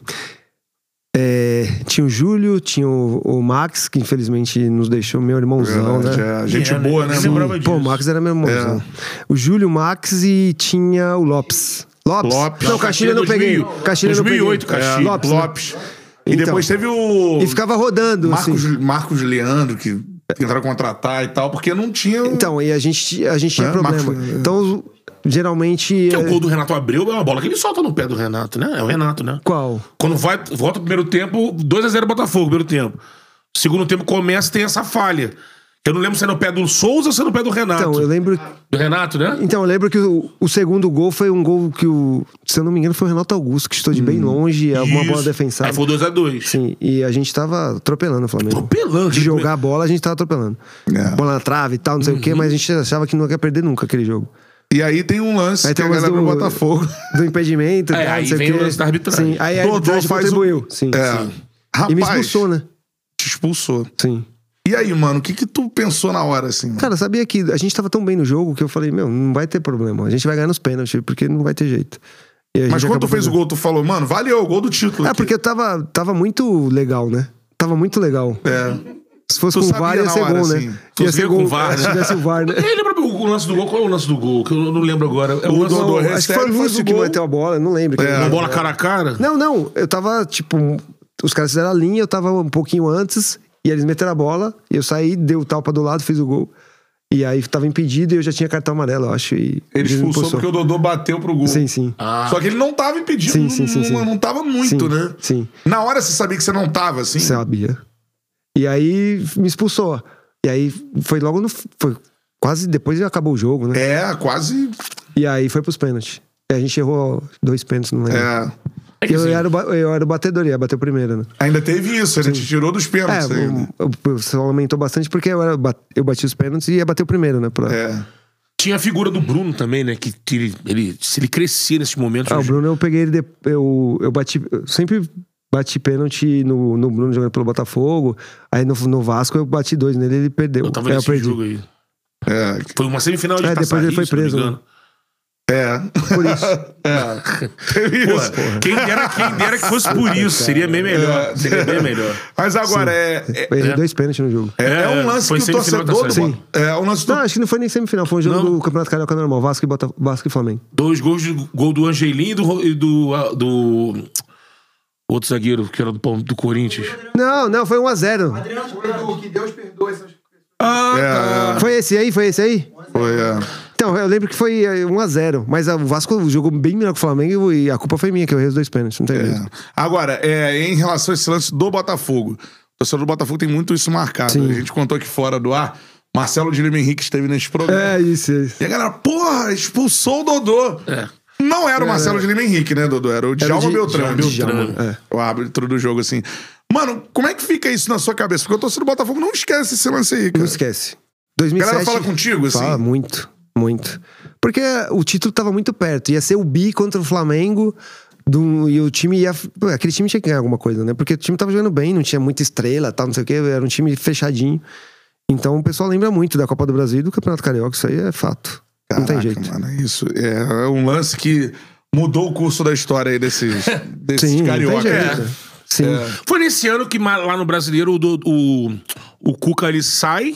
Speaker 3: é, tinha o Júlio, tinha o, o Max, que infelizmente nos deixou, meu irmãozão,
Speaker 1: Verdade,
Speaker 3: né?
Speaker 1: é. Gente
Speaker 2: É, né?
Speaker 1: boa, né,
Speaker 2: Eu
Speaker 1: mano?
Speaker 2: lembrava
Speaker 3: Pô, o
Speaker 2: disso. É.
Speaker 3: Max era meu irmãozão. O Júlio, o Max e tinha o Lopes. Lopes?
Speaker 1: Lopes.
Speaker 3: Não, Caxilha eu não peguei.
Speaker 2: 2000.
Speaker 3: Caxilha eu não peguei.
Speaker 2: 2008 Caxilha.
Speaker 3: É, Lopes. né?
Speaker 1: Lopes. E
Speaker 3: Então.
Speaker 1: depois teve o.
Speaker 3: E ficava rodando,
Speaker 1: Marcos,
Speaker 3: assim.
Speaker 1: Marcos Leandro, que tentaram contratar e tal, porque não tinha.
Speaker 3: Então, e a gente, a gente tinha
Speaker 1: É,
Speaker 3: problema.
Speaker 1: Marcos-
Speaker 3: Então, geralmente.
Speaker 2: Que é o
Speaker 3: é-
Speaker 2: gol do Renato Abreu, é uma bola que ele solta no pé do Renato, né? É o Renato, né?
Speaker 3: Qual?
Speaker 2: Quando vai, volta o primeiro tempo, 2x0 Botafogo, primeiro tempo. Segundo tempo começa tem essa falha. Eu não lembro se é no pé do Souza ou se é no pé do Renato.
Speaker 3: Então, eu lembro
Speaker 2: Do Renato, né?
Speaker 3: Então, eu lembro que o, o segundo gol foi um gol que o. Se eu não me engano, foi o Renato Augusto, que estou de
Speaker 1: Hum,
Speaker 3: bem longe, alguma
Speaker 2: Isso.
Speaker 3: bola
Speaker 1: É,
Speaker 2: Aí
Speaker 3: defensável.
Speaker 2: foi 2x2.
Speaker 3: Sim, e a gente tava atropelando o Flamengo.
Speaker 2: Atropelando,
Speaker 3: De jogar a bola, a gente tava atropelando.
Speaker 1: É. Uhum.
Speaker 3: Bola na trave e tal, não sei o quê, mas a gente achava que não ia perder nunca aquele jogo.
Speaker 1: E aí tem um lance
Speaker 3: Aí tem
Speaker 1: que
Speaker 3: o
Speaker 1: a
Speaker 3: lance
Speaker 1: galera do
Speaker 3: do-
Speaker 1: Botafogo. [laughs]
Speaker 3: Do impedimento,
Speaker 2: É,
Speaker 3: tal,
Speaker 2: aí
Speaker 3: não sei
Speaker 2: vem
Speaker 3: o quê.
Speaker 2: o lance da arbitragem.
Speaker 3: Sim, aí a
Speaker 1: Dodô
Speaker 3: arbitragem
Speaker 1: faz o-
Speaker 3: contribuiu. Sim,
Speaker 1: É.
Speaker 3: sim.
Speaker 1: Rapaz,
Speaker 3: E me expulsou, né?
Speaker 1: Te expulsou.
Speaker 3: Sim.
Speaker 1: E aí, mano, o que que tu pensou na hora, assim?
Speaker 3: Cara, sabia que a gente tava tão bem no jogo que eu falei, meu, não vai ter problema. A gente vai ganhar nos pênaltis, porque não vai ter jeito. E a
Speaker 1: Mas
Speaker 3: gente
Speaker 1: quando tu
Speaker 3: acabou
Speaker 1: fez o
Speaker 3: fazendo.
Speaker 1: gol, tu falou, mano, valeu, o gol do título.
Speaker 3: É,
Speaker 1: aqui.
Speaker 3: porque eu tava, tava muito legal, né? Tava muito legal.
Speaker 1: É.
Speaker 3: Se fosse
Speaker 1: Tu
Speaker 3: com o
Speaker 1: sabia
Speaker 3: VAR, ia
Speaker 1: na
Speaker 3: ser
Speaker 1: hora,
Speaker 3: gol,
Speaker 1: assim.
Speaker 3: né?
Speaker 2: Tu sabia
Speaker 3: Ia ser
Speaker 2: com
Speaker 3: gol
Speaker 2: o VAr, né?
Speaker 3: se tivesse o VAR, né?
Speaker 2: E aí lembra o lance do gol? Qual é o lance do gol? Que eu não lembro agora. É
Speaker 1: O
Speaker 2: lance
Speaker 1: Dodô,
Speaker 2: do-
Speaker 1: [laughs] é
Speaker 3: Acho que foi o
Speaker 1: sério,
Speaker 3: Lúcio
Speaker 1: faz o
Speaker 3: que
Speaker 1: gol.
Speaker 3: bateu a bola, não lembro. quem
Speaker 1: É.
Speaker 2: Uma
Speaker 3: era.
Speaker 2: bola cara a cara?
Speaker 3: Não, não, eu tava, tipo, um- os caras fizeram a linha, eu tava um pouquinho antes, e eles meteram a bola, e eu saí, dei o talpa do lado, fiz o gol. E aí tava impedido e eu já tinha cartão amarelo, eu acho. E
Speaker 1: Ele expulsou porque o Dodô bateu pro gol.
Speaker 3: Sim, sim.
Speaker 2: Ah.
Speaker 1: Só que ele não tava impedindo,
Speaker 3: Sim, sim, sim,
Speaker 1: não-
Speaker 3: sim.
Speaker 1: não, tava muito,
Speaker 3: Sim,
Speaker 1: né?
Speaker 3: sim.
Speaker 1: Na hora você sabia que você não tava, assim?
Speaker 3: Sabia. E aí me expulsou. E aí foi logo no. Foi quase depois já acabou o jogo, né?
Speaker 1: É, quase.
Speaker 3: E aí foi pros pênaltis. E a gente errou dois pênaltis, não lembro.
Speaker 1: É.
Speaker 2: É que
Speaker 3: eu,
Speaker 2: assim,
Speaker 3: era o, ba- eu era o batedor, ia bater o primeiro, né?
Speaker 1: Ainda teve isso, ele te tirou dos
Speaker 3: É,
Speaker 1: pênaltis. ainda.
Speaker 3: o- o pessoal aumentou bastante porque eu, era, bat- eu bati os pênaltis e ia bater o primeiro, né? Pra...
Speaker 1: É.
Speaker 2: Tinha a figura do Bruno também, né? Que ele, ele- se ele crescer nesses momentos.
Speaker 3: Ah, o
Speaker 2: hoje-
Speaker 3: Bruno eu peguei ele. de- Eu, eu bati. eu sempre bati pênalti no, no Bruno jogando pelo Botafogo. Aí no, no Vasco eu bati dois nele ele perdeu.
Speaker 2: Eu tava
Speaker 3: aí eu
Speaker 2: nesse
Speaker 3: perdi.
Speaker 2: jogo aí.
Speaker 1: É.
Speaker 2: Foi uma semifinal de
Speaker 3: É, depois
Speaker 2: Taça
Speaker 3: ele foi
Speaker 2: Rio, se não me
Speaker 3: preso,
Speaker 2: engano.
Speaker 3: né?
Speaker 1: É.
Speaker 3: Por
Speaker 2: [laughs]
Speaker 3: isso.
Speaker 1: É. [laughs] Teve
Speaker 2: Pô,
Speaker 1: isso.
Speaker 2: quem dera, quem dera que fosse por isso. Seria bem melhor.
Speaker 3: É.
Speaker 2: Seria bem melhor.
Speaker 1: Mas agora, é, é,
Speaker 3: eu errei
Speaker 2: É.
Speaker 3: dois pênaltis no jogo.
Speaker 1: é,
Speaker 2: É,
Speaker 1: é um lance
Speaker 2: foi
Speaker 1: que o
Speaker 2: semifinal da
Speaker 1: torcedor do.
Speaker 2: Taça
Speaker 1: Bo- É um lance do.
Speaker 3: Não, acho que não foi nem semifinal, foi um jogo
Speaker 2: Não.
Speaker 3: do Campeonato Carioca normal, Vasco e, Bota, Vasco e Flamengo.
Speaker 2: Dois gols de gol do Angelim e do, Ro- e do, ah, do outro zagueiro, que era do, Palme- do Corinthians.
Speaker 3: Não, não, foi 1x0.
Speaker 4: que Deus perdoe essas
Speaker 2: Ah,
Speaker 1: É,
Speaker 3: Foi esse aí, foi esse aí?
Speaker 1: foi, é.
Speaker 3: Então, eu lembro que foi eh, 1x0, mas ah, o Vasco jogou bem melhor que o Flamengo e a culpa foi minha, que eu errei os dois pênaltis, não tem
Speaker 1: É.
Speaker 3: jeito.
Speaker 1: Agora, é, em relação a esse lance do Botafogo, o torcedor do Botafogo tem muito isso marcado.
Speaker 3: Sim.
Speaker 1: A gente contou aqui fora do ar. Marcelo de Lima Henrique esteve nesse programa.
Speaker 3: É, isso, é isso.
Speaker 1: E a galera, porra, expulsou o Dodô.
Speaker 2: É.
Speaker 1: Não era o Marcelo de Lima Henrique, né, Dodô? Era o Djalma
Speaker 3: Di-
Speaker 1: Beltrame.
Speaker 3: Djalma,
Speaker 1: Beltrame.
Speaker 3: é.
Speaker 1: O árbitro do jogo, assim. Mano, como é que fica isso na sua cabeça? Porque o torcedor do Botafogo não esquece esse lance aí, cara.
Speaker 3: Não esquece.
Speaker 1: A
Speaker 3: 2007...
Speaker 1: galera fala contigo, assim?
Speaker 3: Fala muito, muito. Porque o título tava muito perto, ia ser o bi contra o Flamengo... do- e o time ia. pô, Aquele time tinha que ganhar alguma coisa, né? Porque o time tava jogando bem, não tinha muita estrela, tal, não sei o quê, era um time fechadinho. Então o pessoal lembra muito da Copa do Brasil e do Campeonato Carioca, isso aí é fato. não tem
Speaker 1: Caraca,
Speaker 3: jeito.
Speaker 1: Mano, isso é um lance que mudou o curso da história aí
Speaker 3: [laughs]
Speaker 1: desses, desses
Speaker 3: Sim,
Speaker 1: carioca.
Speaker 3: não tem jeito.
Speaker 1: né?
Speaker 3: Sim.
Speaker 2: Foi nesse ano que ma- lá no Brasileiro o, do- o, o Cuca ele sai.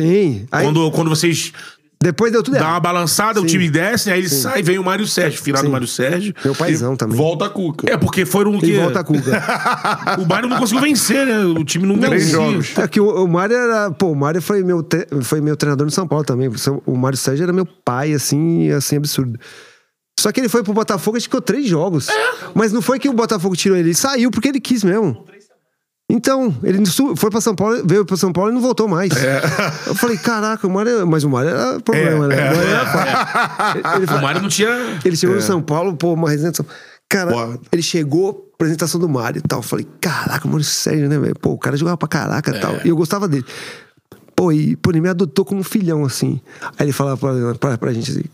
Speaker 3: Sim. Aí,
Speaker 2: Quando, quando vocês
Speaker 3: Depois deu tudo
Speaker 2: dão uma
Speaker 3: errado.
Speaker 2: balançada, o
Speaker 3: Sim.
Speaker 2: time desce, aí ele sai e vem o Mário Sérgio, final do
Speaker 3: Sim.
Speaker 2: Mário Sérgio.
Speaker 3: Meu paizão também.
Speaker 1: Volta a cuca.
Speaker 2: É, porque foram
Speaker 3: E
Speaker 2: que-
Speaker 3: volta
Speaker 1: [laughs]
Speaker 3: a Cuca.
Speaker 2: [laughs] O Mário não conseguiu vencer, né? O time não
Speaker 1: Três
Speaker 2: vencia.
Speaker 1: jogos.
Speaker 3: é que o, o Mário era. Pô, o Mário foi meu, tre- foi meu treinador no São Paulo também. O Mário Sérgio era meu pai, assim, assim, absurdo. Só que ele foi pro Botafogo, acho que ficou três jogos.
Speaker 2: É?
Speaker 3: Mas não foi que o Botafogo tirou ele, ele saiu porque ele quis mesmo. Então, ele su- foi pra São Paulo, veio pra São Paulo e não voltou mais.
Speaker 1: É.
Speaker 3: Eu falei, caraca, o Mário. é-" Mas o Mário era problema,
Speaker 1: é.
Speaker 3: né? O
Speaker 2: [laughs]
Speaker 3: Mário era fa- Ele,
Speaker 2: O
Speaker 3: fa-
Speaker 2: Mário não tinha.
Speaker 3: Ele chegou no São Paulo, pô, uma resenha de São Cara,
Speaker 1: Foda.
Speaker 3: ele chegou, apresentação do Mário e tal. Eu Falei, caraca, mano, sério, né, velho? Pô, o cara jogava pra caraca e tal. E eu gostava dele. Pô, e pô, ele me adotou como filhão, assim. Aí ele falava pra, pra, pra gente assim: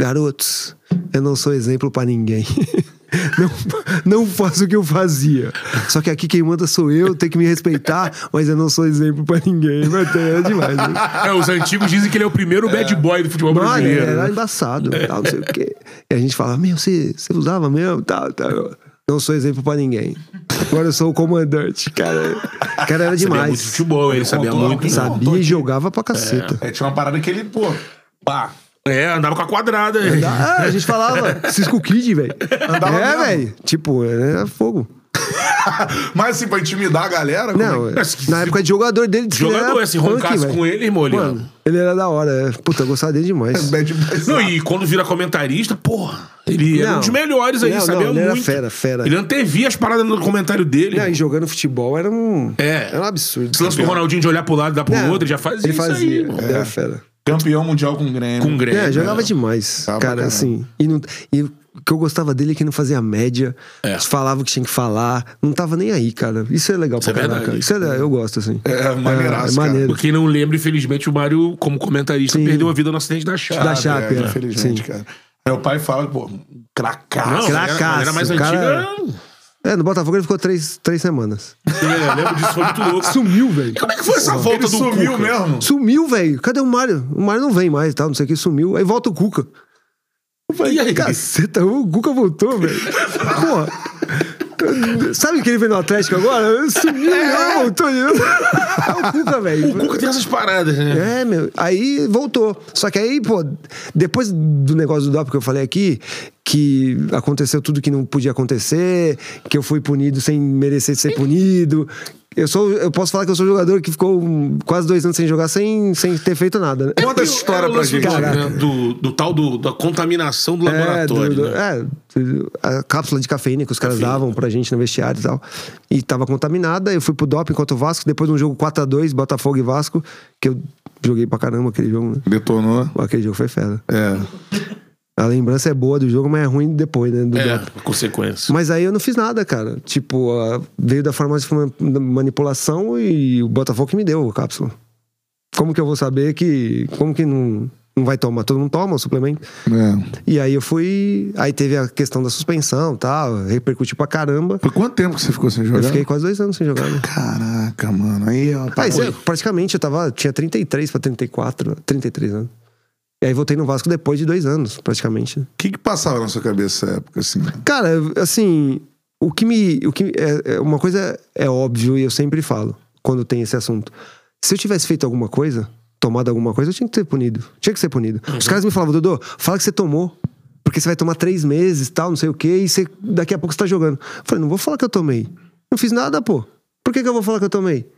Speaker 3: garotos, eu não sou exemplo pra ninguém. [laughs] Não, não faço o que eu fazia. Só que aqui quem manda sou eu, tem que me respeitar, mas eu não sou exemplo pra ninguém. Mas é demais. Né?
Speaker 2: É, os antigos dizem que ele é o primeiro bad boy do futebol
Speaker 3: Mano,
Speaker 2: brasileiro.
Speaker 3: era né? embaçado,
Speaker 2: É.
Speaker 3: tal, não sei o quê. E a gente fala, meu, você, você usava mesmo, tal, tal. Não sou exemplo pra ninguém. Agora eu sou o comandante, cara. O cara
Speaker 2: Sabia
Speaker 3: era
Speaker 2: muito de
Speaker 3: demais.
Speaker 2: futebol, ele sabia
Speaker 1: contou,
Speaker 2: muito.
Speaker 1: não.
Speaker 3: Sabia e jogava pra caceta.
Speaker 1: É, tinha uma parada que ele, pô, pá.
Speaker 2: É, andava com a quadrada.
Speaker 3: Ah, a gente falava, Cisco Kid, velho.
Speaker 1: Andava
Speaker 3: É,
Speaker 1: mesmo.
Speaker 3: velho. Tipo, era fogo.
Speaker 1: Mas assim, pra intimidar a galera, como
Speaker 3: Não,
Speaker 1: é que-
Speaker 2: Mas que-
Speaker 3: na época de jogador dele... ele
Speaker 2: Jogador,
Speaker 3: era
Speaker 2: assim,
Speaker 3: punk,
Speaker 2: roncasse
Speaker 3: velho.
Speaker 2: com ele, irmão. ele- É
Speaker 3: Mano, ele era da hora. é. Puta, eu gostava dele demais.
Speaker 1: Bad boy.
Speaker 2: Não, e quando vira comentarista, porra, ele era
Speaker 3: Não.
Speaker 2: um dos melhores aí,
Speaker 3: Não, não,
Speaker 2: sabia
Speaker 3: ele era
Speaker 2: muito.
Speaker 3: fera, fera.
Speaker 2: Ele antevia as paradas no comentário dele.
Speaker 3: Não, e jogando futebol era um...
Speaker 2: É.
Speaker 3: Era um absurdo.
Speaker 2: Esse lance do Ronaldinho de olhar pro lado e dar pro
Speaker 3: Não,
Speaker 2: outro, ele já fazia
Speaker 3: Ele
Speaker 2: isso
Speaker 3: fazia.
Speaker 2: aí, irmão.
Speaker 3: ele era fera.
Speaker 1: Campeão mundial com o Grêmio.
Speaker 2: Com o Grêmio.
Speaker 3: É, jogava demais.
Speaker 1: Jogava pra
Speaker 3: cara,
Speaker 1: caralho.
Speaker 3: assim. E, não- e o que eu gostava dele é que não fazia média. Falava o que tinha que falar. Não tava nem aí, cara. Isso é legal
Speaker 2: é
Speaker 3: pra caraca.
Speaker 2: verdade.
Speaker 3: Isso é, eu gosto, assim.
Speaker 1: É, maneiraço,
Speaker 3: É,
Speaker 1: cara.
Speaker 3: maneiro.
Speaker 2: Por quem não lembra, infelizmente, o Mário, como comentarista,
Speaker 3: Sim.
Speaker 2: perdeu a vida no acidente da Chape.
Speaker 3: Da Chape,
Speaker 1: é,
Speaker 3: é.
Speaker 1: Infelizmente,
Speaker 3: Sim.
Speaker 1: cara. Meu pai fala, pô, cracaço.
Speaker 2: Não,
Speaker 3: Ah, Cracaço,
Speaker 2: a galera mais
Speaker 3: cara.
Speaker 2: antiga.
Speaker 3: É, no Botafogo ele ficou três, três semanas.
Speaker 2: Eu lembro disso, foi muito louco.
Speaker 3: [laughs] Sumiu, velho.
Speaker 2: Como é que foi essa
Speaker 1: Volta
Speaker 2: volta
Speaker 1: ele
Speaker 2: do
Speaker 1: sumiu
Speaker 2: Cuca?
Speaker 1: mesmo.
Speaker 3: Sumiu, velho. Cadê o Mário? O Mário não vem mais e tal, não sei o que. Sumiu. Aí volta o Cuca.
Speaker 2: E aí?
Speaker 3: Caceta, o Guga voltou, velho. Porra. Sabe que ele veio no Atlético agora? Sumiu, é. voltou de novo. [laughs] É o Cuca, velho.
Speaker 2: O Cuca tem essas paradas, né?
Speaker 3: É, meu. Aí voltou. Só que aí, pô, depois do negócio do doping que eu falei aqui, que aconteceu tudo que não podia acontecer, que eu fui punido sem merecer ser punido. Eu, sou, eu posso falar que eu sou um jogador que ficou hum, quase dois anos sem jogar, sem, sem ter feito nada, né?
Speaker 1: É. Conta essa história
Speaker 2: Era o
Speaker 1: pra
Speaker 2: É, um lance
Speaker 1: gente.
Speaker 2: do-
Speaker 3: Caraca.
Speaker 2: né, Do, do tal do, da contaminação do
Speaker 3: É,
Speaker 2: laboratório.
Speaker 3: do- do-
Speaker 2: né?
Speaker 3: é, do- a cápsula de cafeína que os caras davam pra gente no vestiário e tal. E tava contaminada, eu fui pro doping contra o Vasco, depois de um jogo 4x2, Botafogo e Vasco, que eu joguei pra caramba aquele jogo, né?
Speaker 1: Detonou.
Speaker 3: Pô, Aquele jogo foi fera.
Speaker 1: É.
Speaker 3: A lembrança é boa do jogo, mas é ruim depois, né? Do doping.
Speaker 2: É, consequência.
Speaker 3: Mas aí eu não fiz nada, cara. Tipo, a- veio da forma de uma- da manipulação e o Botafogo que me deu a cápsula. Como que eu vou saber que. Como que não, não vai tomar? Todo mundo toma o suplemento.
Speaker 1: é.
Speaker 3: E aí eu fui. Aí teve a questão da suspensão e tal, repercutiu pra caramba.
Speaker 1: Por quanto tempo que você ficou sem
Speaker 3: Eu
Speaker 1: jogar?
Speaker 3: fiquei quase dois anos sem jogar. Né?
Speaker 1: Caraca, mano. Aí, ó.
Speaker 3: Ah, isso é, praticamente eu tava. Tinha 33 pra 34, 33 anos. né? E aí voltei no Vasco depois de dois anos, praticamente. né?
Speaker 1: O que que passava na sua cabeça nessa época, assim?
Speaker 3: Cara, assim, o que me. O que é, é- uma coisa é óbvio e eu sempre falo quando tem esse assunto. Se eu tivesse feito alguma coisa, tomado alguma coisa, eu tinha que ser punido. Tinha que ser punido. Os caras me falavam, Dodô, fala que você tomou. Porque você vai tomar três meses, tal, não sei o quê, e você- daqui a pouco você tá jogando. Eu falei, não vou falar que eu tomei. Não fiz nada, pô. Por que, que eu vou falar que eu tomei?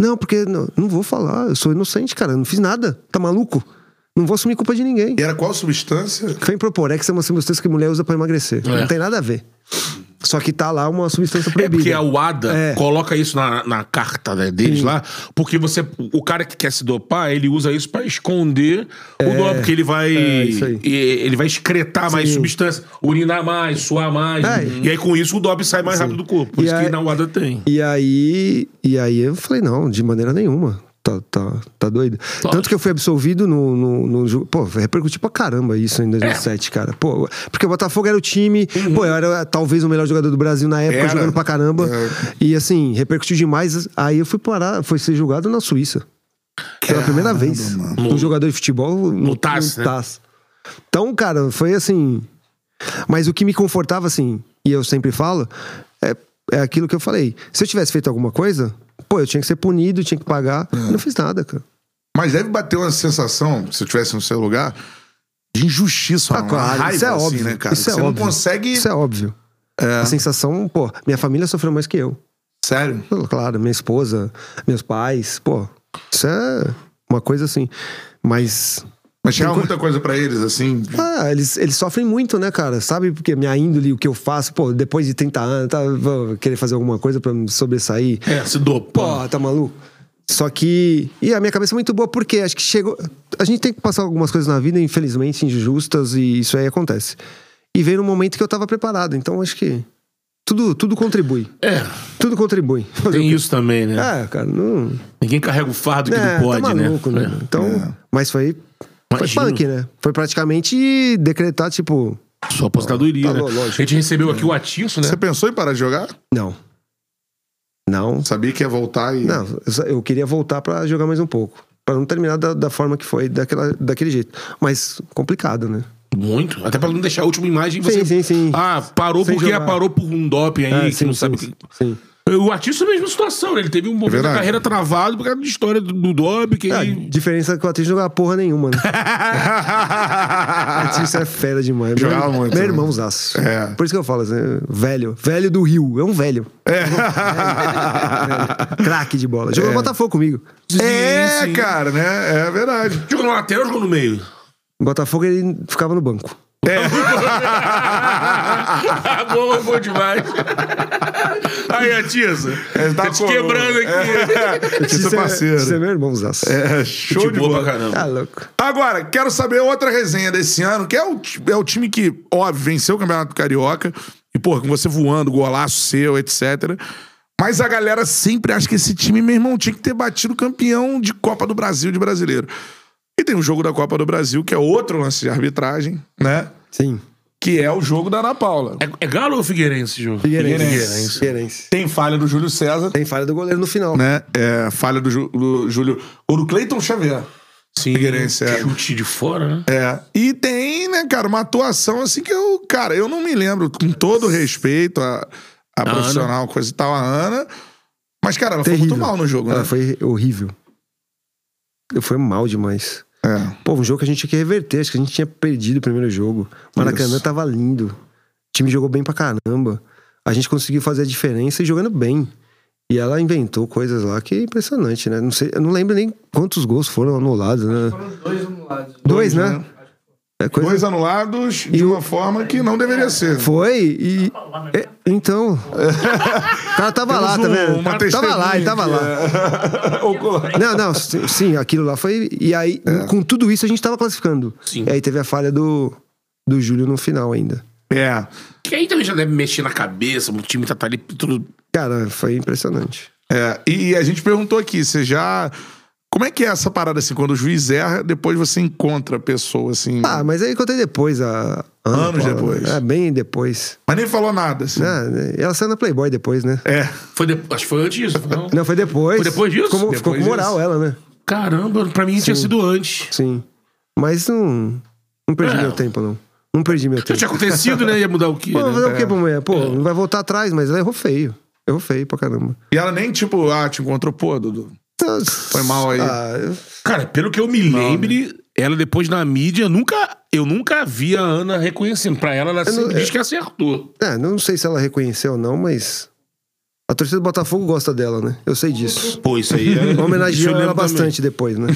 Speaker 3: Não, porque não, não vou falar. Eu sou inocente, cara. Eu não fiz nada. Tá maluco? Não vou assumir culpa de ninguém.
Speaker 1: E era qual substância?
Speaker 3: Femproporex é uma substância que mulher usa pra emagrecer.
Speaker 2: É.
Speaker 3: Não tem nada a ver. Só que tá lá uma substância
Speaker 2: É
Speaker 3: proibida.
Speaker 2: porque a UADA
Speaker 3: É.
Speaker 2: coloca isso na, na carta né, deles lá, porque você, o cara que quer se dopar, ele usa isso pra esconder o doping, porque ele vai
Speaker 3: É, isso aí.
Speaker 2: e- ele vai excretar mais
Speaker 3: Sim.
Speaker 2: substância, urinar mais, suar mais,
Speaker 3: É.
Speaker 2: e aí com isso o doping sai mais rápido do corpo. Por
Speaker 3: E
Speaker 2: isso que
Speaker 3: aí-
Speaker 2: na UADA tem.
Speaker 3: E aí, e aí eu falei, não, de maneira nenhuma. Tá, tá, tá doido? Tanto que eu fui absolvido no, no, no jogo. Pô, repercutiu pra caramba isso em
Speaker 2: É.
Speaker 3: 2007, cara. Pô, porque o Botafogo era o time.
Speaker 2: Uhum.
Speaker 3: Pô, eu era talvez o melhor jogador do Brasil na época,
Speaker 1: Era.
Speaker 3: jogando pra caramba.
Speaker 2: É.
Speaker 3: E assim, repercutiu demais. Aí eu fui parar, foi ser julgado na Suíça. Pela primeira vez. Um jogador de futebol no,
Speaker 2: TAS, né?
Speaker 3: TAS. Então, cara, foi assim. Mas o que me confortava, assim, e eu sempre falo, é, é aquilo que eu falei. Se eu tivesse feito alguma coisa, pô, eu tinha que ser punido, tinha que pagar. Eu Não fiz nada, cara.
Speaker 1: Mas deve bater uma sensação, se eu tivesse no seu lugar, de injustiça.
Speaker 3: Ah,
Speaker 1: uma
Speaker 3: claro,
Speaker 1: raiva,
Speaker 3: isso é
Speaker 1: assim,
Speaker 3: óbvio.
Speaker 1: né, cara?
Speaker 3: Isso é
Speaker 1: você não
Speaker 3: óbvio.
Speaker 1: consegue.
Speaker 3: Isso é óbvio. A sensação, pô, minha família sofreu mais que eu.
Speaker 1: Sério.
Speaker 3: Pô, Claro, minha esposa, meus pais, pô. Isso é uma coisa assim. Mas
Speaker 1: Mas chegava muita coisa pra eles, assim.
Speaker 3: Ah, eles, eles sofrem muito, né, cara? Sabe porque minha índole, o que eu faço, pô, depois de 30 anos, tá, vou querer fazer alguma coisa pra me sobressair.
Speaker 2: É, se dopar.
Speaker 3: Pô, tá maluco? Só que. E a minha cabeça é muito boa, porque acho que chegou. A gente tem que passar algumas coisas na vida, infelizmente, injustas, e isso aí acontece. E veio num momento que eu tava preparado, então acho que. Tudo, tudo contribui.
Speaker 2: É,
Speaker 3: Tudo contribui.
Speaker 2: tem isso também,
Speaker 3: [laughs]
Speaker 2: né?
Speaker 3: É, cara, não.
Speaker 2: Ninguém carrega o fardo que
Speaker 3: É,
Speaker 2: não pode,
Speaker 3: tá maluco, né?
Speaker 2: né?
Speaker 3: Então, mas foi, foi
Speaker 2: Imagino.
Speaker 3: punk, né? Foi praticamente decretar, tipo,
Speaker 2: Sua aposentadoria,
Speaker 3: Tá
Speaker 2: né?
Speaker 3: bom, lógico. É.
Speaker 2: A gente recebeu aqui o Atilson, né?
Speaker 1: Você pensou em parar de jogar?
Speaker 3: Não. Não.
Speaker 1: Sabia que ia voltar e. [laughs]
Speaker 3: Não, eu só- eu queria voltar pra jogar mais um pouco. Pra não terminar da, da forma que foi, daquela, daquele jeito. Mas complicado, né?
Speaker 2: Muito. Até pra não deixar a última imagem
Speaker 3: Sim,
Speaker 2: você.
Speaker 3: sim, sim.
Speaker 2: Ah, parou
Speaker 3: Sem
Speaker 2: porque
Speaker 3: jogar.
Speaker 2: parou por um doping aí,
Speaker 3: É,
Speaker 2: que não sabe o
Speaker 3: sim,
Speaker 2: que.
Speaker 3: sim.
Speaker 2: O artista é a mesma situação, né? Ele teve um momento da
Speaker 1: verdade.
Speaker 2: carreira travado por causa da história do, do doping. Que
Speaker 3: A
Speaker 2: ele...
Speaker 3: diferença é que o Atlético não jogava porra
Speaker 1: [laughs]
Speaker 3: nenhuma, né? O Atlético é fera demais. Meu-
Speaker 1: Jogava muito,
Speaker 3: Meu
Speaker 1: né?
Speaker 3: irmão zaço.
Speaker 1: É.
Speaker 3: Por isso que eu falo assim, velho. Velho do Rio. É um velho.
Speaker 1: [laughs]
Speaker 3: [laughs] Craque de bola. Jogou no Botafogo comigo.
Speaker 1: É,
Speaker 2: Sim, sim.
Speaker 1: cara, né? É verdade.
Speaker 2: Jogou no lateral ou jogou no meio?
Speaker 3: No Botafogo ele ficava no banco.
Speaker 1: É,
Speaker 2: bom, bom demais. Aí, a Tisa.
Speaker 1: É, tá
Speaker 2: tá te
Speaker 1: com-
Speaker 2: quebrando [laughs] aqui.
Speaker 1: Isso é
Speaker 3: Isso é
Speaker 1: parceiro.
Speaker 3: meu irmão zaço.
Speaker 1: É, [laughs] show
Speaker 2: Gente
Speaker 1: de
Speaker 2: boa
Speaker 1: bola.
Speaker 2: pra caramba.
Speaker 3: Tá louco.
Speaker 1: Agora, quero saber outra resenha desse ano, que é o, ti- é o time que, óbvio, venceu o Campeonato Carioca. E, pô, com você voando, golaço seu, etc. Mas a galera sempre acha que esse time, meu irmão, tinha que ter batido o campeão de Copa do Brasil de brasileiro. E tem o jogo da Copa do Brasil, que é outro lance de arbitragem, né?
Speaker 3: Sim.
Speaker 1: Que é o jogo da Ana Paula.
Speaker 2: É, é Galo ou Figueirense esse jogo?
Speaker 3: Figueirense. Figueirense.
Speaker 1: Tem falha do Júlio César,
Speaker 3: Tem falha do goleiro no final.
Speaker 1: né? É, falha do, Ju- do Júlio. Ou do Cleiton Xavier.
Speaker 2: Sim,
Speaker 1: Figueirense, é.
Speaker 2: Chute de fora, né?
Speaker 1: É. E tem, né, cara, uma atuação assim que eu, cara, eu não me lembro, com todo respeito a, a profissional, coisa e tal, a Ana. Mas, cara, ela
Speaker 3: Terrível.
Speaker 1: foi muito mal no jogo,
Speaker 3: Ela
Speaker 1: né?
Speaker 3: foi horrível. Eu fui mal demais.
Speaker 1: É.
Speaker 3: Pô, um jogo que a gente tinha que reverter, acho que a gente tinha perdido o primeiro jogo. O Maracanã
Speaker 1: Isso.
Speaker 3: tava lindo. O time jogou bem pra caramba. A gente conseguiu fazer a diferença e jogando bem. E ela inventou coisas lá que é impressionante, né? Não sei, eu não lembro nem quantos gols foram anulados, né?
Speaker 4: Foram dois anulados.
Speaker 3: Dois, né?
Speaker 1: né?
Speaker 3: É coisa...
Speaker 1: Dois anulados de uma forma que não deveria ser.
Speaker 3: Foi e.
Speaker 4: Tá né?
Speaker 3: é, então. [laughs] O cara tava lá,
Speaker 1: Temos
Speaker 3: tá
Speaker 1: um- é.
Speaker 3: vendo?
Speaker 1: uma
Speaker 3: Tava lá,
Speaker 1: testemunha
Speaker 3: ele tava lá.
Speaker 1: [laughs] Ocular.
Speaker 3: Não, não, sim, sim, aquilo lá foi. E aí,
Speaker 1: É.
Speaker 3: com tudo isso, a gente tava classificando.
Speaker 2: Sim.
Speaker 3: E aí teve a falha do, do Júlio no final ainda.
Speaker 1: É.
Speaker 2: Que aí também já deve mexer na cabeça, o time tá, tá ali tudo.
Speaker 3: Cara, foi impressionante.
Speaker 1: É, e a gente perguntou aqui, você já. Como é que é essa parada assim? Quando o juiz erra, depois você encontra a pessoa, assim.
Speaker 3: Ah, mas aí contei depois, a. a Ana
Speaker 1: Anos depois.
Speaker 3: É, bem depois.
Speaker 1: Mas nem falou nada, assim.
Speaker 3: Né? Ela saiu na Playboy depois, né?
Speaker 1: É.
Speaker 2: Foi de- Acho que foi antes disso. Não.
Speaker 3: Não, foi depois.
Speaker 2: Foi depois disso?
Speaker 3: Ficou, ficou
Speaker 1: Depois
Speaker 3: com moral
Speaker 1: disso.
Speaker 3: ela, né?
Speaker 2: Caramba, pra mim tinha sido antes.
Speaker 3: Sim. Mas não. Não perdi
Speaker 2: É.
Speaker 3: meu tempo, não. Não perdi meu
Speaker 2: Já [laughs]
Speaker 3: tempo.
Speaker 2: tinha acontecido, né? Ia mudar o quê?
Speaker 3: Pô,
Speaker 2: né?
Speaker 3: vou fazer o quê pra mulher? Pô, não vai voltar atrás, mas ela errou feio. Errou feio pra caramba.
Speaker 1: E ela nem, tipo, ah, te encontrou, pô, Dudu.
Speaker 3: Foi
Speaker 1: mal aí.
Speaker 3: Ah,
Speaker 2: Cara, pelo que eu me lembre, ela depois na mídia, nunca, eu nunca vi a Ana reconhecendo. Pra ela, ela sempre
Speaker 3: não-
Speaker 2: diz que acertou.
Speaker 3: É, não sei se ela reconheceu ou não, mas. A torcida do Botafogo gosta dela, né? Eu sei disso.
Speaker 2: Pô, isso aí é... isso eu
Speaker 3: [laughs] Homenageou ela
Speaker 2: lembro também.
Speaker 3: bastante depois, né?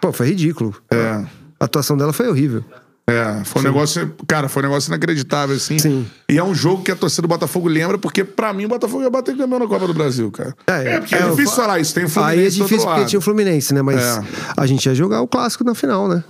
Speaker 3: Pô, foi ridículo.
Speaker 1: É.
Speaker 3: A atuação dela foi horrível.
Speaker 1: É, foi um negócio. Cara, foi um negócio inacreditável, assim.
Speaker 3: Sim.
Speaker 1: E é um jogo que a torcida do Botafogo lembra, porque pra mim o Botafogo ia bater campeão na Copa do Brasil, cara.
Speaker 3: É,
Speaker 1: porque é,
Speaker 3: é,
Speaker 1: difícil
Speaker 3: eu-
Speaker 1: falar isso. Tem o Fluminense
Speaker 3: Aí é
Speaker 1: do outro
Speaker 3: difícil porque
Speaker 1: lado.
Speaker 3: tinha o Fluminense, né? Mas
Speaker 1: É.
Speaker 3: a gente ia jogar o clássico na final, né?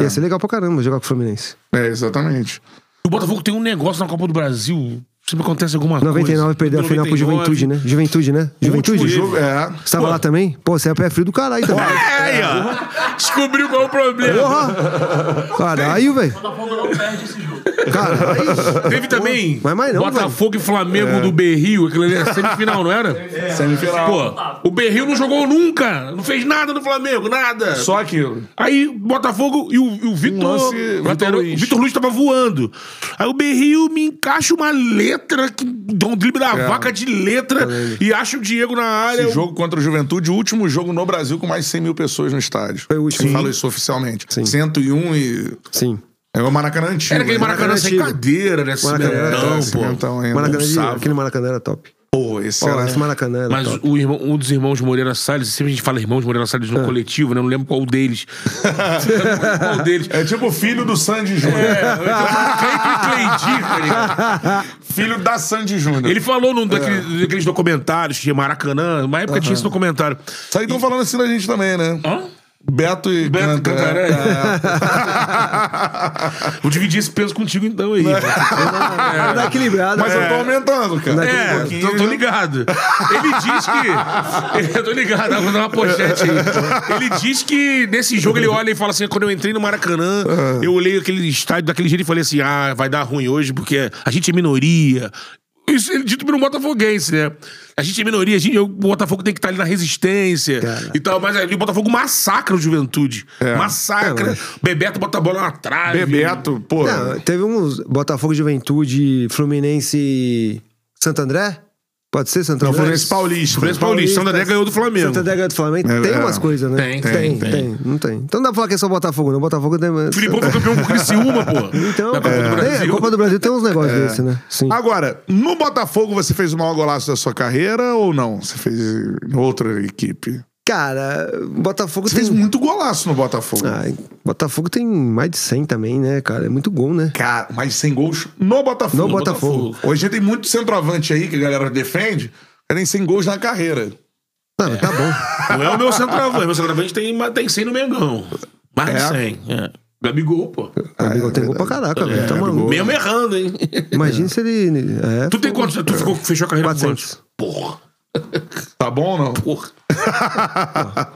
Speaker 3: Ia ser legal pra caramba jogar com o Fluminense.
Speaker 1: É, exatamente.
Speaker 2: O Botafogo tem um negócio na Copa do Brasil. Sempre acontece alguma
Speaker 3: 99
Speaker 2: coisa.
Speaker 3: perdeu a final pro
Speaker 2: 99.
Speaker 3: Juventude, né? Juventude, né?
Speaker 1: O
Speaker 3: Juventude?
Speaker 1: jogo, é.
Speaker 3: Você tava lá também? Pô, você é pé frio do caralho também.
Speaker 2: É, aí, ó. Descobriu qual é o problema.
Speaker 3: Porra! Caralho, velho.
Speaker 4: Botafogo não perde esse jogo.
Speaker 3: Caralho.
Speaker 2: Teve também
Speaker 3: Mas- mas não,
Speaker 2: Botafogo e Flamengo
Speaker 1: É.
Speaker 2: do Berril. Aquilo ali era
Speaker 1: [laughs]
Speaker 2: semifinal, não era? Semifinal. Pô, o Berril não jogou nunca. Não fez nada no Flamengo, nada.
Speaker 1: Só aquilo. Um
Speaker 2: Aí Botafogo e o, e o Vitor.
Speaker 1: lance,
Speaker 2: o
Speaker 1: Vitor
Speaker 2: lateral-
Speaker 1: Luiz.
Speaker 2: o Vitor Luiz tava voando. Aí o Berril me encaixa uma letra, que dá um drible da vaca de letra e acha o Diego na
Speaker 1: É.
Speaker 2: área.
Speaker 1: Esse
Speaker 2: O-
Speaker 1: jogo contra o Juventude, o último jogo no Brasil com mais de 100 mil pessoas no estádio.
Speaker 3: Foi o último.
Speaker 1: Eu falo isso oficialmente.
Speaker 3: Sim.
Speaker 1: 101 e.
Speaker 3: Sim.
Speaker 1: É o Maracanã antigo.
Speaker 2: Era aquele
Speaker 1: né?
Speaker 2: Maracanã sem
Speaker 3: antigo.
Speaker 2: cadeira, né?
Speaker 3: Maracanã era
Speaker 2: Cimentão,
Speaker 1: antigo. Cimentão
Speaker 2: pô.
Speaker 1: ainda.
Speaker 3: Maracanã de-
Speaker 2: Gonçalo.
Speaker 3: aquele Maracanã era top.
Speaker 1: Pô, esse
Speaker 3: Pô,
Speaker 1: era.
Speaker 3: esse Maracanã
Speaker 1: é
Speaker 3: era
Speaker 2: Mas
Speaker 3: top.
Speaker 2: o irmão, um dos irmãos Moreira Salles, sempre a gente fala irmãos Moreira Salles
Speaker 1: É.
Speaker 2: no coletivo, né? Eu Não lembro
Speaker 1: [laughs]
Speaker 2: qual deles. Eu não lembro qual deles.
Speaker 1: É tipo [laughs] o filho do Sandy Júnior.
Speaker 2: É, eu tô falando Cleito e Cleidinho, tá ligado?
Speaker 1: Filho da Sandy Júnior.
Speaker 2: Ele falou num daquele- daqueles documentários de Maracanã, uma época tinha esse documentário.
Speaker 1: Isso aí estão falando assim da gente também, né?
Speaker 2: Hã?
Speaker 1: Beto e é.
Speaker 2: Beto
Speaker 1: Canta-
Speaker 2: Cantaré. [laughs] Vou dividir esse peso contigo então aí.
Speaker 3: Tá equilibrado.
Speaker 1: Mas eu tô aumentando, cara.
Speaker 2: É,
Speaker 3: Tá
Speaker 1: Um pouquinho,
Speaker 2: tô, tô ligado. Ele diz
Speaker 3: [laughs]
Speaker 2: que. Eu tô ligado, vou dar uma pochete aí. Ele diz que nesse jogo ele olha e fala assim: quando eu entrei no Maracanã,
Speaker 3: Ah.
Speaker 2: eu olhei aquele estádio daquele jeito e falei assim: ah, vai dar ruim hoje porque a gente é minoria. Isso ele dito por um botafoguense, né? A gente é minoria, a gente, o Botafogo tem que estar ali na resistência e tal, mas ali o Botafogo massacra o juventude.
Speaker 3: É.
Speaker 2: Massacra.
Speaker 3: né?
Speaker 2: Bebeto bota a bola na trave.
Speaker 1: Bebeto, pô.
Speaker 3: Não, teve uns Botafogo Juventude, Fluminense e Santo André? Pode ser Santo
Speaker 1: Não,
Speaker 3: André?
Speaker 1: Fluminense Paulista.
Speaker 2: Fluminense Paulista, Santo André ganhou do Flamengo.
Speaker 3: Santo André ganhou do Flamengo.
Speaker 1: É,
Speaker 3: tem
Speaker 1: é.
Speaker 3: umas coisas, né?
Speaker 2: Tem,
Speaker 1: tem,
Speaker 3: tem, Não tem. Então não dá pra falar que é só Botafogo, não. Botafogo tem...
Speaker 2: Filipão foi campeão com o Criciúma, pô.
Speaker 3: Então,
Speaker 2: Na Copa do
Speaker 3: é,
Speaker 2: Brasil. É. Ah.
Speaker 3: a Copa do Brasil tem uns negócios desses, né? Sim.
Speaker 1: Agora, no Botafogo você fez o maior golaço da sua carreira ou não? Você fez em outra equipe?
Speaker 3: Cara, Botafogo
Speaker 1: Você fez
Speaker 3: tem...
Speaker 1: muito golaço no Botafogo.
Speaker 3: Ah, Botafogo tem mais de 100 também, né, cara? É muito gol, né?
Speaker 1: Cara, mas sem gols no Botafogo.
Speaker 3: No Botafogo.
Speaker 1: Hoje tem muito centroavante aí que a galera defende, querem sem gols na carreira.
Speaker 3: Não, mas tá
Speaker 1: [laughs]
Speaker 3: bom.
Speaker 2: Não é o meu centroavante. Meu centroavante tem, tem 100 no Mengão. Mais
Speaker 1: É.
Speaker 2: de 100. É. Gabigol, pô.
Speaker 3: Gabigol tem gol pra caraca,
Speaker 2: É,
Speaker 3: velho. Tá maluco.
Speaker 2: Mesmo errando, hein?
Speaker 3: Imagina se ele... É,
Speaker 2: Tu tem quantos? Tu ficou, fechou a carreira
Speaker 3: 400.
Speaker 2: com quantos? Porra.
Speaker 1: Tá bom ou não?
Speaker 2: Porra.
Speaker 3: [laughs]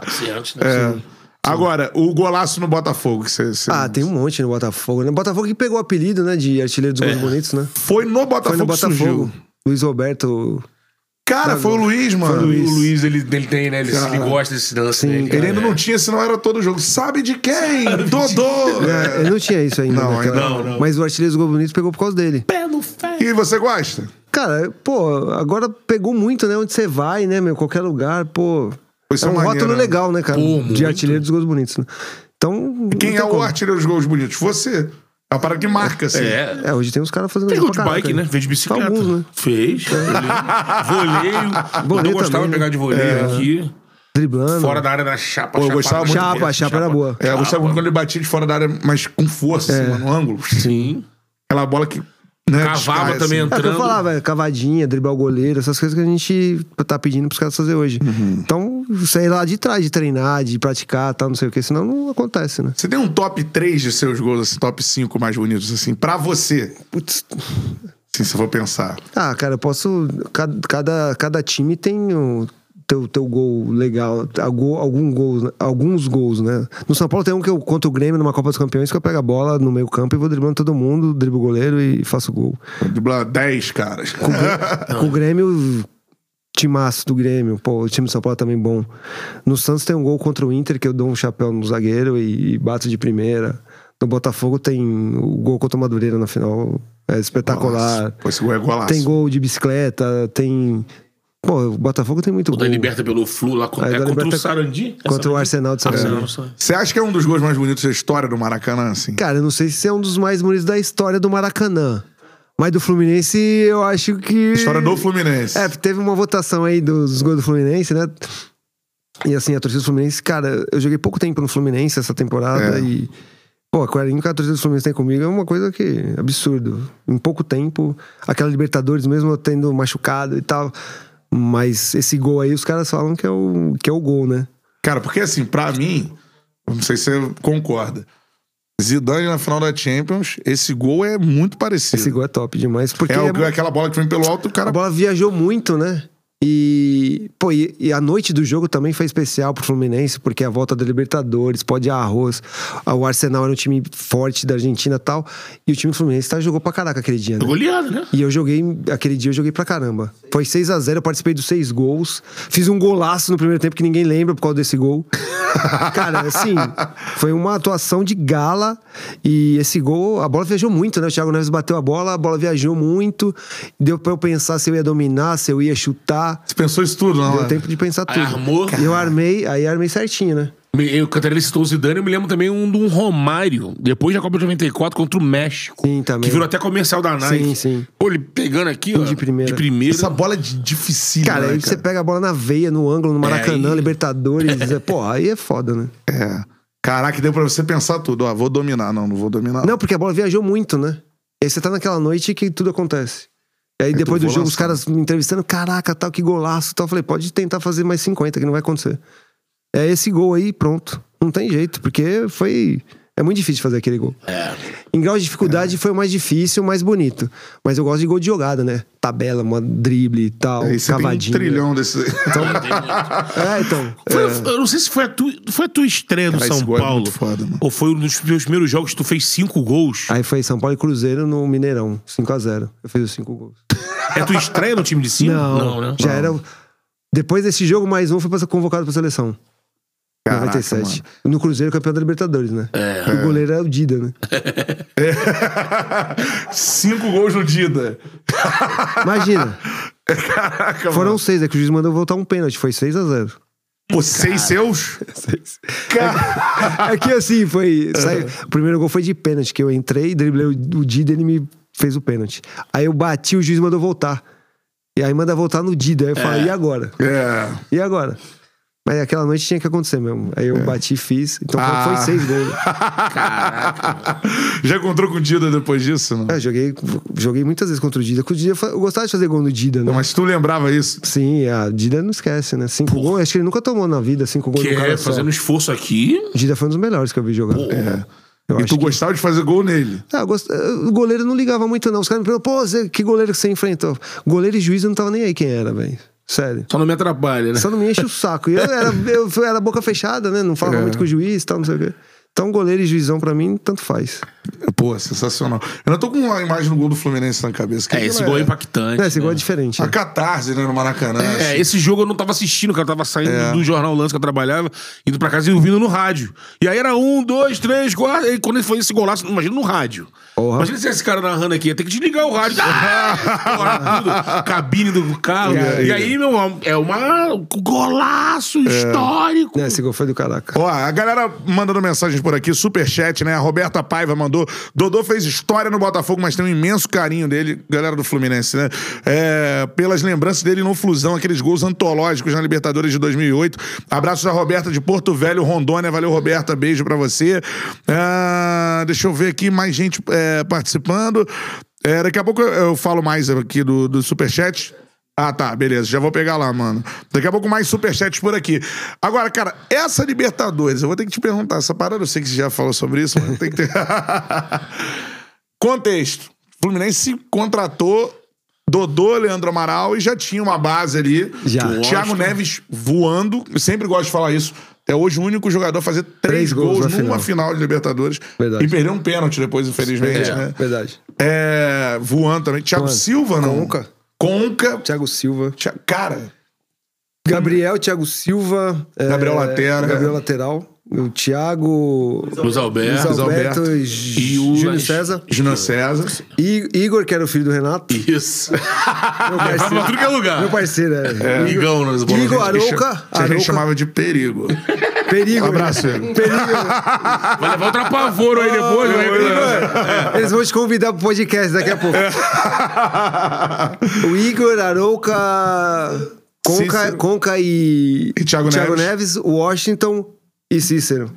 Speaker 2: 400, né?
Speaker 3: É.
Speaker 2: Sim.
Speaker 1: Agora, o golaço no Botafogo que você. você-
Speaker 3: Ah, tem um monte no Botafogo, né? Botafogo que pegou o apelido, né? De artilheiro dos
Speaker 2: É.
Speaker 3: gols bonitos, né?
Speaker 1: Foi no Botafogo
Speaker 3: Foi no
Speaker 1: que
Speaker 3: Botafogo.
Speaker 1: surgiu.
Speaker 3: Luiz Roberto.
Speaker 1: Cara, foi o Luiz, mano.
Speaker 2: O Luiz, ele, ele tem, né? Ele,
Speaker 1: Cara.
Speaker 2: ele gosta desse lance.
Speaker 3: Sim,
Speaker 2: né?
Speaker 1: Ele ainda
Speaker 2: É.
Speaker 1: não tinha, senão era todo jogo. Sabe de quem? Dodô!
Speaker 3: É, eu não tinha isso ainda.
Speaker 1: Não,
Speaker 3: naquela-
Speaker 2: ainda não, não.
Speaker 3: Mas o artilheiro dos gols bonitos pegou por causa dele.
Speaker 1: É. E você gosta?
Speaker 3: Cara, pô, agora pegou muito, né? Onde você vai, né, meu? Qualquer lugar, pô.
Speaker 1: Isso
Speaker 3: é
Speaker 1: é
Speaker 3: um
Speaker 1: maneiro,
Speaker 3: rótulo
Speaker 1: né?
Speaker 3: legal, né, cara?
Speaker 2: Pô,
Speaker 3: de
Speaker 2: muito.
Speaker 3: artilheiro dos gols bonitos. Né? Então.
Speaker 1: Quem
Speaker 3: não
Speaker 1: é o
Speaker 3: tem como.
Speaker 1: artilheiro dos gols bonitos? Você. É uma parada que marca, assim.
Speaker 2: É.
Speaker 3: É, hoje tem uns caras fazendo
Speaker 2: Tem
Speaker 3: gol
Speaker 2: gol de
Speaker 3: pra caraca,
Speaker 2: bike, né? Fez de bicicleta.
Speaker 3: Alguns, né?
Speaker 2: Fez.
Speaker 3: [laughs]
Speaker 2: Voleio. Eu
Speaker 3: Voleio
Speaker 2: gostava
Speaker 3: também, né?
Speaker 2: de pegar
Speaker 3: É.
Speaker 2: de voleio aqui.
Speaker 3: Driblando.
Speaker 2: Fora da área da
Speaker 1: Pô,
Speaker 2: chapa.
Speaker 1: eu
Speaker 2: chapa-
Speaker 1: gostava muito
Speaker 3: Chapa, chapa, era boa.
Speaker 1: É, eu gostava muito quando ele batia de fora da área, mas com força, assim, mano, no ângulo.
Speaker 2: Sim.
Speaker 1: Aquela bola que. Né,
Speaker 2: Cavava
Speaker 1: descarga,
Speaker 2: também
Speaker 1: assim.
Speaker 3: É o que eu
Speaker 2: entrando.
Speaker 3: falava, é, cavadinha, driblar o goleiro, essas coisas que a gente tá pedindo pros caras fazer hoje. Então, sair lá de trás, de treinar, de praticar, tal, não sei o que, senão não acontece, né?
Speaker 1: Você tem um top 3 de seus gols, assim, top 5 mais bonitos, assim, pra você,
Speaker 3: Putz.
Speaker 1: assim, se eu for pensar.
Speaker 3: Ah, cara, eu posso. Cada, cada, cada time tem o teu, teu gol legal, algum, algum gols, né? alguns gols, né? No São Paulo tem um que eu contra o Grêmio numa Copa dos Campeões que eu pego a bola no meio campo e vou driblando todo mundo, driblo o goleiro e faço gol.
Speaker 1: Driblar 10 caras. [laughs]
Speaker 3: É
Speaker 2: Ah.
Speaker 3: Com o Grêmio, timaço do Grêmio. Pô, o time do São Paulo é também bom. No Santos tem um gol contra o Inter que eu dou um chapéu no zagueiro e, e bato de primeira. No Botafogo tem o gol contra o Madureira na final. É espetacular.
Speaker 1: Pô, esse gol é golaço.
Speaker 3: Tem gol de bicicleta, tem... Pô, o Botafogo tem muito
Speaker 2: O da
Speaker 3: gol.
Speaker 2: Liberta pelo Flu lá
Speaker 3: Aí,
Speaker 2: contra, é
Speaker 3: da
Speaker 2: contra
Speaker 3: Liberta-
Speaker 2: o Sarandi? É
Speaker 3: Contra o Arsenal de São Paulo.
Speaker 2: Sarandi. Sarandi.
Speaker 1: Você acha que é um dos gols mais bonitos da história do Maracanã, assim?
Speaker 3: Cara, eu não sei se é um dos mais bonitos da história do Maracanã. Mas do Fluminense, eu acho que...
Speaker 1: História do Fluminense.
Speaker 3: É, teve uma votação aí dos gols do Fluminense, né? E assim, a torcida do Fluminense, cara, eu joguei pouco tempo no Fluminense essa temporada
Speaker 1: É.
Speaker 3: e. Pô, a carinho que a torcida do Fluminense tem comigo é uma coisa que. absurdo. Em pouco tempo, aquela Libertadores, mesmo eu tendo machucado e tal. Mas esse gol aí, os caras falam que é o, que é o gol, né?
Speaker 1: Cara, porque assim, pra mim, não sei se você concorda. Zidane na final da Champions, esse gol é muito parecido.
Speaker 3: Esse gol é top demais. Porque
Speaker 1: é,
Speaker 3: é
Speaker 1: o- aquela bola que vem pelo alto, o
Speaker 3: A
Speaker 1: cara.
Speaker 3: bola viajou muito, né? E, pô, e, e a noite do jogo também foi especial pro Fluminense, porque a volta da Libertadores, pode arroz. a- O Arsenal era um time forte da Argentina e tal. E o time do Fluminense tá, jogou pra caraca aquele dia, né?
Speaker 2: Goleado, né?
Speaker 3: E eu joguei, aquele dia eu joguei pra caramba. Foi 6 a 0 eu participei dos seis gols. Fiz um golaço no primeiro tempo que ninguém lembra por causa desse gol.
Speaker 2: [laughs]
Speaker 3: Cara, assim, foi uma atuação de gala. E esse gol, a bola viajou muito, né? O Thiago Neves bateu a bola, a bola viajou muito. Deu pra eu pensar se eu ia dominar, se eu ia chutar.
Speaker 1: Você pensou isso tudo, não?
Speaker 3: Deu
Speaker 1: é?
Speaker 3: tempo de pensar
Speaker 2: Aí
Speaker 3: tudo.
Speaker 2: armou.
Speaker 3: E eu armei, aí armei certinho, né?
Speaker 2: Me- Eu, Cantarelli citou o Zidane, eu me lembro também um de um Romário, depois da Copa de 94 contra o México.
Speaker 3: Sim, também.
Speaker 2: Que virou até comercial da Nike.
Speaker 3: Sim, sim.
Speaker 2: Pô, ele pegando aqui, ó.
Speaker 3: de primeira.
Speaker 2: De primeira.
Speaker 1: Essa bola é de- difícil,
Speaker 3: Cara,
Speaker 1: né,
Speaker 3: aí você
Speaker 1: cara?
Speaker 3: pega a bola na veia, no ângulo, no Maracanã,
Speaker 2: É, aí-
Speaker 3: Libertadores. é, Pô, aí é foda, né?
Speaker 1: É. Caraca, deu pra você pensar tudo. Ó, vou dominar. Não, não vou dominar.
Speaker 3: Não, porque a bola viajou muito, né? E aí você tá naquela noite que tudo acontece. E
Speaker 1: É
Speaker 3: aí depois do
Speaker 1: golaço,
Speaker 3: jogo, os caras me entrevistando, caraca, tal, que golaço, tal. Eu falei, pode tentar fazer mais 50, que não vai acontecer. É esse gol aí, pronto. Não tem jeito, porque foi. É muito difícil fazer aquele gol.
Speaker 1: É.
Speaker 3: Em grau de dificuldade foi o mais difícil, o mais bonito. Mas eu gosto de gol de jogada, né? Tabela, uma drible e tal,
Speaker 1: Aí você tem um
Speaker 3: cavadinha.
Speaker 1: trilhão desse.
Speaker 3: É, então.
Speaker 2: Foi- Eu não sei se foi a, tu, foi a tua estreia no
Speaker 1: [laughs] Cara,
Speaker 2: São
Speaker 1: esse gol é
Speaker 2: Paulo.
Speaker 1: muito foda, mano.
Speaker 2: ou foi um dos teus primeiros jogos que tu fez cinco gols.
Speaker 3: Aí foi São Paulo e Cruzeiro no Mineirão, 5x0. Eu fiz os 5 gols.
Speaker 2: É tua estreia no time de cinco? né?
Speaker 3: Já era. Depois desse jogo, mais um foi pra ser convocado pra seleção.
Speaker 1: Caraca,
Speaker 3: 97. No Cruzeiro, campeão da Libertadores, né? É. O goleiro é o
Speaker 1: [laughs]
Speaker 3: Dida, né?
Speaker 1: Cinco gols no Dida.
Speaker 3: Imagina.
Speaker 1: Caraca, mano.
Speaker 3: Foram seis, é que o juiz mandou voltar um pênalti. Foi 6 a
Speaker 1: [laughs]
Speaker 3: 0
Speaker 1: Pô, seis seus?
Speaker 3: É que assim, foi. saiu-
Speaker 1: É.
Speaker 3: o primeiro gol foi de pênalti, que eu entrei, driblei o, o Dida ele me fez o pênalti. Aí eu bati, o juiz mandou voltar. E aí manda voltar no Dida. Aí eu falei, e agora?
Speaker 1: É.
Speaker 3: E agora? Mas aquela noite tinha que acontecer mesmo. Aí eu bati e fiz. Então foi-
Speaker 1: É. Ah.
Speaker 3: foi seis gols.
Speaker 1: Já encontrou com o Dida depois disso? Não?
Speaker 3: Ah, Eu joguei, joguei muitas vezes contra o Dida. Com o Dida eu fa- eu gostava de fazer gol no Dida, né?
Speaker 1: Mas tu lembrava isso?
Speaker 3: Sim, é, a Dida não esquece, né? Cinco gols, acho que ele nunca tomou na vida cinco gols
Speaker 2: Que
Speaker 3: no cara
Speaker 2: é,
Speaker 3: só.
Speaker 2: fazendo esforço aqui.
Speaker 3: Dida foi um dos melhores que eu vi jogar. É. Eu
Speaker 1: e
Speaker 3: acho
Speaker 1: tu
Speaker 3: que-
Speaker 1: gostava de fazer gol nele.
Speaker 3: Ah, eu gost- O goleiro não ligava muito, não. Os caras me perguntam, pô, Zé, que goleiro que você enfrentou? Goleiro e juiz eu não tava nem aí quem era, velho. Sério.
Speaker 2: Só não me atrapalha, né?
Speaker 3: Só não me enche o saco. E eu era, eu fui- era boca fechada, né? Não falava muito com o juiz e tal, não sei o quê. Então, goleiro e juizão, pra mim, tanto faz.
Speaker 1: Pô, sensacional. Eu não tô com a imagem do gol do Fluminense na cabeça. que
Speaker 2: É, esse
Speaker 1: aquilo
Speaker 2: gol é impactante.
Speaker 3: Não, esse gol é diferente.
Speaker 1: A catarse, né, no Maracanã.
Speaker 2: É, esse jogo eu não tava assistindo, cara. Eu tava saindo
Speaker 1: É.
Speaker 2: do jornal Lance que eu trabalhava, indo pra casa e ouvindo no rádio. E aí era um, dois, três, quatro. E quando ele foi esse golaço, imagina no rádio.
Speaker 3: Porra.
Speaker 2: Imagina se esse cara narrando aqui, ia ter que desligar o rádio. Ah! Tudo, cabine do carro.
Speaker 1: aí?
Speaker 2: E aí, meu irmão, é uma um golaço histórico.
Speaker 3: Né, Esse gol foi do caraca.
Speaker 1: Ó, a galera mandando mensagens por aqui, superchat, né? A Roberta Paiva mandou. Dodô fez história no Botafogo, mas tem um imenso carinho dele, galera do Fluminense, né? É, pelas lembranças dele no Flusão, aqueles gols antológicos na Libertadores de 2008. Abraços a Roberta de Porto Velho, Rondônia. Valeu, Roberta. Beijo pra você. Ah, deixa eu ver aqui mais gente é, participando. É, daqui a pouco eu- eu falo mais aqui do, do superchat. Ah, tá, beleza. Já vou pegar lá, mano. Daqui a pouco mais superchats por aqui. Agora, cara, essa Libertadores, eu vou ter que te perguntar essa parada. Eu sei que você já falou sobre isso, mas tem que ter. [laughs] Contexto. Fluminense contratou Dodô, Leandro Amaral e já tinha uma base ali.
Speaker 3: Já.
Speaker 1: Thiago Neves voando. Eu sempre gosto de falar isso. É hoje o único jogador a fazer três,
Speaker 3: Três gols
Speaker 1: gols,
Speaker 3: na
Speaker 1: numa final.
Speaker 3: final.
Speaker 1: de Libertadores.
Speaker 3: Verdade.
Speaker 1: E perdeu um pênalti depois, infelizmente, né?
Speaker 3: Verdade.
Speaker 1: É, voando também. Thiago
Speaker 3: Voando.
Speaker 1: Silva, não?
Speaker 3: Conca.
Speaker 1: Conca.
Speaker 3: Thiago Silva.
Speaker 1: Tia- Cara,
Speaker 3: Gabriel, Thiago Silva. é,
Speaker 1: Gabriel Laterna.
Speaker 3: Gabriel Lateral. O Thiago.
Speaker 2: Luiz
Speaker 3: Luiz
Speaker 2: Alberto.
Speaker 3: Alberto,
Speaker 1: Alberto.
Speaker 3: e
Speaker 2: E o-
Speaker 3: Júnior César.
Speaker 1: Júnior César.
Speaker 3: E Igor, que era o filho
Speaker 2: [laughs]
Speaker 3: do Renato.
Speaker 2: Isso.
Speaker 3: Meu parceiro.
Speaker 2: Levava tudo que é lugar.
Speaker 3: Meu parceiro, é.
Speaker 2: Ligão nas bolas.
Speaker 3: Igor
Speaker 2: Vai
Speaker 3: Arouca.
Speaker 1: A gente
Speaker 3: Arouca.
Speaker 1: chamava de perigo.
Speaker 3: Perigo.
Speaker 1: Um abraço,
Speaker 3: né?
Speaker 1: Igor.
Speaker 3: Perigo.
Speaker 2: levar o trapavoro aí
Speaker 1: Ah,
Speaker 2: depois, né?
Speaker 3: É. Eles vão te convidar pro podcast daqui a pouco. O Igor, Arouca. Conca,
Speaker 1: Cícero.
Speaker 3: Conca e.
Speaker 1: E Thiago
Speaker 3: Neves. Washington e Cícero.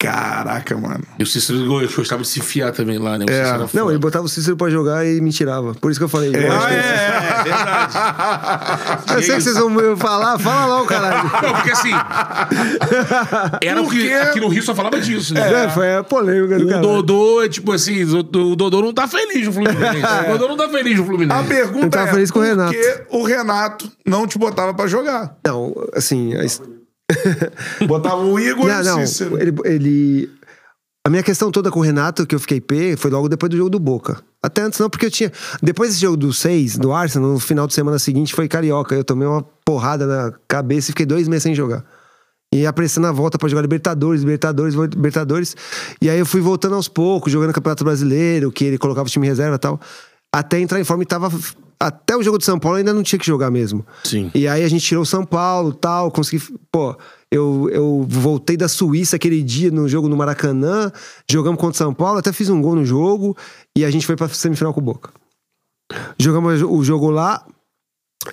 Speaker 1: Caraca, mano.
Speaker 2: E o Cícero gostava de se fiar também lá, né? O Cícero era
Speaker 3: Não,
Speaker 2: foda.
Speaker 3: ele botava o Cícero pra jogar e me tirava. Por isso que eu falei. eu acho
Speaker 2: Ah,
Speaker 3: que-
Speaker 2: é, é verdade.
Speaker 3: Ah, Eu sei que vocês vão me falar, fala lá o caralho.
Speaker 2: Não, porque
Speaker 3: [laughs]
Speaker 2: assim. Era o que
Speaker 1: Porque-
Speaker 2: aqui no Rio só falava disso, né?
Speaker 3: É, foi a polêmica do
Speaker 2: O
Speaker 3: caralho.
Speaker 2: Dodô é tipo assim, o o Dodô não tá feliz no Fluminense. O Dodô não tá feliz no
Speaker 1: A
Speaker 2: Fluminense.
Speaker 1: pergunta
Speaker 3: Eu tava
Speaker 1: é
Speaker 3: feliz com o
Speaker 1: por
Speaker 3: Renato.
Speaker 1: que o Renato não te botava pra jogar?
Speaker 3: Não, assim. A... his-
Speaker 1: Botava o Igor
Speaker 3: Não,
Speaker 1: e o
Speaker 3: não.
Speaker 1: Cícero.
Speaker 3: Ele, ele- A minha questão toda com o Renato, que eu fiquei P, foi logo depois do jogo do Boca. Até antes não, porque eu tinha. Depois desse jogo do 6, do Arsenal, no final de semana seguinte foi Carioca. Eu tomei uma porrada na cabeça e fiquei dois meses sem jogar. E a pressão na volta pra jogar Libertadores, Libertadores, Libertadores. E aí eu fui voltando aos poucos, jogando Campeonato Brasileiro, que ele colocava o time em reserva e tal. Até entrar em forma e tava. Até o jogo do São Paulo eu ainda não tinha que jogar mesmo.
Speaker 2: Sim.
Speaker 3: E aí a gente tirou o São Paulo tal, consegui. Pô, eu, eu voltei da Suíça aquele dia no jogo no Maracanã, jogamos contra o São Paulo, até fiz um gol no jogo e a gente foi pra semifinal com o Boca. Jogamos o jogo lá,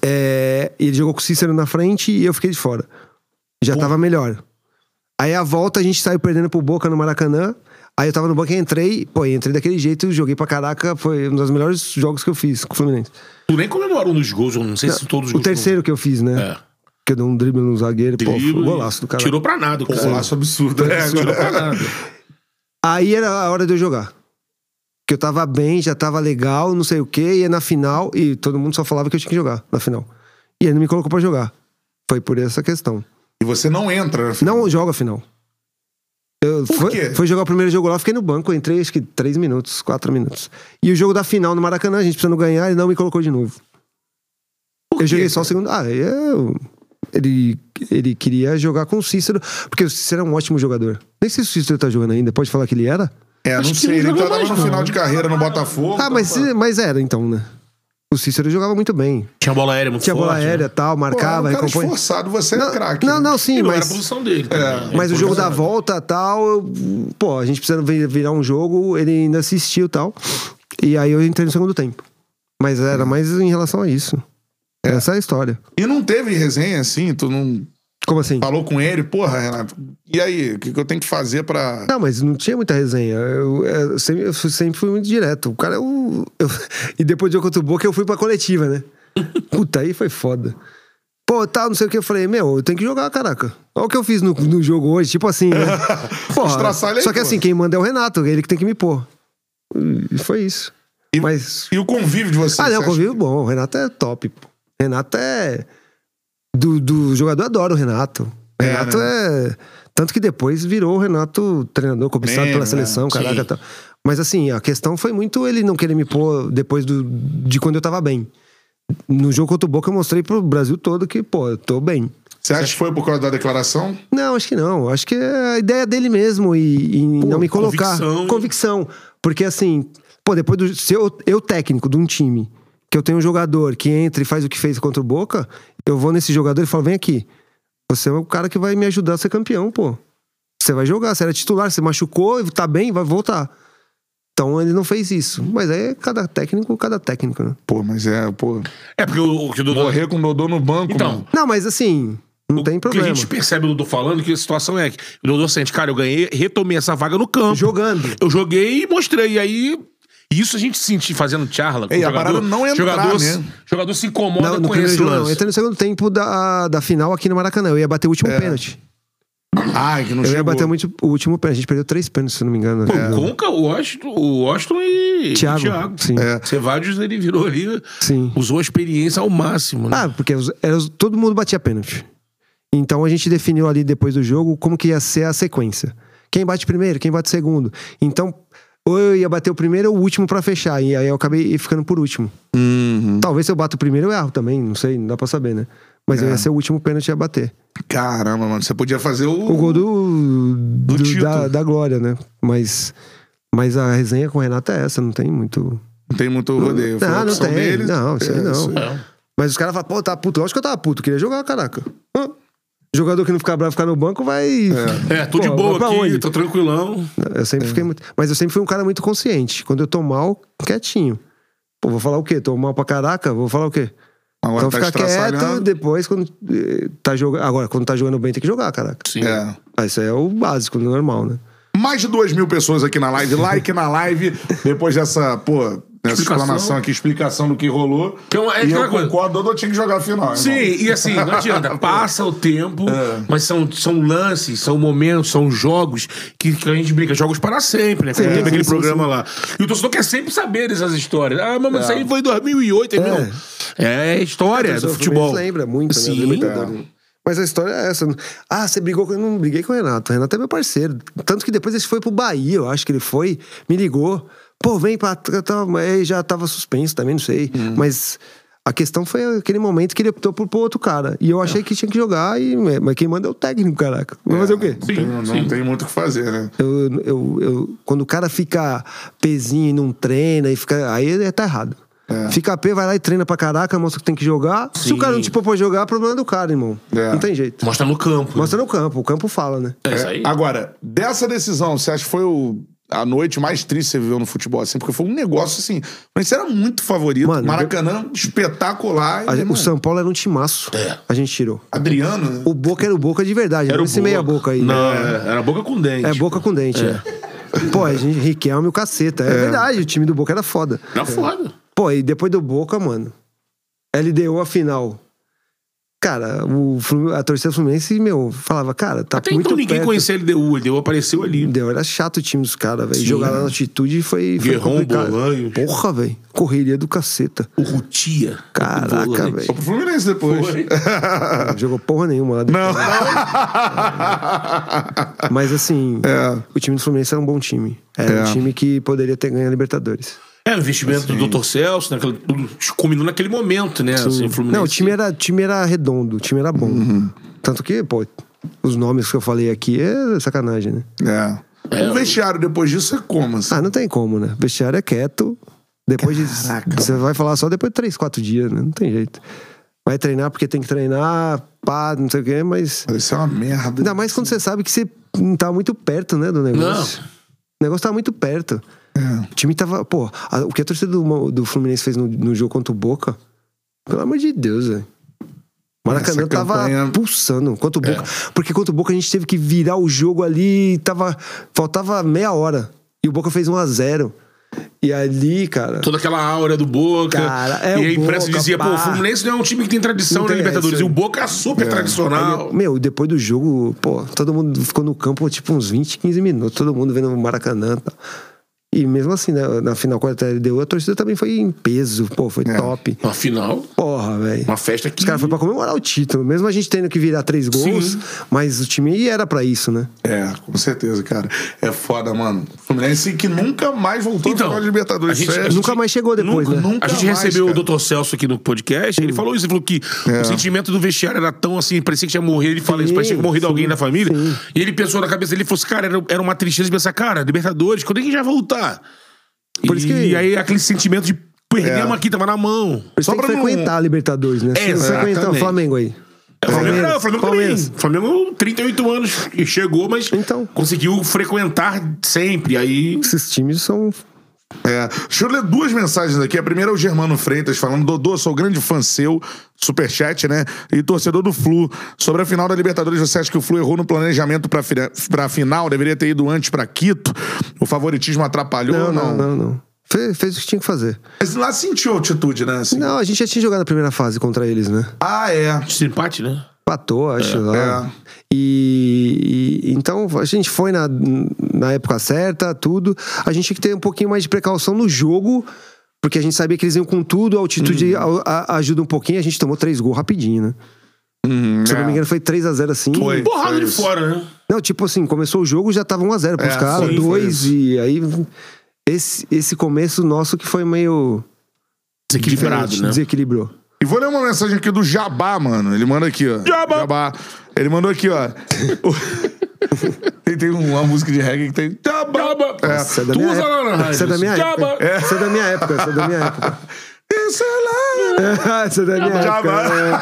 Speaker 3: é, ele jogou com o Cícero na frente e eu fiquei de fora. Já
Speaker 2: Né?
Speaker 3: tava melhor. Aí a volta a gente saiu perdendo pro Boca no Maracanã. Aí eu tava no banco e entrei, pô, e entrei daquele jeito, joguei pra caraca, foi um dos melhores jogos que eu fiz com o Fluminense.
Speaker 2: Tu nem comemorou nos gols, eu não sei se todos os
Speaker 3: O
Speaker 2: gols.
Speaker 3: terceiro que eu fiz, né?
Speaker 2: É.
Speaker 3: que deu um drible no zagueiro, pô, foi um
Speaker 2: Drible,
Speaker 3: golaço do cara.
Speaker 2: Tirou pra nada, o cara.
Speaker 1: Golaço um absurdo.
Speaker 2: É,
Speaker 1: né?
Speaker 2: tirou pra nada.
Speaker 3: Aí era a hora de eu jogar. Que eu tava bem, já tava legal, não sei o quê, ia na final e todo mundo só falava que eu tinha que jogar na final. E ele não me colocou pra jogar. Foi por essa questão.
Speaker 1: E você não entra. né?
Speaker 3: Não joga a final. Eu
Speaker 1: Por
Speaker 3: foi,
Speaker 1: quê?
Speaker 3: foi jogar o primeiro jogo lá, fiquei no banco, entrei acho que 3 minutos, 4 minutos. E o jogo da final no Maracanã, a gente precisando ganhar, ele não me colocou de novo. eu joguei só o segundo. Ah, eu, ele, ele queria jogar com o Cícero, porque o Cícero é um ótimo jogador. Nem sei se o Cícero tá jogando ainda, pode falar que ele era?
Speaker 1: É, não
Speaker 2: Acho que
Speaker 1: sei.
Speaker 2: não
Speaker 1: Ele
Speaker 2: jogou
Speaker 1: tá
Speaker 2: mais,
Speaker 1: no
Speaker 2: não.
Speaker 1: final de carreira no Botafogo.
Speaker 3: Ah, mas, mas era então, né? O Cícero jogava muito bem.
Speaker 2: Tinha bola aérea muito
Speaker 3: Tinha
Speaker 2: forte.
Speaker 3: bola aérea
Speaker 2: né?
Speaker 3: tal,
Speaker 1: Pô, é um
Speaker 3: marcava,
Speaker 1: cara
Speaker 3: recompõe.
Speaker 1: esforçado, você é craque.
Speaker 3: Não,
Speaker 1: né?
Speaker 3: não,
Speaker 2: E
Speaker 3: sim,
Speaker 2: não era a
Speaker 3: mas.
Speaker 2: posição dele. também, né?
Speaker 3: Mas o jogo da
Speaker 2: Impressionante.
Speaker 3: volta, tal, eu- pô, a gente precisando vi- virar um jogo, ele ainda assistiu tal. E aí eu entrei no segundo tempo. Mas era mais em relação a isso. Essa é a história.
Speaker 1: E não teve resenha assim? Tu não
Speaker 3: Como assim?
Speaker 1: falou com ele? Porra, Renato, e aí? O que, que eu tenho que fazer pra.
Speaker 3: Não, mas não tinha muita resenha. Eu, é, eu sempre, eu fui- sempre fui muito direto. O cara, eu, eu- E depois de jogo contra o Boca, eu fui pra coletiva,
Speaker 1: [laughs]
Speaker 3: né? Puta, aí foi foda. Pô, tal, não sei o que. Eu falei, meu, eu tenho que jogar, caraca. Olha o que eu fiz no, no jogo hoje, tipo assim,
Speaker 1: [laughs]
Speaker 3: né?
Speaker 1: Estraçalha aí,
Speaker 3: só que
Speaker 1: pô.
Speaker 3: assim, quem manda é o Renato, ele que tem que me pôr. E foi isso. Mas
Speaker 1: E o convívio de vocês?
Speaker 3: ah, não,
Speaker 1: você acha-
Speaker 3: convívio bom. O Renato é top. pô. O Renato é. Do, do jogador adora o Renato. O
Speaker 1: É,
Speaker 3: Renato é. Tanto que depois virou o Renato treinador, cobiçado
Speaker 1: Treino,
Speaker 3: pela
Speaker 1: né?
Speaker 3: seleção,
Speaker 2: Sim.
Speaker 3: caraca. Tal. Mas assim, a questão foi muito ele não querer me pôr depois do, de quando eu tava bem. No jogo contra o Boca, eu mostrei pro Brasil todo que, pô, eu tô bem.
Speaker 1: Você acha que foi por causa da declaração?
Speaker 3: Não, acho que não. Acho que é a ideia dele mesmo e, e não me colocar.
Speaker 2: convicção.
Speaker 3: Convicção. Porque assim, pô, depois do. Se eu, eu técnico de um time, que eu tenho um jogador que entra e faz o que fez contra o Boca, eu vou nesse jogador e falo: vem aqui. Você é o cara que vai me ajudar a ser campeão, pô. Você vai jogar, você era titular, você machucou, tá bem, vai voltar. Então ele não fez isso. Mas aí é cada técnico, cada técnico, né?
Speaker 1: Pô, mas é, pô.
Speaker 2: É porque o, o que o Dodô.
Speaker 1: Morrer com o Dodô no banco.
Speaker 2: Então,
Speaker 1: mano.
Speaker 3: Não, mas assim, não
Speaker 2: o
Speaker 3: tem
Speaker 2: que a
Speaker 3: problema.
Speaker 2: gente percebe o Dodô falando, que a situação é que o Dodô sente, cara, eu ganhei, retomei essa vaga no campo.
Speaker 3: Jogando.
Speaker 2: Eu joguei e mostrei. E aí. Isso a gente sente fazendo charla. com
Speaker 1: Ei,
Speaker 2: o
Speaker 1: a parada não entrar,
Speaker 2: jogador,
Speaker 1: né?
Speaker 2: jogador se incomoda
Speaker 3: Não, no
Speaker 2: com
Speaker 3: primeiro
Speaker 2: esse
Speaker 3: jogo, não.
Speaker 2: lance.
Speaker 3: Eu entrei no segundo tempo da, da final aqui no Maracanã. Eu ia bater o último
Speaker 2: É,
Speaker 3: pênalti.
Speaker 1: Ai, que não
Speaker 2: um
Speaker 3: Eu
Speaker 1: chegou.
Speaker 3: ia bater muito, o último pênalti. A gente perdeu três pênaltis, se eu não me engano.
Speaker 2: Pô,
Speaker 3: É.
Speaker 2: o Conca, o Washington, o Washington e
Speaker 3: Thiago,
Speaker 2: e Thiago.
Speaker 3: sim.
Speaker 1: É.
Speaker 2: Cevados, ele virou ali,
Speaker 3: Sim.
Speaker 2: usou a experiência ao máximo. Né?
Speaker 3: Ah, porque os- era os- todo mundo batia pênalti. Então a gente definiu ali depois do jogo como que ia ser a sequência. Quem bate primeiro, quem bate segundo. Então, ou eu ia bater o primeiro ou o último pra fechar. E aí eu acabei ficando por último.
Speaker 1: Uhum.
Speaker 3: Talvez se eu bato o primeiro, eu erro também. Não sei, não dá pra saber, né? Mas
Speaker 2: É.
Speaker 3: eu ia ser o último pênalti a bater.
Speaker 1: Caramba, mano. Você podia fazer o.
Speaker 3: O gol do, do-
Speaker 1: Tito.
Speaker 3: da, da Glória, né? Mas, mas a resenha com o Renato é essa, não tem muito. Ah,
Speaker 1: Não tem muito rodeio. Foi a
Speaker 3: não, não
Speaker 1: opção
Speaker 3: tem.
Speaker 1: deles.
Speaker 3: Não, isso aí
Speaker 1: É,
Speaker 3: não.
Speaker 2: É.
Speaker 3: Mas os caras falam, pô, tá puto. Lógico que eu tava puto, queria jogar, caraca. Hã? Jogador que não ficar bravo, ficar no banco, vai.
Speaker 2: É, tô de
Speaker 3: Pô,
Speaker 2: boa
Speaker 3: vai pra
Speaker 2: aqui,
Speaker 3: onde?
Speaker 2: tô tranquilão.
Speaker 3: Eu sempre
Speaker 1: É.
Speaker 3: fiquei muito. Mas eu sempre fui um cara muito consciente. Quando eu tô mal, quietinho. Pô, vou falar o quê? Tô mal pra caraca? Vou falar o quê?
Speaker 1: Agora
Speaker 3: Então
Speaker 1: tá
Speaker 3: ficar quieto,
Speaker 1: estraçalhando.
Speaker 3: depois, quando eh, tá jogando. Agora, quando tá jogando bem, tem que jogar, caraca.
Speaker 2: Sim.
Speaker 1: É.
Speaker 3: Ah, isso aí é o básico, o normal, né?
Speaker 1: Mais de duas mil pessoas aqui na live. Like na live. Depois dessa, pô, dessa
Speaker 2: Explicação.
Speaker 1: explanação aqui, explicação do que rolou.
Speaker 2: Então, é
Speaker 1: e
Speaker 2: aquela
Speaker 1: eu
Speaker 2: coisa.
Speaker 1: concordo, Dodô tinha que jogar a final. irmão.
Speaker 2: Sim, e assim,
Speaker 3: [laughs]
Speaker 2: não adianta. Passa o tempo,
Speaker 3: É.
Speaker 2: mas são, são lances, são momentos, são jogos que, que a gente brinca, jogos para sempre, né? Como
Speaker 3: Sim,
Speaker 2: teve
Speaker 3: sim,
Speaker 2: aquele
Speaker 3: sim, É.
Speaker 2: programa lá. E o torcedor quer sempre saber dessas histórias. Ah, mas isso aí foi em 2008, é. não. É história do
Speaker 3: Pessoa
Speaker 2: futebol.
Speaker 3: Fluminense lembra muito, né?
Speaker 2: Sim.
Speaker 3: do Libertadores. Mas a história é essa. Ah, você brigou com. Eu não briguei com o Renato. O Renato é meu parceiro. Tanto que depois ele foi pro Bahia, eu acho que ele foi, me ligou. Pô, vem pra. eu tava- Aí já tava suspenso também, não sei.
Speaker 2: Hum.
Speaker 3: Mas a questão foi aquele momento que ele optou por pôr outro cara. E eu
Speaker 2: É.
Speaker 3: achei que tinha que jogar, e... mas quem manda é o técnico, caraca. Vai fazer o quê?
Speaker 1: Não, [laughs] tem, um, não
Speaker 2: sim.
Speaker 1: tem muito o que fazer, né?
Speaker 3: Eu, eu, eu- quando o cara fica pezinho e não treina, e fica, aí ele tá errado. Fica pé, vai lá e treina pra caraca, mostra que tem que jogar. Se
Speaker 2: É. Sim.
Speaker 3: o cara não te propor jogar, problema é do cara, irmão.
Speaker 1: É.
Speaker 3: Não tem jeito.
Speaker 2: Mostra no campo.
Speaker 3: Mostra no campo, o campo fala, né?
Speaker 2: É isso aí.
Speaker 1: Agora, dessa decisão, você acha que foi o- a noite mais triste que você viveu no futebol, assim? Porque foi um negócio, assim... Mas você era muito favorito.
Speaker 3: Mano,
Speaker 1: Maracanã, espetacular.
Speaker 3: A-
Speaker 1: e,
Speaker 3: o
Speaker 1: mano,
Speaker 3: São Paulo era um timaço. A gente tirou.
Speaker 1: Adriano, né?
Speaker 3: O Boca era o Boca de verdade,
Speaker 2: É. Era
Speaker 3: era
Speaker 2: o
Speaker 3: esse meia boca aí.
Speaker 2: Não,
Speaker 3: né?
Speaker 2: é, era boca com dente.
Speaker 3: É boca com dente. né? Pô, a gente, Riquelme e o caceta. É, verdade, o time do Boca era foda. É.
Speaker 2: Era foda.
Speaker 3: Pô, e depois do Boca, mano. LDU a final. Cara, o, Flu- a torcida Fluminense, meu, falava, cara, tá
Speaker 2: Até
Speaker 3: muito
Speaker 2: então ninguém
Speaker 3: perto.
Speaker 2: conhecia a LDU, a LDU apareceu ali.
Speaker 3: Deu, era chato o time dos caras, velho.
Speaker 2: Sim.
Speaker 3: Jogar lá na altitude foi, foi
Speaker 2: Guerrão,
Speaker 3: complicado.
Speaker 2: Bolanho.
Speaker 3: Porra, velho. Correria do caceta.
Speaker 2: O Rutia.
Speaker 3: Caraca,
Speaker 2: o né? volante.
Speaker 3: velho.
Speaker 1: Foi pro Fluminense depois.
Speaker 2: Foi.
Speaker 3: Não jogou porra nenhuma lá.
Speaker 1: Não.
Speaker 3: Mas assim, o time do Fluminense era um bom time. Era
Speaker 1: É.
Speaker 3: um time que poderia ter ganho a Libertadores.
Speaker 2: É, o investimento do Dr. Celso, naquele, tudo culminou naquele momento, né? Assim, o Fluminense.
Speaker 3: Não, o time era, o time era redondo, o time era bom. Tanto que, pô, os nomes que eu falei aqui é sacanagem, né?
Speaker 1: [laughs] É. o vestiário depois disso é como, assim?
Speaker 3: Ah, não tem como, né? Vestiário é quieto. Depois de. Você vai falar só depois de três, quatro dias, né? Não tem jeito. Vai treinar porque tem que treinar, pá, não sei o quê, mas.
Speaker 1: Isso é uma merda.
Speaker 3: Ainda mais quando você sabe que você não tá muito perto, né, do negócio. O negócio tá muito perto.
Speaker 1: É.
Speaker 3: O time tava. Pô, a- o que a torcida do, do Fluminense fez no, no jogo contra o Boca, pelo amor de Deus, velho. Maracanã
Speaker 1: Essa
Speaker 3: tava
Speaker 1: campanha- É.
Speaker 3: pulsando contra o Boca. Porque contra o Boca a gente teve que virar o jogo ali, tava, faltava meia hora. E o Boca fez 1 a 0 E ali, cara.
Speaker 2: Toda aquela aura do Boca.
Speaker 3: Cara, é
Speaker 2: e
Speaker 3: o
Speaker 2: a imprensa
Speaker 3: Boca,
Speaker 2: dizia, pô,
Speaker 3: pá.
Speaker 2: o Fluminense não é um time que tem tradição
Speaker 3: Não
Speaker 2: na
Speaker 3: tem,
Speaker 2: Libertadores.
Speaker 3: é
Speaker 2: E
Speaker 3: isso
Speaker 2: o
Speaker 3: aí.
Speaker 2: Boca é super tradicional.
Speaker 3: Meu, depois do jogo, pô, todo mundo ficou no campo tipo uns 20, 15 minutos, todo mundo vendo o Maracanã. Tá. E mesmo assim, na, na final contra a LDU, a torcida também foi em peso, pô,
Speaker 1: É.
Speaker 3: foi top.
Speaker 2: Uma final,
Speaker 3: Porra, velho.
Speaker 2: uma festa que...
Speaker 3: Os caras foram pra comemorar o título, mesmo a gente tendo que virar três gols,
Speaker 2: Sim.
Speaker 3: mas o time era pra isso, né?
Speaker 1: É, com certeza, cara. É foda, mano. Fluminense que nunca mais voltou
Speaker 2: Então,
Speaker 1: a final de Libertadores.
Speaker 2: a gente-
Speaker 1: Isso é-
Speaker 2: a gente-
Speaker 3: Nunca mais chegou depois,
Speaker 1: Nunca,
Speaker 3: né?
Speaker 1: nunca.
Speaker 2: A gente
Speaker 1: mais,
Speaker 2: recebeu
Speaker 1: cara.
Speaker 2: o Dr. Celso aqui no podcast, ele falou isso, ele falou que o sentimento do vestiário era tão assim, parecia que tinha morrido, ele fala isso,
Speaker 3: Sim,
Speaker 2: parecia que morrido
Speaker 3: sim,
Speaker 2: alguém da família.
Speaker 3: sim.
Speaker 2: E ele pensou na cabeça dele, ele falou assim, cara, era, era uma tristeza pensar, cara, Libertadores, quando é que a gente vai voltar?
Speaker 3: Por
Speaker 2: e
Speaker 3: isso que-
Speaker 2: aí aquele sentimento de perdemos aqui, tava na mão.
Speaker 3: Eles
Speaker 1: Só
Speaker 3: têm que
Speaker 1: pra não-
Speaker 3: frequentar a Libertadores, né? Você
Speaker 1: Exatamente.
Speaker 3: frequentar o Flamengo aí.
Speaker 2: É, o Flamengo,
Speaker 3: Palmeiras,
Speaker 2: não, o Flamengo
Speaker 3: Palmeiras.
Speaker 2: também. O Flamengo, 38 anos, e chegou, mas
Speaker 3: Então.
Speaker 2: conseguiu frequentar sempre. Aí.
Speaker 3: Esses times são.
Speaker 1: É. Deixa eu ler duas mensagens aqui. A primeira é o Germano Freitas falando: Dodô, sou grande fã seu, superchat, né? E torcedor do Flu. Sobre a final da Libertadores, você acha que o Flu errou no planejamento pra, fina- pra final? Deveria ter ido antes pra Quito? O favoritismo atrapalhou
Speaker 3: Não,
Speaker 1: ou
Speaker 3: não, não, não. Fe- Fez o que tinha que fazer.
Speaker 1: Mas lá sentiu a altitude, né? assim?
Speaker 3: Não, a gente já tinha jogado a primeira fase contra eles, né?
Speaker 1: Ah, é.
Speaker 2: Desempate, né?
Speaker 3: Empatou, acho.
Speaker 1: é.
Speaker 3: lá. E, e- então a gente foi na, na época certa, tudo. A gente tinha que ter um pouquinho mais de precaução no jogo, porque a gente sabia que eles iam com tudo, a altitude
Speaker 1: Uhum.
Speaker 3: a- a- ajuda um pouquinho. A gente tomou três gols rapidinho, né? Se eu não me engano, foi 3 a 0 assim.
Speaker 1: Uhum, é. Foi.
Speaker 2: Porrada de
Speaker 1: isso.
Speaker 2: fora, né?
Speaker 3: Não, tipo assim, começou o jogo, já tava 1x0 pros
Speaker 1: É,
Speaker 3: caras,
Speaker 1: foi,
Speaker 3: dois,
Speaker 1: foi
Speaker 3: e aí. Esse, esse começo nosso que foi meio.
Speaker 2: Desequilibrado,
Speaker 3: diferente,
Speaker 2: né?
Speaker 3: Desequilibrou.
Speaker 1: E vou ler uma mensagem aqui do Jabá, mano. Ele manda aqui, ó.
Speaker 2: Jabá.
Speaker 1: Ele mandou aqui, ó. O- [laughs] tem, tem uma música de reggae que tem. Jabá.
Speaker 2: Jabá.
Speaker 3: Isso é da
Speaker 2: Tu
Speaker 3: minha
Speaker 2: usa lá na
Speaker 3: época.
Speaker 2: rádio,
Speaker 3: Isso é da minha
Speaker 2: isso. Jabá.
Speaker 3: época. Isso é da minha época. Isso é da minha época.
Speaker 1: Isso é lá.
Speaker 3: [laughs] Isso é da minha
Speaker 1: Jabá.
Speaker 3: época. né?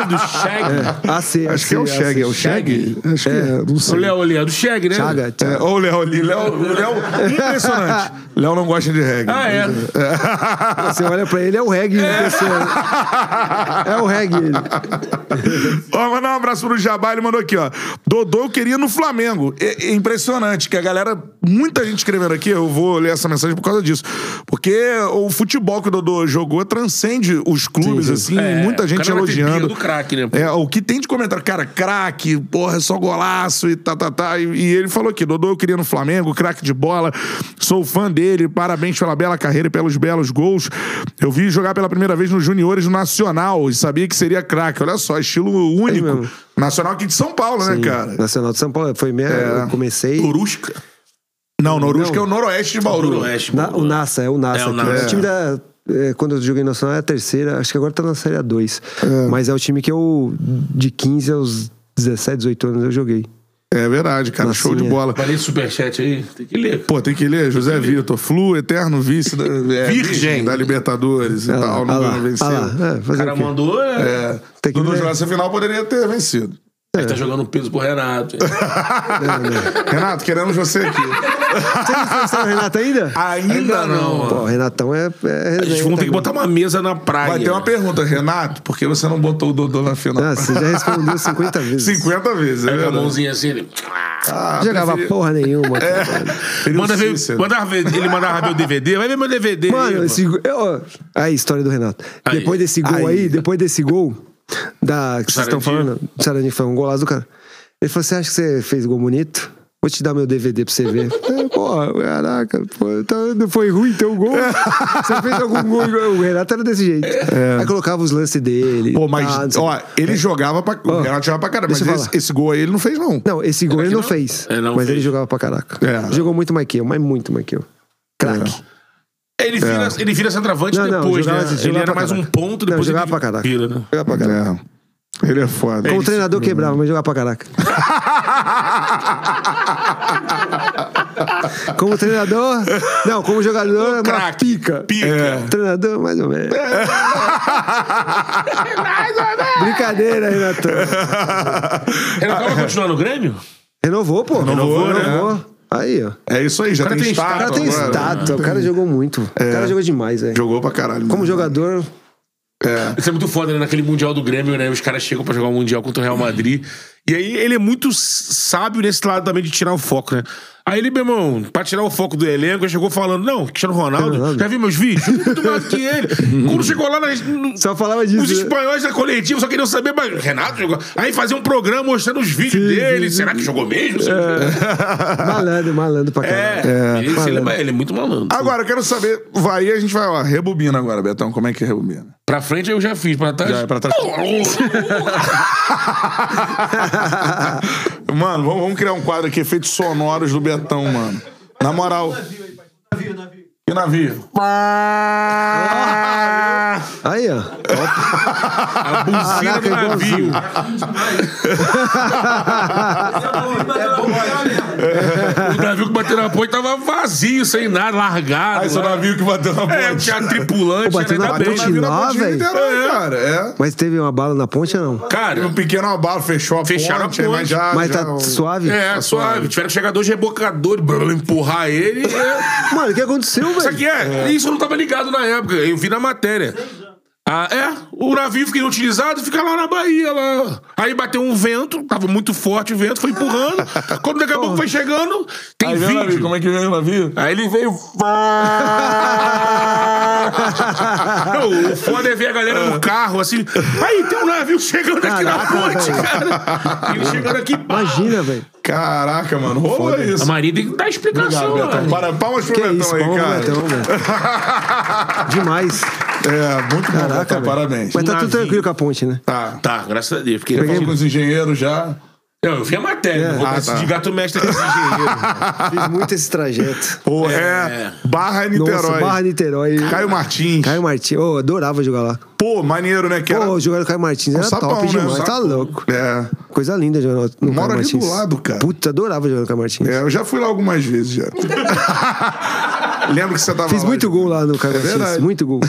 Speaker 2: Não, do Chag.
Speaker 3: É. AC,
Speaker 1: Acho que é o
Speaker 3: AC.
Speaker 1: Cheg. É o Cheg? Acho que é. Não
Speaker 2: O
Speaker 1: sei.
Speaker 2: Léo ali, é do Chag, né?
Speaker 3: Chaga,
Speaker 1: É,
Speaker 3: Chaga.
Speaker 1: Olha o Léo ali. Léo, o Léo, impressionante. Léo não gosta de reggae.
Speaker 2: Ah, é.
Speaker 3: Você olha pra ele, é o reggae. né, pessoa? É o reggae. ele.
Speaker 1: Ó, mandar um abraço pro Jabá, ele mandou aqui, ó. Dodô eu queria no Flamengo. É, é impressionante que a galera, muita gente escrevendo aqui, eu vou ler essa mensagem por causa disso. Porque o futebol que o Dodô jogou transcende os clubes, assim,
Speaker 2: É,
Speaker 1: muita gente
Speaker 2: o cara vai ter birra
Speaker 1: elogiando.
Speaker 2: do craque, né?
Speaker 1: É, o que tem de comentário, cara, craque, porra, é só golaço e tá, tá, tá. E, e ele falou aqui, Dodô eu queria no Flamengo, craque de bola, sou fã dele, parabéns pela bela carreira e pelos belos gols. Eu vi jogar pela primeira vez nos juniores do Nacional e sabia que seria craque. Olha só, estilo único.
Speaker 3: mesmo.
Speaker 1: Nacional aqui de São Paulo, né, cara?
Speaker 3: Nacional de São Paulo. Foi minha. Eu comecei.
Speaker 2: Corusca.
Speaker 1: Não, Norusca
Speaker 3: Não.
Speaker 1: é o noroeste de Bauru.
Speaker 2: Noroeste.
Speaker 3: Na- o
Speaker 2: mano.
Speaker 3: Nassa, é o Nassa.
Speaker 2: É, o
Speaker 3: aqui.
Speaker 2: Nassa.
Speaker 3: O time da. é, quando eu joguei no Nacional era a terceira, acho que agora tá na Série A2. Mas é o time que eu, de 15 aos 17, 18 anos, eu joguei.
Speaker 1: É verdade, cara, show
Speaker 3: Nascinha.
Speaker 1: de bola.
Speaker 2: Valeu esse superchat aí. Tem que ler.
Speaker 1: Pô, tem que ler, José Vitor, Flu, eterno vice da, é,
Speaker 2: Virgem.
Speaker 1: da Libertadores e
Speaker 3: Ah lá,
Speaker 1: tal, não
Speaker 3: ah lá,
Speaker 1: venceu.
Speaker 3: ah lá. É,
Speaker 2: O
Speaker 3: fazer
Speaker 2: cara
Speaker 3: o quê?
Speaker 2: mandou. É.
Speaker 1: É,
Speaker 3: Tem que
Speaker 1: Dudu
Speaker 3: ver.
Speaker 1: jogasse a final, poderia ter vencido.
Speaker 2: Aí tá jogando peso pro Renato.
Speaker 3: [laughs]
Speaker 1: Renato, queremos você aqui.
Speaker 3: É, né? Você não Renato ainda?
Speaker 1: Ainda, não.
Speaker 3: Pô, o Renatão é. é
Speaker 2: A gente vão ter que botar uma mesa na praia.
Speaker 1: Vai ter uma pergunta, Renato, por que você não botou o Dodô na final?
Speaker 3: Ah, você
Speaker 1: [laughs]
Speaker 3: já respondeu 50 vezes.
Speaker 1: 50 vezes, é
Speaker 2: Pega a
Speaker 1: verdade.
Speaker 2: mãozinha assim. Ele...
Speaker 1: Ah,
Speaker 3: Não jogava
Speaker 1: preferi- É.
Speaker 3: porra nenhuma.
Speaker 1: [laughs]
Speaker 3: cara.
Speaker 1: preferi o
Speaker 2: Manda ver,
Speaker 1: Cícero.
Speaker 2: mandava ver, ele mandava ver o DVD. Vai ver meu DVD. aí,
Speaker 3: Mano, esse. go- eu- ó, Aí, história do Renato.
Speaker 2: Aí.
Speaker 3: Depois desse
Speaker 1: Aí.
Speaker 3: gol aí, depois desse gol. da, que vocês estão
Speaker 2: Sarandí.
Speaker 3: falando, Sarandí foi um golaço do cara. Ele falou: Você acha que você fez gol bonito? Vou te dar meu DVD pra você ver. É,
Speaker 1: [laughs]
Speaker 3: Pô, caraca, pô, tá- não foi ruim
Speaker 1: Então,
Speaker 3: teu gol? [laughs] Você fez algum gol? O Renato era desse jeito. Aí colocava os lances dele.
Speaker 1: É. Pô, mas,
Speaker 3: tá, não sei o
Speaker 1: ó, ele jogava pra. O
Speaker 3: Ó,
Speaker 1: Renato jogava pra caramba, mas
Speaker 3: Ah, deixa eu
Speaker 1: esse,
Speaker 3: falar.
Speaker 1: esse gol aí ele não fez, é não.
Speaker 3: Não, esse gol ele não, fez.
Speaker 2: Ele não
Speaker 3: mas ele
Speaker 2: fez.
Speaker 3: jogava pra caraca.
Speaker 1: É.
Speaker 3: Jogou muito mais que eu, mas muito mais que eu. Craque.
Speaker 2: É, Ele vira, ele vira centroavante
Speaker 3: Não, não,
Speaker 2: depois,
Speaker 3: jogava
Speaker 2: né?
Speaker 3: assim,
Speaker 2: ele
Speaker 3: jogava
Speaker 2: era
Speaker 3: pra
Speaker 2: mais um
Speaker 3: caraca.
Speaker 2: ponto,
Speaker 3: Não,
Speaker 2: depois
Speaker 3: jogava
Speaker 2: ele
Speaker 3: pra caraca.
Speaker 2: vira, né?
Speaker 3: Jogava pra caraca.
Speaker 1: É. Ele é foda.
Speaker 3: Como o treinador quebrava, mas jogava
Speaker 1: [laughs]
Speaker 3: pra caraca. Como treinador, não, como jogador, é uma
Speaker 1: Um Craque.
Speaker 3: pica. É.
Speaker 1: Pica.
Speaker 3: Treinador, mais
Speaker 1: [laughs]
Speaker 3: ou menos. Brincadeira, Renato.
Speaker 2: Ele acaba continuando no Grêmio?
Speaker 3: Renovou, pô.
Speaker 1: Renovou, né?
Speaker 3: Aí, ó. O
Speaker 1: É isso aí, já
Speaker 2: O cara
Speaker 1: tem,
Speaker 2: tem
Speaker 1: estátua.
Speaker 3: cara tem
Speaker 1: agora. É.
Speaker 3: estátua, o cara jogou muito. O cara jogou demais, velho.
Speaker 1: Jogou pra caralho. né?
Speaker 3: Como
Speaker 1: mano.
Speaker 3: jogador,
Speaker 2: Isso é muito foda, né? Naquele Mundial do Grêmio, né? Os caras chegam pra jogar o Mundial contra o Real Madrid. E aí ele é muito s- sábio nesse lado também de tirar o foco, né? Aí ele, meu irmão, pra tirar o foco do elenco, ele chegou falando: Não, Cristiano Ronaldo,
Speaker 3: Ronaldo.
Speaker 2: já viu meus vídeos? Muito mais do que ele. Quando chegou lá, nós- no-
Speaker 3: só falava disso.
Speaker 2: os
Speaker 3: né?
Speaker 2: espanhóis da coletiva só queriam saber, mas Renato jogou. Aí fazia um programa mostrando os vídeos dele. Será que jogou mesmo?
Speaker 3: Malandro, malandro pra caralho.
Speaker 2: É, Ele, ele
Speaker 3: malandro.
Speaker 2: é- ele é muito malandro.
Speaker 1: Agora, eu quero saber. Vai, a gente vai, ó, rebobina agora, Betão. Como é que é rebobina?
Speaker 2: Pra frente eu já fiz, pra trás.
Speaker 1: Já é pra trás. Mano, vamos, vamos criar um quadro aqui, efeitos sonoros do Betão, mano. Na moral.
Speaker 4: Navio, navio.
Speaker 1: E navio?
Speaker 3: Aí, ó.
Speaker 2: A buzina do
Speaker 3: Caraca,
Speaker 2: navio. O navio que bateu na ponte tava vazio, sem nada, largado.
Speaker 1: Ah, esse é o
Speaker 2: lá.
Speaker 1: navio que bateu na
Speaker 2: É,
Speaker 1: ponte.
Speaker 2: tinha tripulante,
Speaker 3: Pô, bateu
Speaker 2: era
Speaker 3: na
Speaker 2: ainda
Speaker 3: ponte.
Speaker 2: bem.
Speaker 1: Navio na
Speaker 3: lá,
Speaker 1: ponte de
Speaker 3: velho.
Speaker 1: Niterói, cara. É.
Speaker 3: Mas teve uma bala na ponte ou não?
Speaker 1: Teve
Speaker 2: Cara,
Speaker 1: um pequeno abalo, fechou a
Speaker 2: Fecharam a
Speaker 1: ponte. aí,
Speaker 2: ponte.
Speaker 1: Mas, já,
Speaker 3: Mas
Speaker 1: Ah, já- um-
Speaker 3: tá suave?
Speaker 2: é, suave. Tiveram que chegar dois rebocadores, brrr, empurrar ele. É.
Speaker 3: Mano, o que aconteceu,
Speaker 2: Isso aqui
Speaker 3: velho?
Speaker 2: é. Isso eu não tava ligado na época. Eu vi na matéria. Ah, é? O navio fica inutilizado, fica lá na Bahia, lá. Aí bateu um vento, tava muito forte o vento, foi
Speaker 1: [laughs]
Speaker 2: empurrando. Quando daqui a pouco foi chegando, tem
Speaker 1: Aí veio o navio,
Speaker 2: vídeo.
Speaker 1: como é que veio o navio?
Speaker 2: Aí ele veio. [laughs] Não, o foda é ver a galera no carro, assim. Aí tem um navio chegando aqui na ponte, cara. Ele chegando aqui. pá.
Speaker 3: Imagina, velho.
Speaker 1: Ah! Caraca, mano, rolou
Speaker 2: A
Speaker 1: isso.
Speaker 2: Maria tem que dar explicação,
Speaker 1: Obrigado, Betão.
Speaker 2: mano.
Speaker 1: Para, palmas pro
Speaker 3: Que
Speaker 1: Betão
Speaker 3: isso,
Speaker 1: aí,
Speaker 3: palma pro
Speaker 1: cara. [laughs]
Speaker 3: Betão, Demais.
Speaker 1: É, muito bom,
Speaker 3: Caraca,
Speaker 1: Betão,
Speaker 3: velho.
Speaker 1: parabéns.
Speaker 3: Mas tá
Speaker 2: Navio.
Speaker 3: tudo tranquilo com a ponte, né?
Speaker 1: Tá.
Speaker 2: Tá, graças a Deus. Porque
Speaker 1: Falou com os engenheiros já.
Speaker 2: Não, eu vi a matéria. não vou
Speaker 1: um Ah,
Speaker 2: dar
Speaker 1: tá.
Speaker 2: esse de gato mestre aqui, esse engenheiro.
Speaker 3: Fiz muito esse trajeto.
Speaker 1: Pô, é. Barra Niterói.
Speaker 3: Nossa, Barra é Niterói.
Speaker 1: Caio Martins.
Speaker 3: Caio Martins. Ô, adorava jogar lá.
Speaker 1: Pô, maneiro, né? Que era...
Speaker 3: Pô, jogar no Caio Martins
Speaker 1: Um
Speaker 3: era
Speaker 1: sapão,
Speaker 3: top
Speaker 1: né? Um
Speaker 3: demais. Tá
Speaker 1: sapão.
Speaker 3: louco.
Speaker 1: É.
Speaker 3: Coisa linda jogar no- no
Speaker 1: Mora
Speaker 3: Caio
Speaker 1: ali do
Speaker 3: Martins.
Speaker 1: lado, cara.
Speaker 3: Puta, adorava jogar no Caio Martins.
Speaker 1: É, eu já fui lá algumas vezes
Speaker 3: [laughs]
Speaker 1: já. Lembro que você tava
Speaker 3: Fiz
Speaker 1: lá. É
Speaker 3: muito gol lá no Caio Martins.
Speaker 1: verdade. [laughs]
Speaker 3: Muito gol.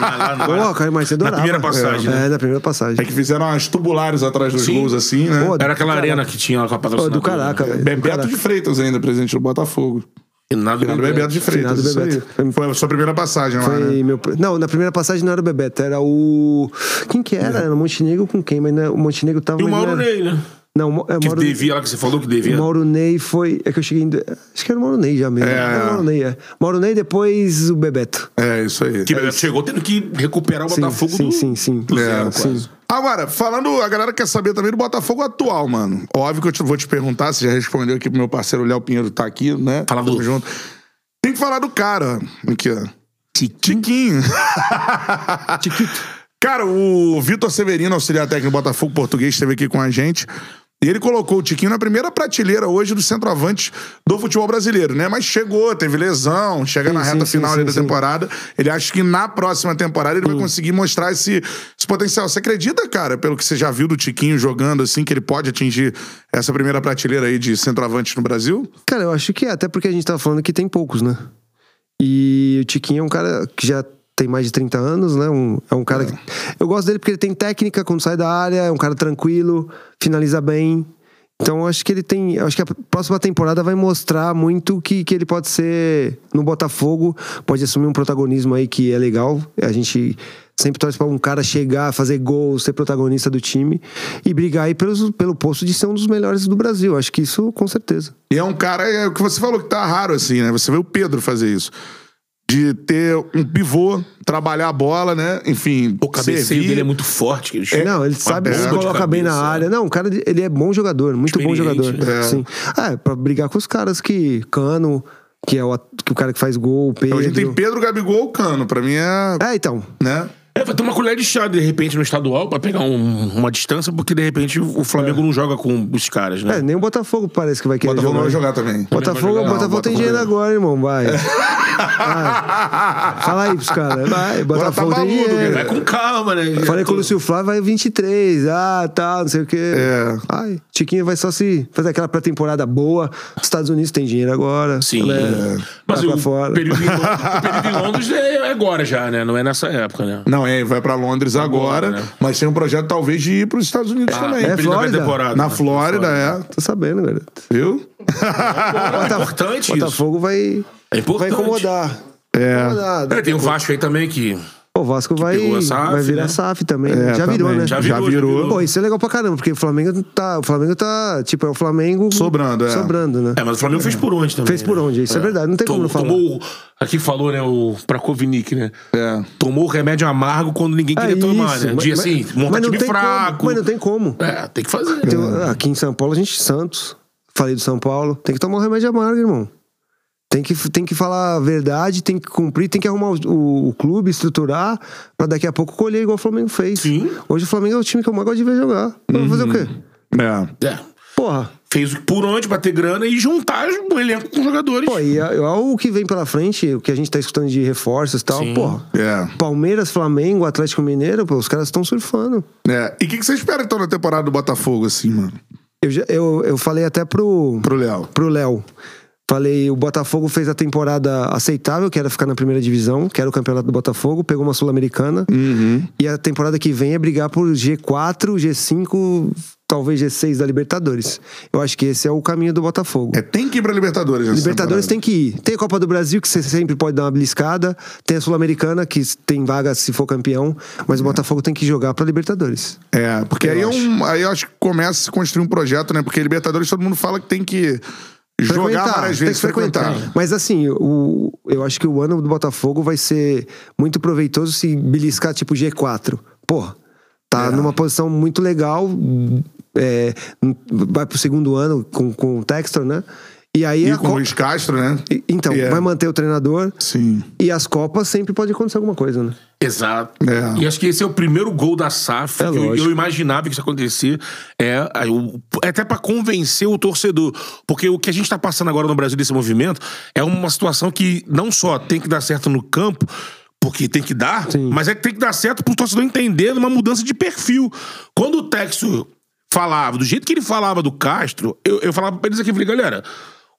Speaker 2: lá no-
Speaker 3: Ô, Caio Martins adorava.
Speaker 2: primeira passagem,
Speaker 3: É,
Speaker 2: né?
Speaker 3: é, na primeira passagem.
Speaker 1: É que fizeram umas tubulares atrás dos
Speaker 2: Sim.
Speaker 1: gols, assim, né?
Speaker 3: Pô,
Speaker 2: Era aquela arena que tinha lá com a
Speaker 3: Ô,
Speaker 2: patrocinadora.
Speaker 3: do caraca, velho.
Speaker 1: Bebeto de Freitas ainda, presidente do Botafogo.
Speaker 2: E Nada
Speaker 1: Finado Bebeto de Freitas.
Speaker 3: Finado
Speaker 1: isso aí.
Speaker 3: Bebeto. Foi-
Speaker 1: Foi a sua primeira passagem lá, né?
Speaker 3: Foi meu... Não, na primeira passagem não era o Bebeto, era o. Quem que era? Era o Montenegro com quem? Mas não é- o Montenegro tava.
Speaker 2: E o
Speaker 3: mas não
Speaker 2: Mauro
Speaker 3: era-
Speaker 2: Ney, né?
Speaker 3: Não, o Mo- é, o
Speaker 2: Que
Speaker 3: Mauro...
Speaker 2: devia lá que você falou que devia.
Speaker 3: o Mauro Ney foi. É que eu cheguei. em- Acho que era o Mauro Ney já mesmo.
Speaker 1: É.
Speaker 3: Era o Mauro Ney, é. Mauro Ney, depois o Bebeto.
Speaker 1: É, isso aí.
Speaker 2: Que chegou tendo que recuperar o
Speaker 3: Sim,
Speaker 2: Botafogo
Speaker 3: sim,
Speaker 2: do.
Speaker 3: sim, sim.
Speaker 2: do zero,
Speaker 3: É,
Speaker 2: quase.
Speaker 3: sim.
Speaker 1: Agora, falando, a galera quer saber também do Botafogo atual, mano. Óbvio que eu te- vou te perguntar, você já respondeu aqui pro meu parceiro Léo Pinheiro tá aqui, né?
Speaker 2: Fala do-
Speaker 1: Tamo junto. Tem que falar do cara, aqui, ó.
Speaker 3: [laughs]
Speaker 1: Tiquinho. Cara, o Vitor Severino, auxiliar técnico do Botafogo português, esteve aqui com a gente. E ele colocou o Tiquinho na primeira prateleira hoje do centroavante do futebol brasileiro, né? Mas chegou, teve lesão, chega na
Speaker 3: Sim,
Speaker 1: reta
Speaker 3: sim,
Speaker 1: final
Speaker 3: sim,
Speaker 1: ali
Speaker 3: sim,
Speaker 1: da
Speaker 3: sim. Hum.
Speaker 1: temporada. Ele acha que na próxima temporada ele vai conseguir mostrar esse, esse potencial. Você acredita, cara, pelo que você já viu do Tiquinho jogando, assim, que ele pode atingir essa primeira prateleira aí de centroavante no Brasil?
Speaker 3: Cara, eu acho que é, até porque a gente tava falando que tem poucos, né? E o Tiquinho é um cara que já tem mais de 30 anos, né? Um- é um cara que. Eu gosto dele porque ele tem técnica quando sai da área, é um cara tranquilo, finaliza bem. Então eu acho que ele tem. eu Acho que a próxima temporada vai mostrar muito que, que ele pode ser no Botafogo, pode assumir um protagonismo aí que é legal. A gente sempre torce pra um cara chegar, fazer gol, ser protagonista do time e brigar aí pelos, pelo posto de ser um dos melhores do Brasil. Acho que isso com certeza.
Speaker 1: E é um cara, é o que você falou que tá raro, assim, né? Você vê o Pedro fazer isso. de ter um pivô, trabalhar a bola, né? Enfim,
Speaker 2: O cabeceio
Speaker 1: servir.
Speaker 2: dele é muito forte. que ele chuta
Speaker 3: Não, ele
Speaker 2: uma
Speaker 3: sabe se
Speaker 2: bomba de
Speaker 3: coloca bem na
Speaker 2: cabeça.
Speaker 3: área. Não, o cara, ele é bom jogador, muito bom
Speaker 2: Experiente,
Speaker 3: jogador.
Speaker 1: né? É.
Speaker 3: Sim. Ah, é, pra brigar com os caras que Cano, que é o, at- que o cara que faz gol, o Pedro.
Speaker 1: Hoje tem Pedro, Gabigol, Cano. Pra mim é...
Speaker 3: É, então.
Speaker 1: Né?
Speaker 2: É, vai ter uma colher de chá, de repente, no estadual, pra pegar um- uma distância, porque de repente o Flamengo não joga com os caras, né?
Speaker 3: É, nem o Botafogo parece que vai querer
Speaker 1: Botafogo não vai jogar também.
Speaker 3: Botafogo,
Speaker 1: Não,
Speaker 3: Botafogo tem
Speaker 1: Botafogo
Speaker 3: dinheiro
Speaker 1: não.
Speaker 3: agora,
Speaker 1: [laughs]
Speaker 3: irmão, vai. Ah, Vai. [laughs] Fala aí pros caras, vai. Botafogo
Speaker 1: tá
Speaker 3: tem
Speaker 1: maluco,
Speaker 3: dinheiro.
Speaker 2: Vai com calma, né?
Speaker 3: É, Eu Falei com o Lúcio Flávio, vai 23, ah, tal, não sei o quê.
Speaker 1: É.
Speaker 3: Ai, Tiquinho vai só se fazer aquela pré-temporada boa. Os Estados Unidos tem dinheiro agora.
Speaker 2: Sim.
Speaker 1: é.
Speaker 3: né?
Speaker 2: Mas
Speaker 3: Vai pra
Speaker 2: o
Speaker 3: fora.
Speaker 2: período, em Londres, o período
Speaker 3: [laughs]
Speaker 2: em Londres é é agora já, né? Não é nessa época, né?
Speaker 1: Não, é, vai pra Londres agora,
Speaker 2: né?
Speaker 1: mas tem um projeto talvez de ir pros Estados Unidos também.
Speaker 2: Período da
Speaker 3: é Flórida? né?
Speaker 2: temporada. né?
Speaker 1: Na Flórida, é.
Speaker 3: [laughs] Tô sabendo, garoto.
Speaker 1: Viu?
Speaker 2: É importante isso.
Speaker 3: Botafogo vai,
Speaker 2: É
Speaker 3: vai
Speaker 2: importante.
Speaker 3: incomodar.
Speaker 1: É.
Speaker 3: Incomodar.
Speaker 2: É, tem o Vasco aí também que.
Speaker 3: O Vasco vai,
Speaker 2: pegou a SAF,
Speaker 3: vai virar
Speaker 2: né?
Speaker 3: SAF também. [laughs]
Speaker 1: É,
Speaker 3: já virou,
Speaker 1: também.
Speaker 3: né?
Speaker 1: Já
Speaker 2: virou, já
Speaker 1: virou.
Speaker 2: virou.
Speaker 3: Pô, isso é legal pra caramba, porque o Flamengo tá. O Flamengo tá. Tipo, é o Flamengo.
Speaker 1: Sobrando, é.
Speaker 3: Sobrando, né?
Speaker 2: É, mas o Flamengo fez por onde também.
Speaker 3: Fez por
Speaker 2: né?
Speaker 3: onde, isso é verdade, não tem como
Speaker 2: Tomou-
Speaker 3: não falar.
Speaker 2: Tomou, aqui falou, né, o Prakovnik, né?
Speaker 1: É.
Speaker 2: Tomou o remédio amargo quando ninguém queria
Speaker 3: É
Speaker 2: tomar,
Speaker 3: isso,
Speaker 2: né?
Speaker 3: mas-
Speaker 2: De assim,
Speaker 3: mas-
Speaker 2: montar
Speaker 3: mas não
Speaker 2: time
Speaker 3: tem como,
Speaker 2: fraco.
Speaker 3: mas não tem como.
Speaker 2: É, tem que fazer.
Speaker 3: Tem- aqui em São Paulo, a gente. Santos. Falei do São Paulo. Tem que tomar um remédio amargo, irmão. Tem que, tem que falar a verdade, tem que cumprir, tem que arrumar o, o- o clube, estruturar, pra daqui a pouco colher igual o Flamengo fez.
Speaker 2: Sim. Uhum.
Speaker 3: Hoje o Flamengo é o time que eu mais gosto de ver jogar. Vai fazer o quê?
Speaker 1: É.
Speaker 3: um-
Speaker 2: É.
Speaker 3: Porra.
Speaker 2: Fez por onde pra ter grana e juntar o elenco com os jogadores.
Speaker 3: Pô, e a- o que vem pela frente, o que a gente tá escutando de reforços e tal,
Speaker 2: Sim.
Speaker 3: porra.
Speaker 1: É.
Speaker 3: Palmeiras, Flamengo, Atlético Mineiro, pô, os caras estão surfando.
Speaker 1: É. E o que, que você espera então na temporada do Botafogo, assim, mano?
Speaker 3: Eu, já- eu, eu falei até pro,
Speaker 1: Pro Léo.
Speaker 3: pro Léo. Falei, o Botafogo fez a temporada aceitável, que era ficar na primeira divisão, que era o campeonato do Botafogo, pegou uma Sul-Americana. E a temporada que vem é brigar por G4, G5, talvez G6 da Libertadores. Eu acho que esse é o caminho do Botafogo.
Speaker 1: É, tem que ir pra Libertadores. essa
Speaker 3: Libertadores
Speaker 1: temporada.
Speaker 3: tem que ir. Tem a Copa do Brasil, que você sempre pode dar uma beliscada. Tem a Sul-Americana, que tem vaga se for campeão. Mas o Botafogo tem que jogar pra Libertadores.
Speaker 1: É, porque aí, é um, aí eu acho que começa a se construir um projeto, né? Porque Libertadores todo mundo fala que tem que jogar
Speaker 3: Frequentar,
Speaker 1: várias
Speaker 3: tem
Speaker 1: vezes,
Speaker 3: que frequentar.
Speaker 1: frequentar.
Speaker 3: Mas assim, o, eu acho que o ano do Botafogo vai ser muito proveitoso se beliscar tipo G4. Pô, tá numa posição muito legal. é, vai pro segundo ano com, com o Textor, né? E aí
Speaker 1: E
Speaker 3: a
Speaker 1: com o
Speaker 3: Copa-
Speaker 1: Luiz Castro, né?
Speaker 3: e- Então,
Speaker 1: É.
Speaker 3: vai manter o treinador.
Speaker 1: Sim.
Speaker 3: E as Copas sempre pode acontecer alguma coisa, né?
Speaker 2: Exato.
Speaker 1: É.
Speaker 2: E acho que esse é o primeiro gol da SAF
Speaker 3: É
Speaker 2: que eu,
Speaker 3: lógico.
Speaker 2: eu imaginava que isso ia acontecer. É, aí o- é até pra convencer o torcedor. Porque o que a gente tá passando agora no Brasil desse movimento é uma situação que não só tem que dar certo no campo. Porque tem que dar,
Speaker 3: Sim.
Speaker 2: mas é que tem que dar certo pro torcedor entender uma mudança de perfil. Quando o Texo falava, do jeito que ele falava do Castro, eu, eu falava pra eles aqui, eu falei, galera,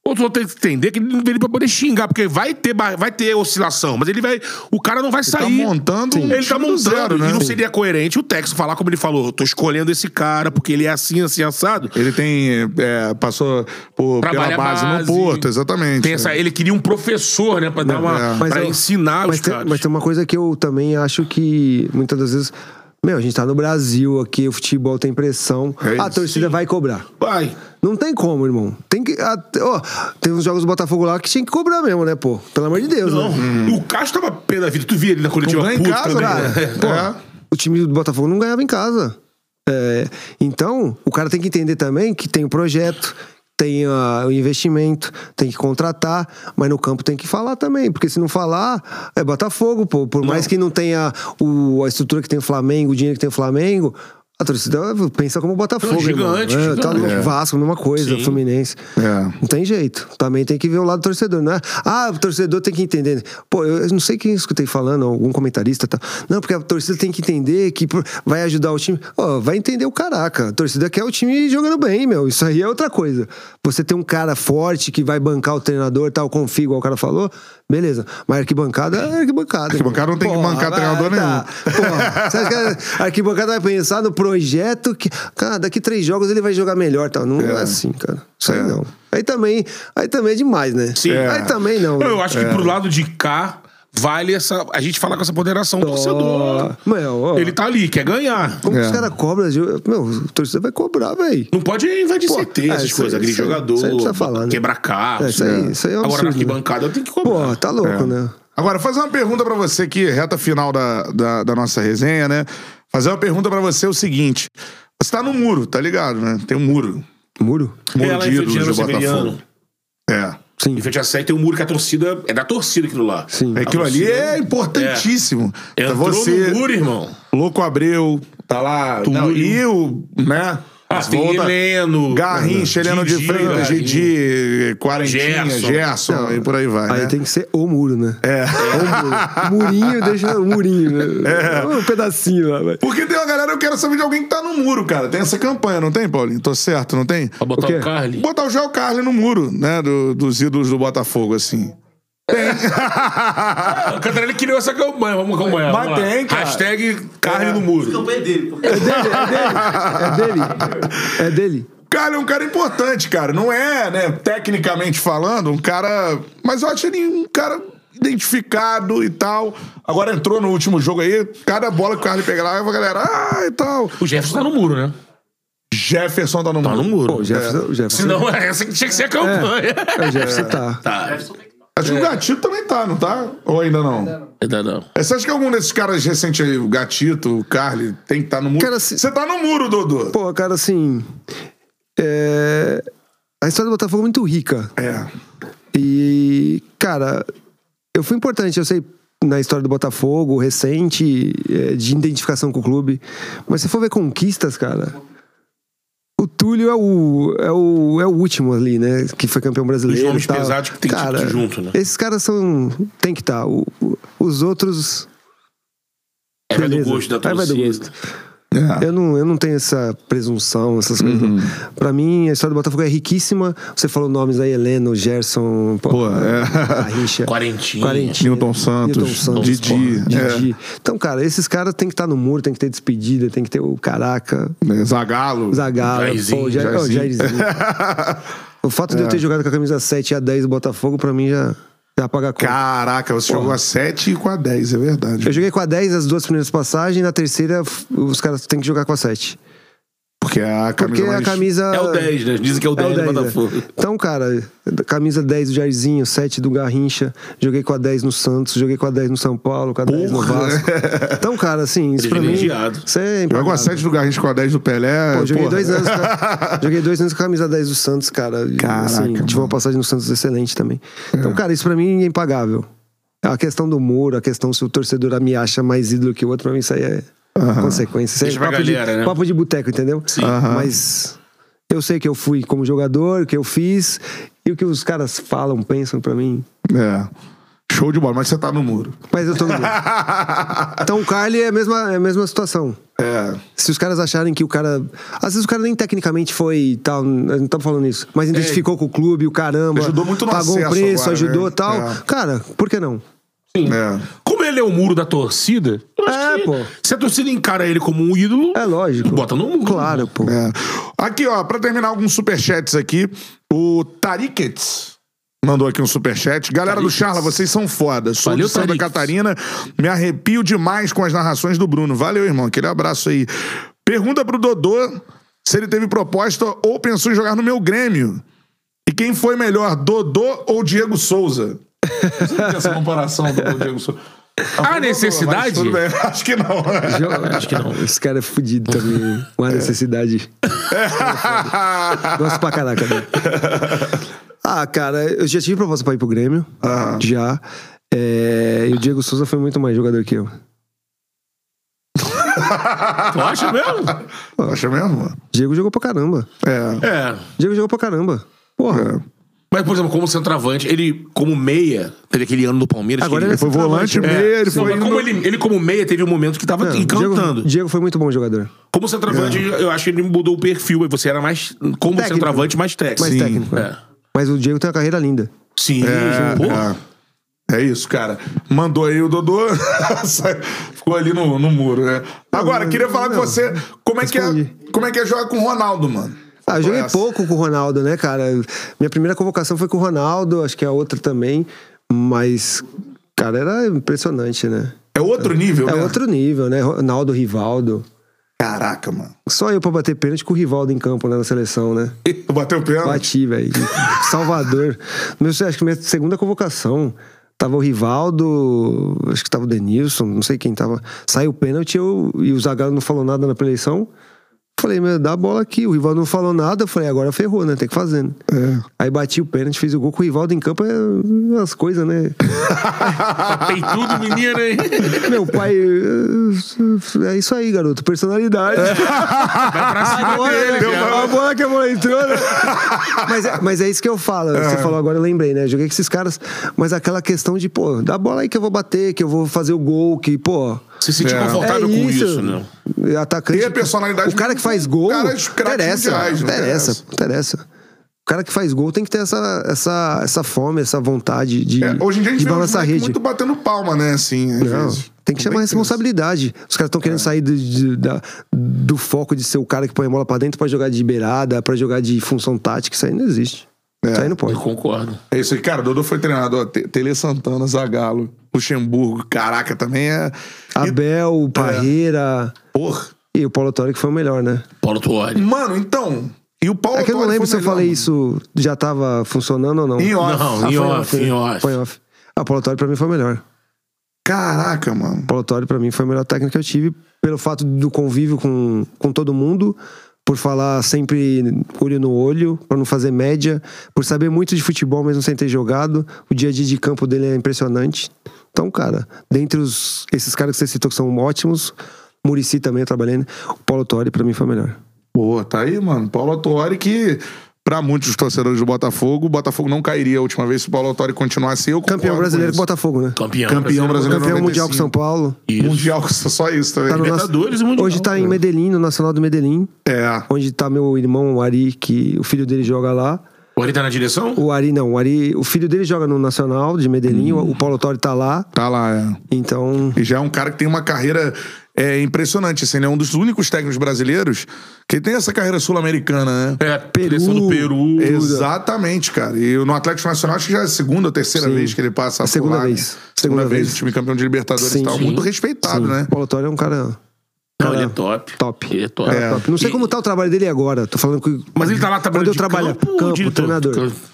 Speaker 2: o senhor tem que entender que ele não veio pra poder xingar, porque vai ter, ba- vai ter oscilação, mas ele vai. O cara não vai
Speaker 1: tá
Speaker 2: sair.
Speaker 1: montando um
Speaker 2: ele tá
Speaker 1: time do
Speaker 2: montando.
Speaker 1: zero, né?
Speaker 2: E não
Speaker 1: Sim.
Speaker 2: seria coerente o Texo falar como ele falou: eu tô escolhendo esse cara porque ele é assim, assim, assado.
Speaker 1: Ele tem. é, passou por, pela
Speaker 2: Trabalha
Speaker 1: é base,
Speaker 2: a base.
Speaker 1: no Porto, exatamente.
Speaker 2: Tem essa- ele queria um professor, né? Pra, dar uma,
Speaker 1: é.
Speaker 3: Mas
Speaker 2: pra
Speaker 3: eu-
Speaker 2: ensinar
Speaker 3: mas
Speaker 2: os
Speaker 3: tem,
Speaker 2: caras.
Speaker 3: mas tem uma coisa que eu também acho que muitas das vezes. Meu, a gente tá no Brasil aqui, o futebol tem pressão.
Speaker 1: É
Speaker 3: a
Speaker 1: isso.
Speaker 3: torcida vai cobrar.
Speaker 2: Vai.
Speaker 3: Não tem como, irmão. Tem que. a- ó, tem uns jogos do Botafogo lá que tinha que cobrar mesmo, né, pô? Pelo amor de Deus,
Speaker 2: Não,
Speaker 3: né?
Speaker 2: o Castro tava pé da vida. Tu via ele na coletiva
Speaker 1: Não Uhum. ganha em
Speaker 2: puto
Speaker 1: casa,
Speaker 2: também,
Speaker 1: cara. É.
Speaker 2: né?
Speaker 1: Pô,
Speaker 3: O time do Botafogo não ganhava em casa. É, então, o cara tem que entender também que tem o projeto, tem ah, o investimento, tem que contratar, mas no campo tem que falar também, porque se não falar, é Botafogo, pô. Por mais que não tenha o- a estrutura que tem o Flamengo, o dinheiro que tem o Flamengo. A torcida pensa como o Botafogo.
Speaker 2: Não, um gigante,
Speaker 3: irmão. É, tá
Speaker 2: gigante.
Speaker 3: no Vasco, mesma coisa,
Speaker 2: Sim.
Speaker 3: Fluminense.
Speaker 1: É.
Speaker 3: Não tem jeito. Também tem que ver o lado do torcedor, né? Ah, o torcedor tem que entender. Pô, eu eu não sei quem eu escutei falando, algum comentarista e tal. Não, porque a torcida tem que entender que por- vai ajudar o time. Ó, vai entender o caraca. A torcida quer o time jogando bem, meu. Isso aí é outra coisa. Você tem um cara forte que vai bancar o treinador e tal, confia, igual o cara falou, beleza. Mas arquibancada é arquibancada.
Speaker 1: Arquibancada não tem que bancar treinador
Speaker 3: nenhum. Porra, você acha que a arquibancada vai pensar no projeto que. Cara, daqui três jogos ele vai jogar melhor e tal. Não é assim, cara. Isso aí
Speaker 1: É.
Speaker 3: não. Aí também, aí também é demais, né?
Speaker 2: Sim. É.
Speaker 3: Aí também não. né?
Speaker 2: Eu acho
Speaker 1: É.
Speaker 2: que pro lado de cá vale essa. A gente falar com essa ponderação do é torcedor.
Speaker 3: Meu, ó,
Speaker 2: Ele tá ali, quer ganhar.
Speaker 3: como que
Speaker 1: É.
Speaker 3: os caras cobram? Gil? Meu, o torcedor vai cobrar, velho.
Speaker 2: Não pode invadir
Speaker 3: Pô,
Speaker 2: CT,
Speaker 3: é,
Speaker 2: essas
Speaker 3: isso
Speaker 2: coisas,
Speaker 3: aí-
Speaker 2: agredir
Speaker 3: isso aí-
Speaker 2: jogador,
Speaker 3: isso aí não precisa falar, né?
Speaker 2: quebrar carro.
Speaker 3: É, isso aí- isso aí é um
Speaker 2: Agora na
Speaker 3: absurdo, né?
Speaker 2: arquibancada eu tenho que cobrar.
Speaker 3: Pô, tá louco, né?
Speaker 1: Agora, fazer uma pergunta pra você aqui, reta final da, da, da nossa resenha, né? Fazer uma pergunta pra você é o seguinte. Você tá no muro, tá ligado, né? Tem um muro.
Speaker 3: Muro?
Speaker 2: É, lá em
Speaker 1: Mordido
Speaker 2: Ferdinando
Speaker 1: de
Speaker 2: Severiano.
Speaker 1: Botafogo. É.
Speaker 3: Sim.
Speaker 2: Em frente à Sé tem um muro que a torcida. É da torcida aquilo lá.
Speaker 3: Sim.
Speaker 1: É, Aquilo ali é importantíssimo. É.
Speaker 2: Entrou
Speaker 1: você,
Speaker 2: no muro, irmão.
Speaker 1: Louco Abreu, tá lá. Não, e o, né?
Speaker 2: Ah,
Speaker 1: As
Speaker 2: tem
Speaker 1: volta-
Speaker 2: Heleno,
Speaker 1: Garrincha, Heleno de
Speaker 2: Didi,
Speaker 1: Freitas,
Speaker 2: Garrincha.
Speaker 1: Didi, Quarentinha,
Speaker 2: Gerson.
Speaker 1: Gerson, e por aí vai.
Speaker 3: Aí
Speaker 1: né?
Speaker 3: tem que ser o muro, né? É. O muro. Murinho, deixa o murinho. Né? É. Um pedacinho lá, vai.
Speaker 1: Porque tem uma galera, eu quero saber de alguém que tá no muro, cara. Tem essa campanha, não tem, Paulinho? Tô certo, não tem?
Speaker 2: Pra botar
Speaker 3: O quê?
Speaker 2: o Carly.
Speaker 1: Botar o Geo Carli no muro, né? do- dos ídolos do Botafogo, assim.
Speaker 2: A Ah, Cantarelli criou essa campanha. Vamos acompanhar.
Speaker 1: Mas
Speaker 2: vamos lá.
Speaker 1: tem, cara.
Speaker 2: Hashtag Carly no muro.
Speaker 4: campanha dele, porque
Speaker 3: É dele. É dele.
Speaker 1: Cara, é um cara importante, cara. Não é, né, tecnicamente falando, um cara. Mas eu acho ele um cara identificado e tal. Agora entrou no último jogo aí, cada bola que o Carlos pegar lá, a galera, ah, e tal.
Speaker 2: O Jefferson tá no muro, né?
Speaker 1: Jefferson tá no muro.
Speaker 2: muro.
Speaker 3: Pô, o Jefferson. O Jefferson,
Speaker 2: Senão, é, essa que tinha que ser a campanha.
Speaker 3: é, o Jefferson tá.
Speaker 4: o Jefferson tem que estar.
Speaker 1: Acho que o Gatito também tá, não tá? Ou ainda não?
Speaker 2: É, tá, não.
Speaker 1: Você acha que algum desses caras recentes aí, o Gatito, o Carly, tem que estar no muro?
Speaker 3: Cara, se-
Speaker 1: Você tá no muro, Dodô.
Speaker 3: Pô, cara, assim. é, A história do Botafogo é muito rica.
Speaker 1: É.
Speaker 3: E, cara, eu fui importante, eu sei, na história do Botafogo, recente, é, de identificação com o clube. Mas se for ver conquistas, cara. O Túlio é o, é o, é o último ali, né? Que foi campeão brasileiro.
Speaker 2: Os nomes
Speaker 3: e tal.
Speaker 2: pesados que tem
Speaker 3: cara,
Speaker 2: que ir junto, né?
Speaker 3: Esses caras são. Tem que estar. O- o- os outros.
Speaker 2: É, vai do
Speaker 3: beleza.
Speaker 2: gosto da
Speaker 3: Aí vai do
Speaker 2: torcida.
Speaker 3: gosto.
Speaker 1: É.
Speaker 2: Ah.
Speaker 3: Eu não, eu não tenho essa presunção, essas coisas.
Speaker 2: Uhum.
Speaker 3: Pra mim, a história do Botafogo é riquíssima. Você falou nomes aí, Heleno, Gerson, pô,
Speaker 1: Pô, é.
Speaker 2: [laughs]
Speaker 3: Garrincha,
Speaker 2: Quarentinha.
Speaker 3: Quarentinha,
Speaker 1: Newton Santos,
Speaker 3: Newton Santos,
Speaker 1: Didi, né?
Speaker 3: pô, Didi. Então, cara, esses caras tem que estar no muro, tem que ter despedida, tem que ter o caraca,
Speaker 1: É. Zagalo.
Speaker 3: Zagallo,
Speaker 2: Jairzinho,
Speaker 3: pô, Jair, oh,
Speaker 1: Jairzinho.
Speaker 3: Jairzinho. o fato
Speaker 1: É.
Speaker 3: de eu ter jogado com a camisa 7 e a 10 do Botafogo, pra mim, já, já paga a conta.
Speaker 1: [laughs] Caraca, você jogou a 7 e com a 10, é verdade.
Speaker 3: Eu joguei com a 10 as duas primeiras passagens, na terceira f- os caras têm que jogar com a 7.
Speaker 1: Porque a camisa
Speaker 3: Porque a
Speaker 1: mais-
Speaker 3: camisa...
Speaker 2: É o 10, né? Dizem que é o
Speaker 3: É
Speaker 2: 10,
Speaker 3: o 10,
Speaker 2: do
Speaker 3: né?
Speaker 2: Botafogo.
Speaker 3: Então, cara, camisa 10 do Jairzinho, 7 do Garrincha, joguei com a 10 no Santos, joguei com a 10 no São Paulo, com a 10 no
Speaker 1: Porra! [laughs]
Speaker 3: Vasco. Então, cara, assim, isso pra mim.
Speaker 2: Privilegiado.
Speaker 3: Isso é
Speaker 1: Joga a
Speaker 3: impagável.
Speaker 1: 7 do Garrincha com a 10 do Pelé.
Speaker 3: Pô, É, joguei
Speaker 1: porra.
Speaker 3: dois, anos, né? com
Speaker 1: [laughs]
Speaker 3: a- joguei dois anos com a camisa 10 do Santos, cara. E,
Speaker 1: Caraca,
Speaker 3: assim, tive
Speaker 1: mano.
Speaker 3: uma passagem no Santos excelente também. Então, cara, isso pra mim é impagável. É A questão do muro, a questão se o torcedor me acha mais ídolo que o outro, pra mim isso aí é consequência. Isso aí
Speaker 2: Deixa
Speaker 3: é
Speaker 2: pra
Speaker 3: papo,
Speaker 2: galera,
Speaker 3: de,
Speaker 2: né?
Speaker 3: papo de boteco, entendeu?
Speaker 1: Aham.
Speaker 3: Mas eu sei que eu fui como jogador, o que eu fiz, e o que os caras falam, pensam pra mim.
Speaker 1: É. Show de bola, mas você tá no
Speaker 3: [laughs]
Speaker 1: muro.
Speaker 3: Mas eu tô no muro.
Speaker 1: [laughs]
Speaker 3: Então o Carly é a mesma, é a mesma situação.
Speaker 1: É.
Speaker 3: Se os caras acharem que o cara. Às vezes o cara nem tecnicamente foi tal. nós Não estamos falando isso. Mas identificou com o clube, o caramba.
Speaker 1: Ajudou muito no
Speaker 3: Pagou
Speaker 1: acesso
Speaker 3: um preço,
Speaker 1: agora,
Speaker 3: ajudou
Speaker 1: né?
Speaker 3: tal.
Speaker 1: É.
Speaker 3: Cara, por que não?
Speaker 1: é.
Speaker 2: Como ele é o muro da torcida, eu acho
Speaker 3: É,
Speaker 2: que
Speaker 3: pô.
Speaker 2: se a torcida encara ele como um ídolo,
Speaker 3: É lógico.
Speaker 2: bota no muro.
Speaker 3: Claro, pô.
Speaker 1: É. Aqui, ó, pra terminar alguns superchats aqui, o Tarikets mandou aqui um superchat. Galera do Charla, vocês são foda. Sou
Speaker 2: Valeu,
Speaker 1: de Santa
Speaker 2: Tarikets.
Speaker 1: Catarina, me arrepio demais com as narrações do Bruno. Valeu, irmão, aquele abraço aí. Pergunta pro Dodô se ele teve proposta ou pensou em jogar no meu Grêmio. E quem foi melhor, Dodô ou Diego Souza? Não sei por que essa comparação
Speaker 3: [laughs]
Speaker 1: do Diego Souza.
Speaker 2: Há necessidade?
Speaker 1: Tudo bem, [laughs] acho que não.
Speaker 3: Eu- Acho que não. Esse cara é fudido também. Uma
Speaker 1: É.
Speaker 3: necessidade.
Speaker 1: [laughs]
Speaker 2: é
Speaker 3: Gosto pra caraca dele. Ah, cara, eu já tive proposta pra ir pro Grêmio.
Speaker 1: Ah.
Speaker 3: Já. É, e o Diego Souza foi muito mais jogador que eu.
Speaker 2: Tu acha mesmo?
Speaker 3: [laughs]
Speaker 1: Acha mesmo? mano?
Speaker 3: Diego jogou pra caramba.
Speaker 1: É.
Speaker 2: É.
Speaker 3: Diego jogou pra caramba. Porra.
Speaker 2: Mas, por exemplo, como centroavante, ele, como meia, teve aquele ano do Palmeiras.
Speaker 3: Agora
Speaker 2: que
Speaker 1: Ele foi volante,
Speaker 2: É.
Speaker 3: né?
Speaker 1: meia, ele
Speaker 2: Não,
Speaker 1: foi.
Speaker 2: mas como,
Speaker 1: indo-
Speaker 2: ele, ele, como meia, teve um momento que tava
Speaker 3: Não,
Speaker 2: encantando.
Speaker 3: Diego, Diego foi muito bom jogador.
Speaker 2: Como centroavante, eu acho que ele mudou o perfil. Aí você era mais. Como
Speaker 3: Técnico.
Speaker 2: centroavante, mais técnico.
Speaker 3: Mais
Speaker 2: Sim.
Speaker 3: técnico, né?
Speaker 2: É.
Speaker 3: Mas o Diego tem uma carreira linda.
Speaker 2: Sim,
Speaker 1: É,
Speaker 2: pô.
Speaker 1: é. É isso, cara. Mandou aí o Dodô, [laughs] sai- ficou ali no, no muro, né? Agora,
Speaker 3: mas-
Speaker 1: queria falar com
Speaker 3: não.
Speaker 1: você como é, que é,
Speaker 3: Respondi.
Speaker 1: como é que é jogar com o Ronaldo, mano.
Speaker 3: Ah, eu joguei
Speaker 1: Essa.
Speaker 3: pouco com o Ronaldo, né, cara? Minha primeira convocação foi com o Ronaldo, acho que a outra também. Mas, cara, era impressionante, né?
Speaker 1: É outro nível,
Speaker 3: É
Speaker 1: né?
Speaker 3: outro nível, né? Ronaldo, Rivaldo.
Speaker 1: Caraca, mano. [laughs]
Speaker 3: Só eu pra bater pênalti com o Rivaldo em campo né, na seleção, né?
Speaker 1: Bateu o pênalti.
Speaker 3: Bati, velho. Salvador. Meu, acho que minha segunda convocação. Tava o Rivaldo, acho que tava o Denilson, não sei quem tava. Saiu o pênalti eu, e o Zagallo não falou nada na preleção. Falei, meu, dá a bola aqui. O Rivaldo não falou nada. Eu falei, agora ferrou, né? Tem que fazer, né? Aí bati o pênalti, fiz o gol com o Rivaldo em campo. É as coisas, né? [laughs]
Speaker 2: Tem tudo, menino, hein?
Speaker 3: meu pai... É isso aí, garoto. Personalidade.
Speaker 1: É.
Speaker 3: Agora, né,
Speaker 1: dele,
Speaker 3: cara?
Speaker 1: cara.
Speaker 3: a bola que a bola entrou, né? mas, é, mas é isso que eu falo. Você falou agora, eu lembrei, né? Joguei com esses caras, mas aquela questão de, pô, dá a bola aí que eu vou bater, que eu vou fazer o gol, que, pô.
Speaker 2: Se sentir
Speaker 1: É.
Speaker 2: confortável
Speaker 3: é
Speaker 2: com isso, né?
Speaker 3: Atacante.
Speaker 1: Tem a personalidade
Speaker 3: O cara que faz gol.
Speaker 1: caras craques
Speaker 3: interessa,
Speaker 1: mundiais, não interessa.
Speaker 3: interessa, interessa. O cara que faz gol tem que ter essa, essa, essa fome, essa vontade de,
Speaker 1: É, hoje em dia a gente
Speaker 3: de
Speaker 1: vê uns
Speaker 3: balançar a
Speaker 1: moleque
Speaker 3: rede.
Speaker 1: muito batendo palma, né? Assim, às
Speaker 3: Não,
Speaker 1: vezes. é
Speaker 3: tem que chamar a responsabilidade. Os caras estão querendo sair do, de- da- do foco de ser o cara que põe a bola pra dentro pra jogar de beirada, pra jogar de função tática. Isso aí não existe. Isso aí não pode.
Speaker 2: Eu concordo.
Speaker 1: É isso aí. Cara, o Dodô foi treinado. ó, Te- Tele Santana, Zagallo, Luxemburgo. Caraca, também é...
Speaker 3: Ah, Abel, Parreira
Speaker 1: Porra.
Speaker 3: e o Paulo Autori que foi o melhor, né?
Speaker 2: Paulo Tuori.
Speaker 1: Mano, então... E o Paulo
Speaker 3: É que eu não
Speaker 1: Autori foi
Speaker 3: lembro se eu
Speaker 1: melhor,
Speaker 3: falei
Speaker 1: mano.
Speaker 3: isso já tava funcionando ou não.
Speaker 1: Em off.
Speaker 2: Não,
Speaker 3: Ah,
Speaker 2: em
Speaker 3: foi
Speaker 2: off,
Speaker 3: né?
Speaker 2: em off.
Speaker 3: Foi Ah, o Paulo Autori pra mim foi o melhor.
Speaker 1: Caraca, mano.
Speaker 3: O Paulo Autori pra mim foi a melhor técnica que eu tive pelo fato do convívio com, com todo mundo, por falar sempre olho no olho, por não fazer média, por saber muito de futebol mesmo sem ter jogado. O dia a dia de campo dele é impressionante. Então, cara, dentre os, esses caras que você citou que são ótimos, Murici também eu trabalhei, né? o Paulo Autori pra mim foi o melhor.
Speaker 1: Boa, tá aí, mano. Paulo Autori que... Pra muitos dos torcedores do Botafogo, o Botafogo não cairia a última vez se o Paulo Autori continuasse. Eu concordo
Speaker 3: Campeão
Speaker 1: com
Speaker 3: brasileiro com
Speaker 1: isso.
Speaker 3: Botafogo, né?
Speaker 2: Campeão.
Speaker 1: Campeão brasileiro.
Speaker 3: Campeão
Speaker 1: 95.
Speaker 3: mundial com São Paulo.
Speaker 2: Isso.
Speaker 1: Mundial, [laughs] só isso também.
Speaker 3: Tá no nosso-
Speaker 2: Libertadores e Mundial. né?
Speaker 3: Hoje tá em Medellín, no Nacional do Medellín,
Speaker 1: É.
Speaker 3: onde tá meu irmão o Ari, que o filho dele joga lá.
Speaker 2: Tuori tá na direção?
Speaker 3: O Ari não, o Ari, o filho dele joga no Nacional de Medellín, o- o Paulo Autori tá lá,
Speaker 1: Tá lá, é.
Speaker 3: então
Speaker 1: E já é um cara que tem uma carreira é, impressionante, assim, ele é um dos únicos técnicos brasileiros que tem essa carreira sul-americana, né?
Speaker 2: É,
Speaker 3: Peru.
Speaker 2: direção do Peru.
Speaker 1: Exatamente, cara. E no Atlético Nacional acho que já é a segunda ou terceira
Speaker 3: Sim.
Speaker 1: vez que ele passa
Speaker 3: É a segunda
Speaker 1: por lá, né?
Speaker 3: vez.
Speaker 1: Segunda,
Speaker 3: Segunda
Speaker 1: vez,
Speaker 3: vez.
Speaker 1: o time campeão de Libertadores
Speaker 3: Sim,
Speaker 1: e tal.
Speaker 3: sim.
Speaker 1: Muito respeitado,
Speaker 3: sim,
Speaker 1: né?
Speaker 3: o Paulo Autori é um cara
Speaker 2: Não, ele é top.
Speaker 3: top.
Speaker 2: Ele é top.
Speaker 3: cara top. Não sei
Speaker 2: E-
Speaker 3: como tá o trabalho dele agora, tô falando que
Speaker 2: Mas ele tá lá trabalhando
Speaker 3: Onde eu
Speaker 2: de
Speaker 3: trabalho?
Speaker 2: campo, ou de-
Speaker 3: treinador.
Speaker 2: [laughs]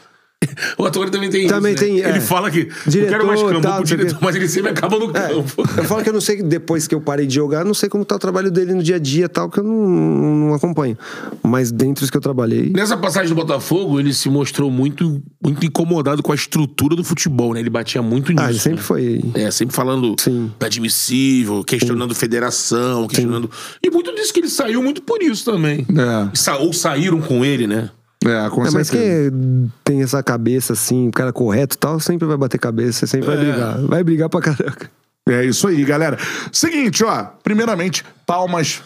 Speaker 2: O ator também tem
Speaker 3: Também
Speaker 2: isso, né?
Speaker 3: tem, é.
Speaker 2: Ele fala que eu
Speaker 3: Diretor,
Speaker 2: quero mais campo
Speaker 3: tal,
Speaker 2: pro
Speaker 3: não sei o
Speaker 2: diretor,
Speaker 3: quê. É.
Speaker 2: mas ele sempre acaba no campo. [laughs]
Speaker 3: Eu falo que eu não sei, depois que eu parei de jogar, não sei como tá o trabalho dele no dia a dia e tal, que eu não, não acompanho. Mas dentre os que eu trabalhei,
Speaker 2: Nessa passagem do Botafogo, ele se mostrou muito, muito incomodado com a estrutura do futebol, né? Ele batia muito nisso.
Speaker 3: ah, ele sempre
Speaker 2: né?
Speaker 3: foi
Speaker 2: É, sempre falando
Speaker 3: Sim.
Speaker 2: do admissível, questionando federação, questionando. E muito disso que ele saiu, muito por isso também.
Speaker 1: É.
Speaker 2: E sa- Ou saíram com ele, né?
Speaker 1: É, com
Speaker 3: É, mas quem
Speaker 1: certeza.
Speaker 3: é- tem essa cabeça assim, o cara correto e tal, sempre vai bater cabeça,
Speaker 2: É.
Speaker 3: sempre vai brigar. Vai brigar pra caraca.
Speaker 1: É isso aí, galera. Seguinte, ó. Primeiramente, palmas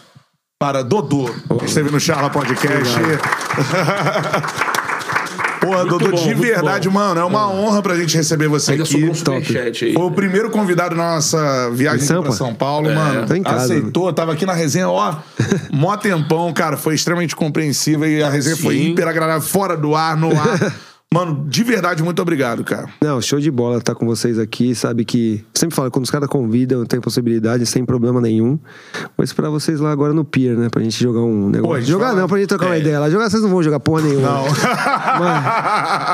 Speaker 1: para Dodô, que esteve no Charla Podcast. Porra, Dodô,
Speaker 2: bom,
Speaker 1: de
Speaker 2: muito
Speaker 1: verdade,
Speaker 2: bom.
Speaker 1: mano, é uma honra pra gente receber você
Speaker 2: Ainda
Speaker 1: aqui.
Speaker 2: sobrou um superchat aí. É.
Speaker 1: Foi o primeiro convidado na nossa viagem
Speaker 3: Em
Speaker 1: aqui pra
Speaker 3: Sampa?
Speaker 1: São Paulo, mano.
Speaker 3: Tô em casa,
Speaker 1: Aceitou, tava aqui na resenha, ó, mó tempão, cara. Foi extremamente compreensiva e a resenha foi
Speaker 2: Sim.
Speaker 1: hiper agradável, fora do ar, no
Speaker 2: [laughs]
Speaker 1: ar. Mano, de verdade, muito obrigado, cara.
Speaker 3: Não, show de bola estar com vocês aqui. Sabe que sempre falo, quando os caras convidam, tem possibilidade, sem problema nenhum. Vou esperar vocês lá agora no pier, né? Pra gente jogar um negócio.
Speaker 1: a gente
Speaker 3: jogar
Speaker 1: fala-
Speaker 3: não, pra gente trocar uma
Speaker 2: É.
Speaker 3: ideia lá. Jogar vocês não vão jogar porra nenhuma.
Speaker 1: Não. [laughs]
Speaker 2: [laughs]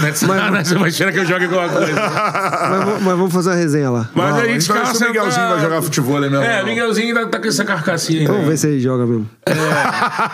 Speaker 2: Mas... Você vai tirar que eu jogue alguma
Speaker 1: Então.
Speaker 2: coisa.
Speaker 3: Mas, vamos- mas vamos fazer uma resenha lá.
Speaker 2: Mas
Speaker 1: Não,
Speaker 2: a gente
Speaker 1: então esse
Speaker 2: caça
Speaker 1: Miguelzinho
Speaker 2: pra-
Speaker 1: vai jogar futebol, né, meu
Speaker 2: É,
Speaker 1: irmão?
Speaker 2: Miguelzinho ainda tá com essa carcassinha
Speaker 1: Então.
Speaker 2: aí.
Speaker 3: Vamos
Speaker 2: né?
Speaker 3: ver se ele joga mesmo.
Speaker 2: O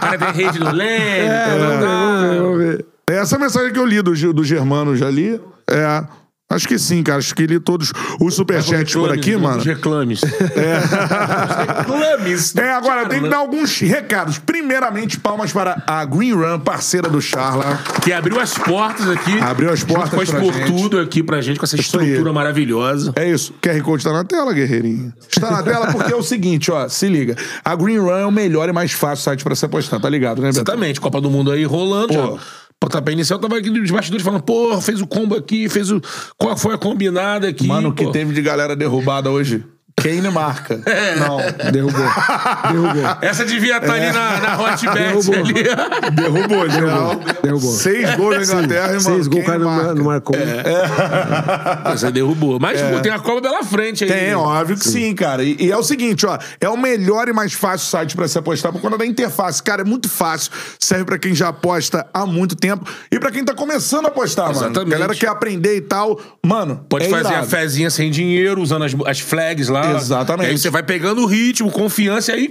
Speaker 2: cara tem rede no leme. É,
Speaker 1: né?
Speaker 3: Vamos ver.
Speaker 1: É Essa mensagem que eu li do, Gil- do Germano já li, é. Acho que sim, cara. Acho que li todos os superchats por aqui, mano.
Speaker 2: reclames. reclames.
Speaker 1: É, agora tem que dar alguns recados. Primeiramente, palmas para a Green Run, parceira do Charla.
Speaker 2: Que abriu as portas aqui.
Speaker 1: Abriu as portas
Speaker 2: Faz
Speaker 1: pra
Speaker 2: por
Speaker 1: gente.
Speaker 2: tudo aqui pra gente, com essa
Speaker 1: aí.
Speaker 2: estrutura maravilhosa.
Speaker 1: É isso. QR Code tá na tela, guerreirinho. Está na tela porque é o seguinte, ó. Se liga. A Green Run é o melhor e mais fácil site pra se apostar, tá ligado, né, Beto?
Speaker 2: Exatamente. Copa do Mundo aí rolando.
Speaker 1: Pô.
Speaker 2: já. tá Pontapé inicial tava aqui nos bastidores falando, pô, fez o combo aqui, fez o. Qual foi a combinada aqui?
Speaker 1: Mano, o que
Speaker 2: pô.
Speaker 1: teve de galera derrubada hoje? Kane marca.
Speaker 2: É.
Speaker 1: Não.
Speaker 3: Derrubou. Derrubou.
Speaker 2: Essa devia estar
Speaker 1: É.
Speaker 2: ali na, na hot bet
Speaker 3: Derrubou.
Speaker 2: ali. [laughs]
Speaker 1: Derrubou, geral.
Speaker 3: Derrubou.
Speaker 1: Seis gols na Inglaterra, irmão.
Speaker 3: Seis gols, o
Speaker 1: Kane
Speaker 3: cara não, mar- não marcou.
Speaker 1: É.
Speaker 2: Você derrubou. Mas pô, tem a Copa pela frente aí.
Speaker 1: Tem, óbvio que sim, cara. E, e é o seguinte, ó, é o melhor e mais fácil site pra se apostar por conta da interface. Cara, é muito fácil. Serve pra quem já aposta há muito tempo e pra quem tá começando a apostar, mano.
Speaker 2: Exatamente.
Speaker 1: Galera quer aprender e tal, mano.
Speaker 2: Pode
Speaker 1: é
Speaker 2: fazer
Speaker 1: irado.
Speaker 2: a fezinha sem dinheiro, usando as, as flags lá.
Speaker 1: Exatamente.
Speaker 2: E aí você vai pegando o ritmo, confiança e aí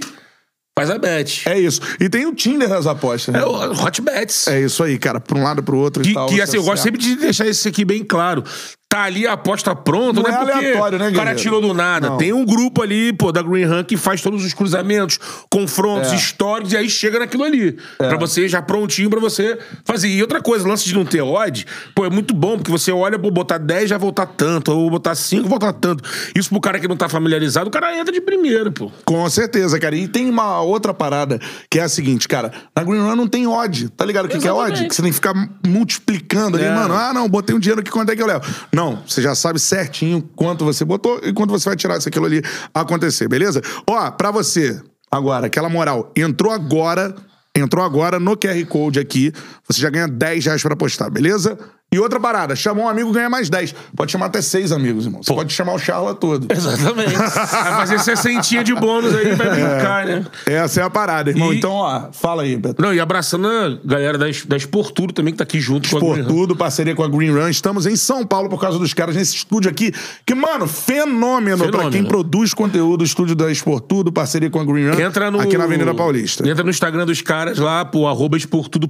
Speaker 2: faz a bet.
Speaker 1: É isso. E tem o Tinder das apostas,
Speaker 2: É,
Speaker 1: né?
Speaker 2: o hot bets.
Speaker 1: É isso aí, cara. Pra um lado, pro outro e
Speaker 2: Que,
Speaker 1: tal.
Speaker 2: que,
Speaker 1: você
Speaker 2: assim, eu gosto
Speaker 1: acerta.
Speaker 2: sempre de deixar isso aqui bem claro. Tá ali a aposta pronta,
Speaker 1: Não
Speaker 2: né?
Speaker 1: é
Speaker 2: Porque
Speaker 1: aleatório, né,
Speaker 2: o cara
Speaker 1: guerreiro?
Speaker 2: tirou do nada.
Speaker 1: Não.
Speaker 2: Tem um grupo ali, pô, da Green Hunt que faz todos os cruzamentos, confrontos,
Speaker 1: É.
Speaker 2: históricos, e aí chega naquilo ali. Pra você, já prontinho pra você fazer. E outra coisa, lance de não ter odd, pô, é muito bom, porque você olha, pô, botar 10 já voltar tanto, ou botar 5 voltar tanto. Isso pro cara que não tá familiarizado, o cara entra de primeiro, pô.
Speaker 1: Com certeza, cara. E tem uma outra parada que é a seguinte, cara. Na Green Run não tem odd. Tá ligado o que, que é odd?
Speaker 2: Exatamente.
Speaker 1: Que você tem que ficar multiplicando ali,
Speaker 2: É.
Speaker 1: mano. Ah, não, botei um dinheiro aqui, quanto é que eu levo? Não, você já sabe certinho quanto você botou e quanto você vai tirar se aquilo ali acontecer, beleza? Ó, pra você, agora, aquela moral. Entrou agora, entrou agora no QR Code aqui. Você já ganha 10 reais pra apostar, beleza? E outra parada, chamou um amigo, ganha mais 10. Pode chamar até seis amigos, irmão. Você pode chamar o charla todo.
Speaker 2: Exatamente. [laughs] vai fazer 60 de bônus aí, vai brincar, né?
Speaker 1: Essa é a parada, irmão.
Speaker 2: E-
Speaker 1: Então, ó, fala aí, Beto.
Speaker 2: Não, e abraçando a galera da, Es- da Esporturo também, que tá aqui junto com a
Speaker 1: Por
Speaker 2: Green Hunt.
Speaker 1: tudo, parceria com a Green Run. Estamos em São Paulo por causa dos caras nesse estúdio aqui. Que, mano, fenômeno, pra
Speaker 2: Fenômeno.
Speaker 1: quem produz conteúdo, estúdio da Esportudo, parceria com a Green Run.
Speaker 2: Entra no...
Speaker 1: Aqui na Avenida Paulista.
Speaker 2: Entra no Instagram dos caras lá, pô, arroba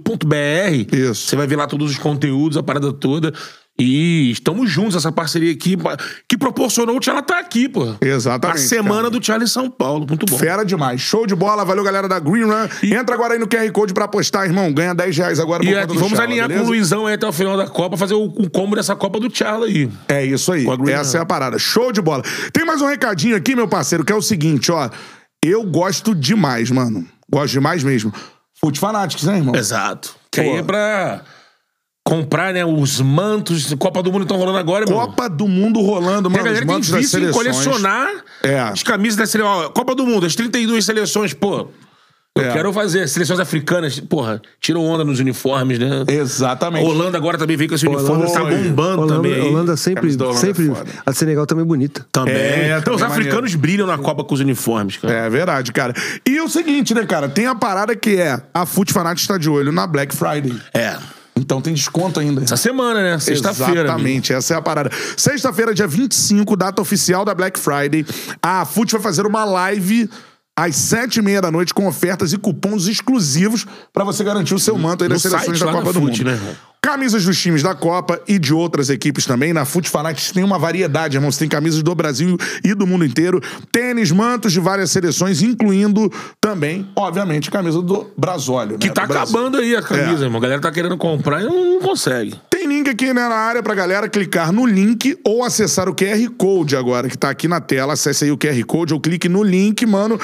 Speaker 2: esportudo.br.
Speaker 1: Isso.
Speaker 2: Você vai ver lá todos os conteúdos, a parada toda. E estamos juntos, essa parceria aqui, pa- que proporcionou o Tchala tá aqui, pô. A
Speaker 1: Exatamente.
Speaker 2: semana
Speaker 1: cara.
Speaker 2: do Tchala em São Paulo. Muito bom.
Speaker 1: Fera demais. Show de bola. Valeu, galera da Green Run. Entra agora aí no QR Code pra apostar, irmão. Ganha 10 reais agora
Speaker 2: E
Speaker 1: por
Speaker 2: a-
Speaker 1: conta do
Speaker 2: vamos
Speaker 1: Chala,
Speaker 2: alinhar
Speaker 1: beleza?
Speaker 2: com o Luizão aí até o final da Copa, fazer o, o combo dessa Copa do Tchala aí.
Speaker 1: É isso aí.
Speaker 2: Com a Green
Speaker 1: Essa é a parada. Show de bola. Tem mais um recadinho aqui, meu parceiro, que é o seguinte, ó. Eu gosto demais, mano. Gosto demais mesmo. Fute Fanatics, né, irmão?
Speaker 2: Exato. Que aí é pra comprar, né, os mantos. Copa do Mundo estão rolando agora, mano.
Speaker 1: Copa do Mundo rolando,
Speaker 2: Tem a
Speaker 1: mano. Os
Speaker 2: galera que tem
Speaker 1: mantos das
Speaker 2: vício em
Speaker 1: seleções.
Speaker 2: colecionar
Speaker 1: É.
Speaker 2: as camisas da seleção. Ó, Copa do Mundo, as 32 seleções, pô. Eu
Speaker 1: É.
Speaker 2: quero fazer. Seleções africanas, porra, tiram onda nos uniformes, né? A
Speaker 1: Exatamente.
Speaker 2: Holanda agora também veio com esse uniforme,
Speaker 1: É, Holanda
Speaker 2: tá
Speaker 1: foi.
Speaker 2: bombando
Speaker 3: Holanda,
Speaker 2: também. aí.
Speaker 3: Holanda sempre.
Speaker 1: Camisa da Holanda é
Speaker 3: sempre
Speaker 1: foda.
Speaker 3: a Senegal também é bonita.
Speaker 2: Também.
Speaker 1: É, também
Speaker 2: Então, os
Speaker 1: é
Speaker 2: africanos brilham na Copa com os uniformes, cara.
Speaker 1: É verdade, cara. E o seguinte, né, cara? Tem a parada que é a Fute Fanatics está de olho na Black Friday.
Speaker 2: É.
Speaker 1: Então tem desconto ainda.
Speaker 2: Essa semana, né? Sexta-feira. amigo.
Speaker 1: Exatamente, essa é a parada. Sexta-feira, dia 25, data oficial da Black Friday, a FUT vai fazer uma live às sete e meia da noite com ofertas e cupons exclusivos pra você garantir o seu manto aí
Speaker 2: No
Speaker 1: das seleções
Speaker 2: site
Speaker 1: da
Speaker 2: lá
Speaker 1: Copa
Speaker 2: da
Speaker 1: do
Speaker 2: FUT,
Speaker 1: Mundo.
Speaker 2: né, irmão?
Speaker 1: Camisas dos times da Copa e de outras equipes também. Na Fute Fanatics tem uma variedade, irmão. Você tem camisas do Brasil e do mundo inteiro. Tênis, mantos de várias seleções, incluindo também, obviamente, camisa É, do Brasólio.
Speaker 2: Que tá acabando aí a camisa,
Speaker 1: É.
Speaker 2: irmão. A galera tá querendo comprar e não não consegue.
Speaker 1: Tem link aqui né, na área pra galera clicar no link ou acessar o QR Code agora, que tá aqui na tela. Acesse aí o QR Code ou clique no link, mano,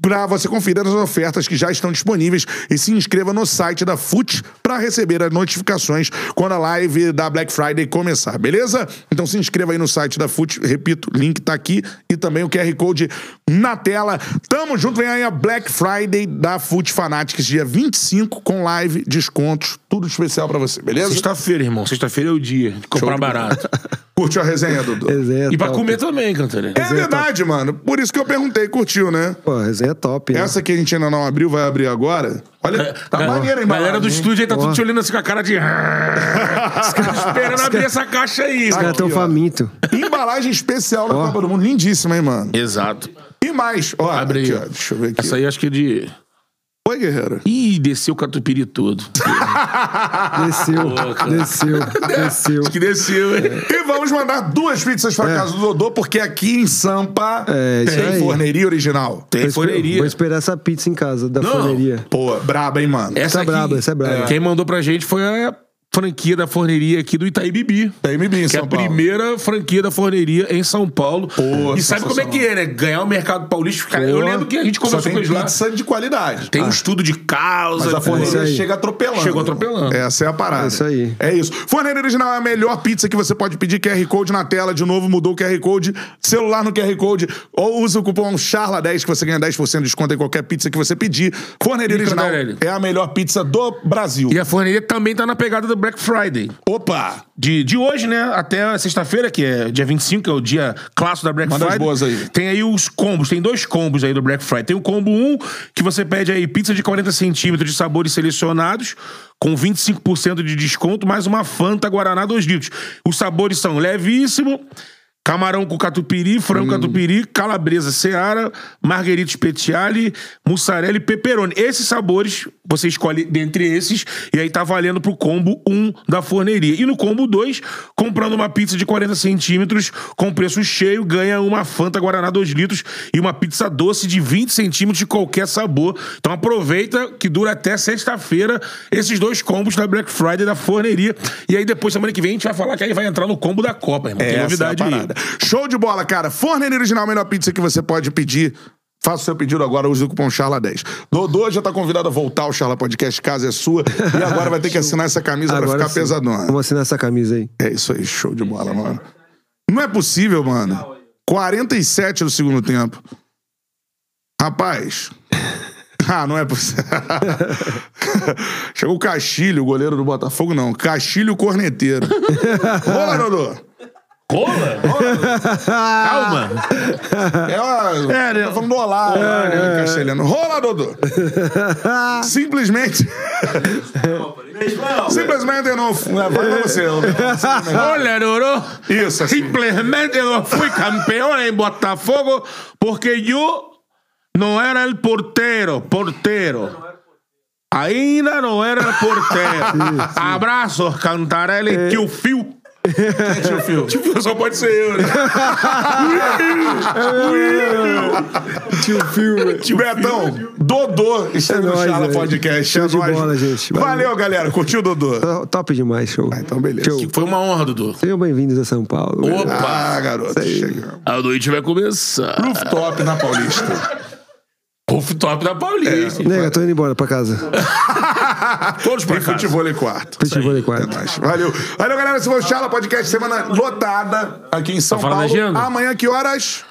Speaker 1: pra você conferir as ofertas que já estão disponíveis e se inscreva no site da FUT pra receber as notificações quando a live da Black Friday começar, beleza? Então se inscreva aí no site da FUT, repito, o link tá aqui e também o QR Code na tela. Tamo junto, vem aí a Black Friday da FUT Fanatics, dia 25, com live, descontos, tudo especial pra você, beleza?
Speaker 2: Sexta-feira, irmão. Sexta-feira é o dia de comprar
Speaker 1: de bola. [laughs]
Speaker 2: barato.
Speaker 1: Curtiu a resenha, Dudu?
Speaker 3: Resenha
Speaker 2: E pra
Speaker 3: top.
Speaker 2: comer também, Cantarelli.
Speaker 1: É
Speaker 3: tá.
Speaker 1: verdade, mano. Por isso que eu perguntei, curtiu, né?
Speaker 3: Pô, a resenha é top. né?
Speaker 1: Essa que a gente ainda não abriu, vai abrir agora. Olha, tá
Speaker 2: Ga-
Speaker 1: maneiro, hein,
Speaker 2: É, Galera do estúdio aí tá tudo
Speaker 3: Ó.
Speaker 2: te olhando assim com a
Speaker 1: [laughs]
Speaker 2: cara de. Esperando abrir essa caixa
Speaker 1: Tá
Speaker 2: aí.
Speaker 3: Os caras
Speaker 2: irmão.
Speaker 3: tão
Speaker 1: aqui, ó.
Speaker 3: faminto.
Speaker 1: Embalagem especial da Copa do Mundo. Lindíssima, hein, mano?
Speaker 2: Exato.
Speaker 1: E mais, ó.
Speaker 2: É. Abre aí.
Speaker 1: aqui,
Speaker 2: ó.
Speaker 1: ó. Deixa eu ver aqui.
Speaker 2: Essa aí acho que é de.
Speaker 1: Oi, guerreiro.
Speaker 2: Ih, desceu o catupiry todo.
Speaker 3: Desceu, desceu,
Speaker 2: [laughs]
Speaker 3: desceu.
Speaker 2: que desceu, hein?
Speaker 1: E vamos mandar duas pizzas pra casa do Dodô, porque aqui em Sampa
Speaker 3: É, isso
Speaker 1: tem
Speaker 3: aí.
Speaker 1: forneria original.
Speaker 2: Tem
Speaker 3: Vou esper-
Speaker 2: foneria.
Speaker 3: Vou esperar essa pizza em casa da
Speaker 2: Não.
Speaker 3: forneria.
Speaker 1: Pô, braba, hein, mano?
Speaker 2: Essa
Speaker 3: Essa é braba, essa é braba.
Speaker 2: Quem mandou pra gente foi a franquia da forneria aqui do Itaí Bibi.
Speaker 1: Tem Bibi em
Speaker 2: Que é
Speaker 1: São
Speaker 2: a
Speaker 1: Paulo.
Speaker 2: primeira franquia da forneria em São Paulo.
Speaker 1: Pô,
Speaker 2: e sabe como é
Speaker 1: sensacional.
Speaker 2: que é, né? Ganhar o mercado paulista. Cara, eu
Speaker 3: Pô.
Speaker 2: lembro que a gente
Speaker 1: Só
Speaker 2: conversou
Speaker 1: tem
Speaker 2: com eles lá.
Speaker 1: pizza de qualidade.
Speaker 2: Tem um estudo de causa.
Speaker 1: Mas a
Speaker 3: isso
Speaker 1: forneria
Speaker 3: aí.
Speaker 1: chega atropelando.
Speaker 2: Chegou atropelando.
Speaker 1: Essa é a parada.
Speaker 3: É isso aí.
Speaker 1: É isso. Forneira Original é a melhor pizza que você pode pedir. QR Code na tela. De novo, mudou o QR Code. Celular no QR Code. Ou usa o cupom CHARLA10 que você ganha 10% de desconto em qualquer pizza que você pedir. Forneira
Speaker 2: Micro
Speaker 1: Original
Speaker 2: Dorelli.
Speaker 1: é a melhor pizza do Brasil.
Speaker 2: E a forneria também tá na pegada do Black Friday.
Speaker 1: Opa!
Speaker 2: De, de hoje, né? Até sexta-feira, que é dia 25, que é o dia clássico da Black
Speaker 1: Manda as
Speaker 2: Friday.
Speaker 1: boas aí.
Speaker 2: Tem aí os combos, tem dois combos aí do Black Friday. Tem o combo 1, que você pede aí pizza de 40 centímetros de sabores selecionados, com 25% de desconto, mais uma Fanta Guaraná 2 litros. Os sabores são levíssimo. Camarão com catupiry,
Speaker 1: Hum.
Speaker 2: frango catupiry, calabresa seara, marguerita speciale, mussarela e pepperoni. Esses sabores, você escolhe dentre esses, e aí tá valendo pro combo 1 da forneria. E no combo 2, comprando uma pizza de 40 centímetros com preço cheio, ganha uma Fanta Guaraná 2 litros e uma pizza doce de 20 centímetros de qualquer sabor. Então aproveita que dura até sexta-feira esses dois combos da Black Friday da forneria. E aí depois, semana que vem, a gente vai falar que aí vai entrar no combo da Copa, irmão. Tem
Speaker 1: Essa é
Speaker 2: novidade
Speaker 1: a
Speaker 2: aí.
Speaker 1: parada. Show de bola, cara. Forneira Original, é a melhor pizza que você pode pedir. Faça o seu pedido agora, use o cupom CHARLA10. Dodô já tá convidado a voltar ao Charla Podcast, casa é sua. E agora vai ter que assinar essa camisa pra ficar
Speaker 3: sim.
Speaker 1: pesadona.
Speaker 3: Vamos assinar essa camisa aí.
Speaker 1: É isso aí, show de bola, mano. Não é possível, mano. 47 do segundo tempo. Rapaz. [laughs] Ah, não é possível. [laughs] Chegou o Castilho, o goleiro do Botafogo, não. Castilho corneteiro. Rola, Dodô.
Speaker 2: Cola? [laughs] Calma.
Speaker 1: É, uma,
Speaker 2: É, né? é.
Speaker 1: Tá falando do Olá, né, castelhano. Rola, Dodô. Simplesmente.
Speaker 2: é.
Speaker 1: Simplesmente eu não. Vai pra você. eu-
Speaker 2: Olha, Loro.
Speaker 1: Isso, assim.
Speaker 2: Simplesmente eu fui campeão em Botafogo porque eu não era o porteiro. Porteiro. Ainda não era o porteiro. Abraços, Cantarelli, tio Fio. Tio [laughs] Fio. Tio Fio só pode ser eu, né?
Speaker 3: Tio Filme.
Speaker 1: Tio Betão, Dodô está
Speaker 3: É
Speaker 1: no
Speaker 3: nóis,
Speaker 1: Chala
Speaker 3: velho.
Speaker 1: Podcast.
Speaker 3: Show
Speaker 1: É
Speaker 3: de
Speaker 1: nóis.
Speaker 3: bola, gente. Valeu.
Speaker 1: Valeu, galera. Curtiu, Dodô?
Speaker 3: Tá Top demais, show.
Speaker 1: então beleza.
Speaker 3: Show.
Speaker 2: Foi uma honra, Dudu.
Speaker 3: Sejam bem-vindos a São Paulo. galera.
Speaker 1: Ah, garoto,
Speaker 3: Isso aí.
Speaker 1: chegamos.
Speaker 2: A noite vai começar.
Speaker 1: Rooftop na
Speaker 3: [laughs]
Speaker 1: Paulista.
Speaker 2: Rooftop da Paulista.
Speaker 3: Nega, tô indo embora pra casa.
Speaker 2: Todos pra
Speaker 1: Tem
Speaker 2: casa.
Speaker 1: futebol em quarto.
Speaker 3: Futebol de quarto.
Speaker 1: É nóis. Valeu. Valeu, galera. Esse foi o Chala Podcast, semana lotada aqui em São
Speaker 2: falando
Speaker 1: Paulo.
Speaker 2: da agenda?
Speaker 1: Amanhã, que horas?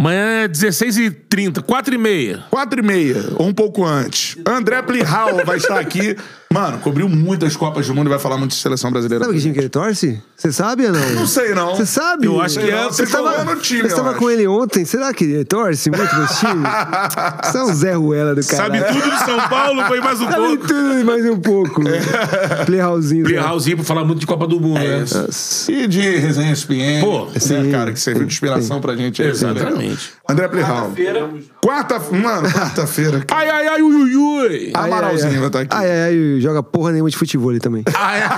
Speaker 2: Amanhã é 16h30, 4h30.
Speaker 1: Quatro e meia, ou um pouco antes. André Plihal vai estar aqui. Mano, cobriu muitas Copas do Mundo e vai falar muito de seleção brasileira.
Speaker 3: Sabe que time que ele torce? Você sabe ou não?
Speaker 1: Não sei, não.
Speaker 3: Você sabe?
Speaker 2: Eu acho que é-
Speaker 1: você
Speaker 3: Você tava,
Speaker 1: falou no time,
Speaker 3: eu
Speaker 1: eu
Speaker 3: tava
Speaker 1: acho.
Speaker 3: com ele ontem. Será que ele torce muito pro time? Você é um Zé Ruela do cara.
Speaker 2: Sabe tudo de São Paulo, foi mais um
Speaker 3: Sabe
Speaker 2: pouco.
Speaker 3: tudo e mais um pouco. Playhousezinho.
Speaker 2: Playhousezinho pra falar muito de Copa do Mundo, né?
Speaker 1: E de resenha ESPN.
Speaker 2: Pô,
Speaker 1: né, cara, que serviu de inspiração pra gente. aí,
Speaker 2: Exatamente.
Speaker 1: né? André Plihal. Quarta, mano, quarta-feira.
Speaker 2: Ai, ai, ai, ui, ui, ui.
Speaker 1: Amaralzinho vai estar aqui.
Speaker 3: Ai, ai, ai, joga porra nenhuma de futebol ali também.
Speaker 2: Ai, ai.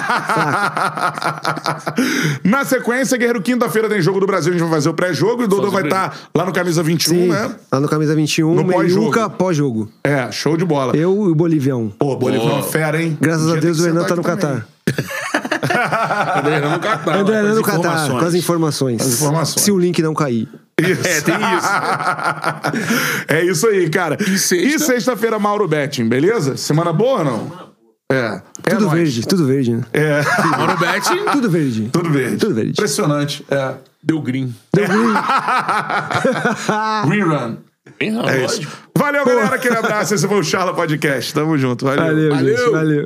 Speaker 1: Na sequência, Guerreiro, quinta-feira tem Jogo do Brasil, a gente vai fazer o pré-jogo e o Dodô vai estar lá no Camisa 21,
Speaker 3: Sim,
Speaker 1: né?
Speaker 3: Lá no camisa 21,
Speaker 1: No pós-jogo.
Speaker 3: Meiuca, pós-jogo.
Speaker 1: É, show de bola.
Speaker 3: Eu e o Bolivião.
Speaker 1: Pô, Bolívia é uma fera, hein?
Speaker 3: Graças
Speaker 1: Um
Speaker 3: a
Speaker 1: dia
Speaker 3: Deus o
Speaker 1: tem que
Speaker 3: Hernan tá
Speaker 1: sentar
Speaker 3: no
Speaker 1: aqui também.
Speaker 3: Catar.
Speaker 2: André Hernan no Catar.
Speaker 3: André
Speaker 2: lá, com
Speaker 3: Hernan
Speaker 2: as
Speaker 3: no Catar,
Speaker 2: informações.
Speaker 3: com as informações.
Speaker 1: As informações.
Speaker 3: Se o link não cair.
Speaker 1: Isso.
Speaker 2: É, tem
Speaker 1: isso. [laughs] é isso aí, cara. E
Speaker 2: sexta?
Speaker 1: feira Mauro Betting, beleza? Semana boa ou não? É. É
Speaker 3: Tudo
Speaker 1: nóis.
Speaker 3: verde, tudo verde, né?
Speaker 1: É.
Speaker 2: Mauro Bet
Speaker 3: Tudo verde.
Speaker 1: Tudo verde.
Speaker 3: Tudo verde.
Speaker 1: Impressionante. É.
Speaker 2: deu green.
Speaker 1: Rerun.
Speaker 2: Bem, É
Speaker 1: É isso. Valeu, galera. Aquele abraço. Esse foi o Charla Podcast. Tamo junto.
Speaker 3: Valeu, gente. Valeu.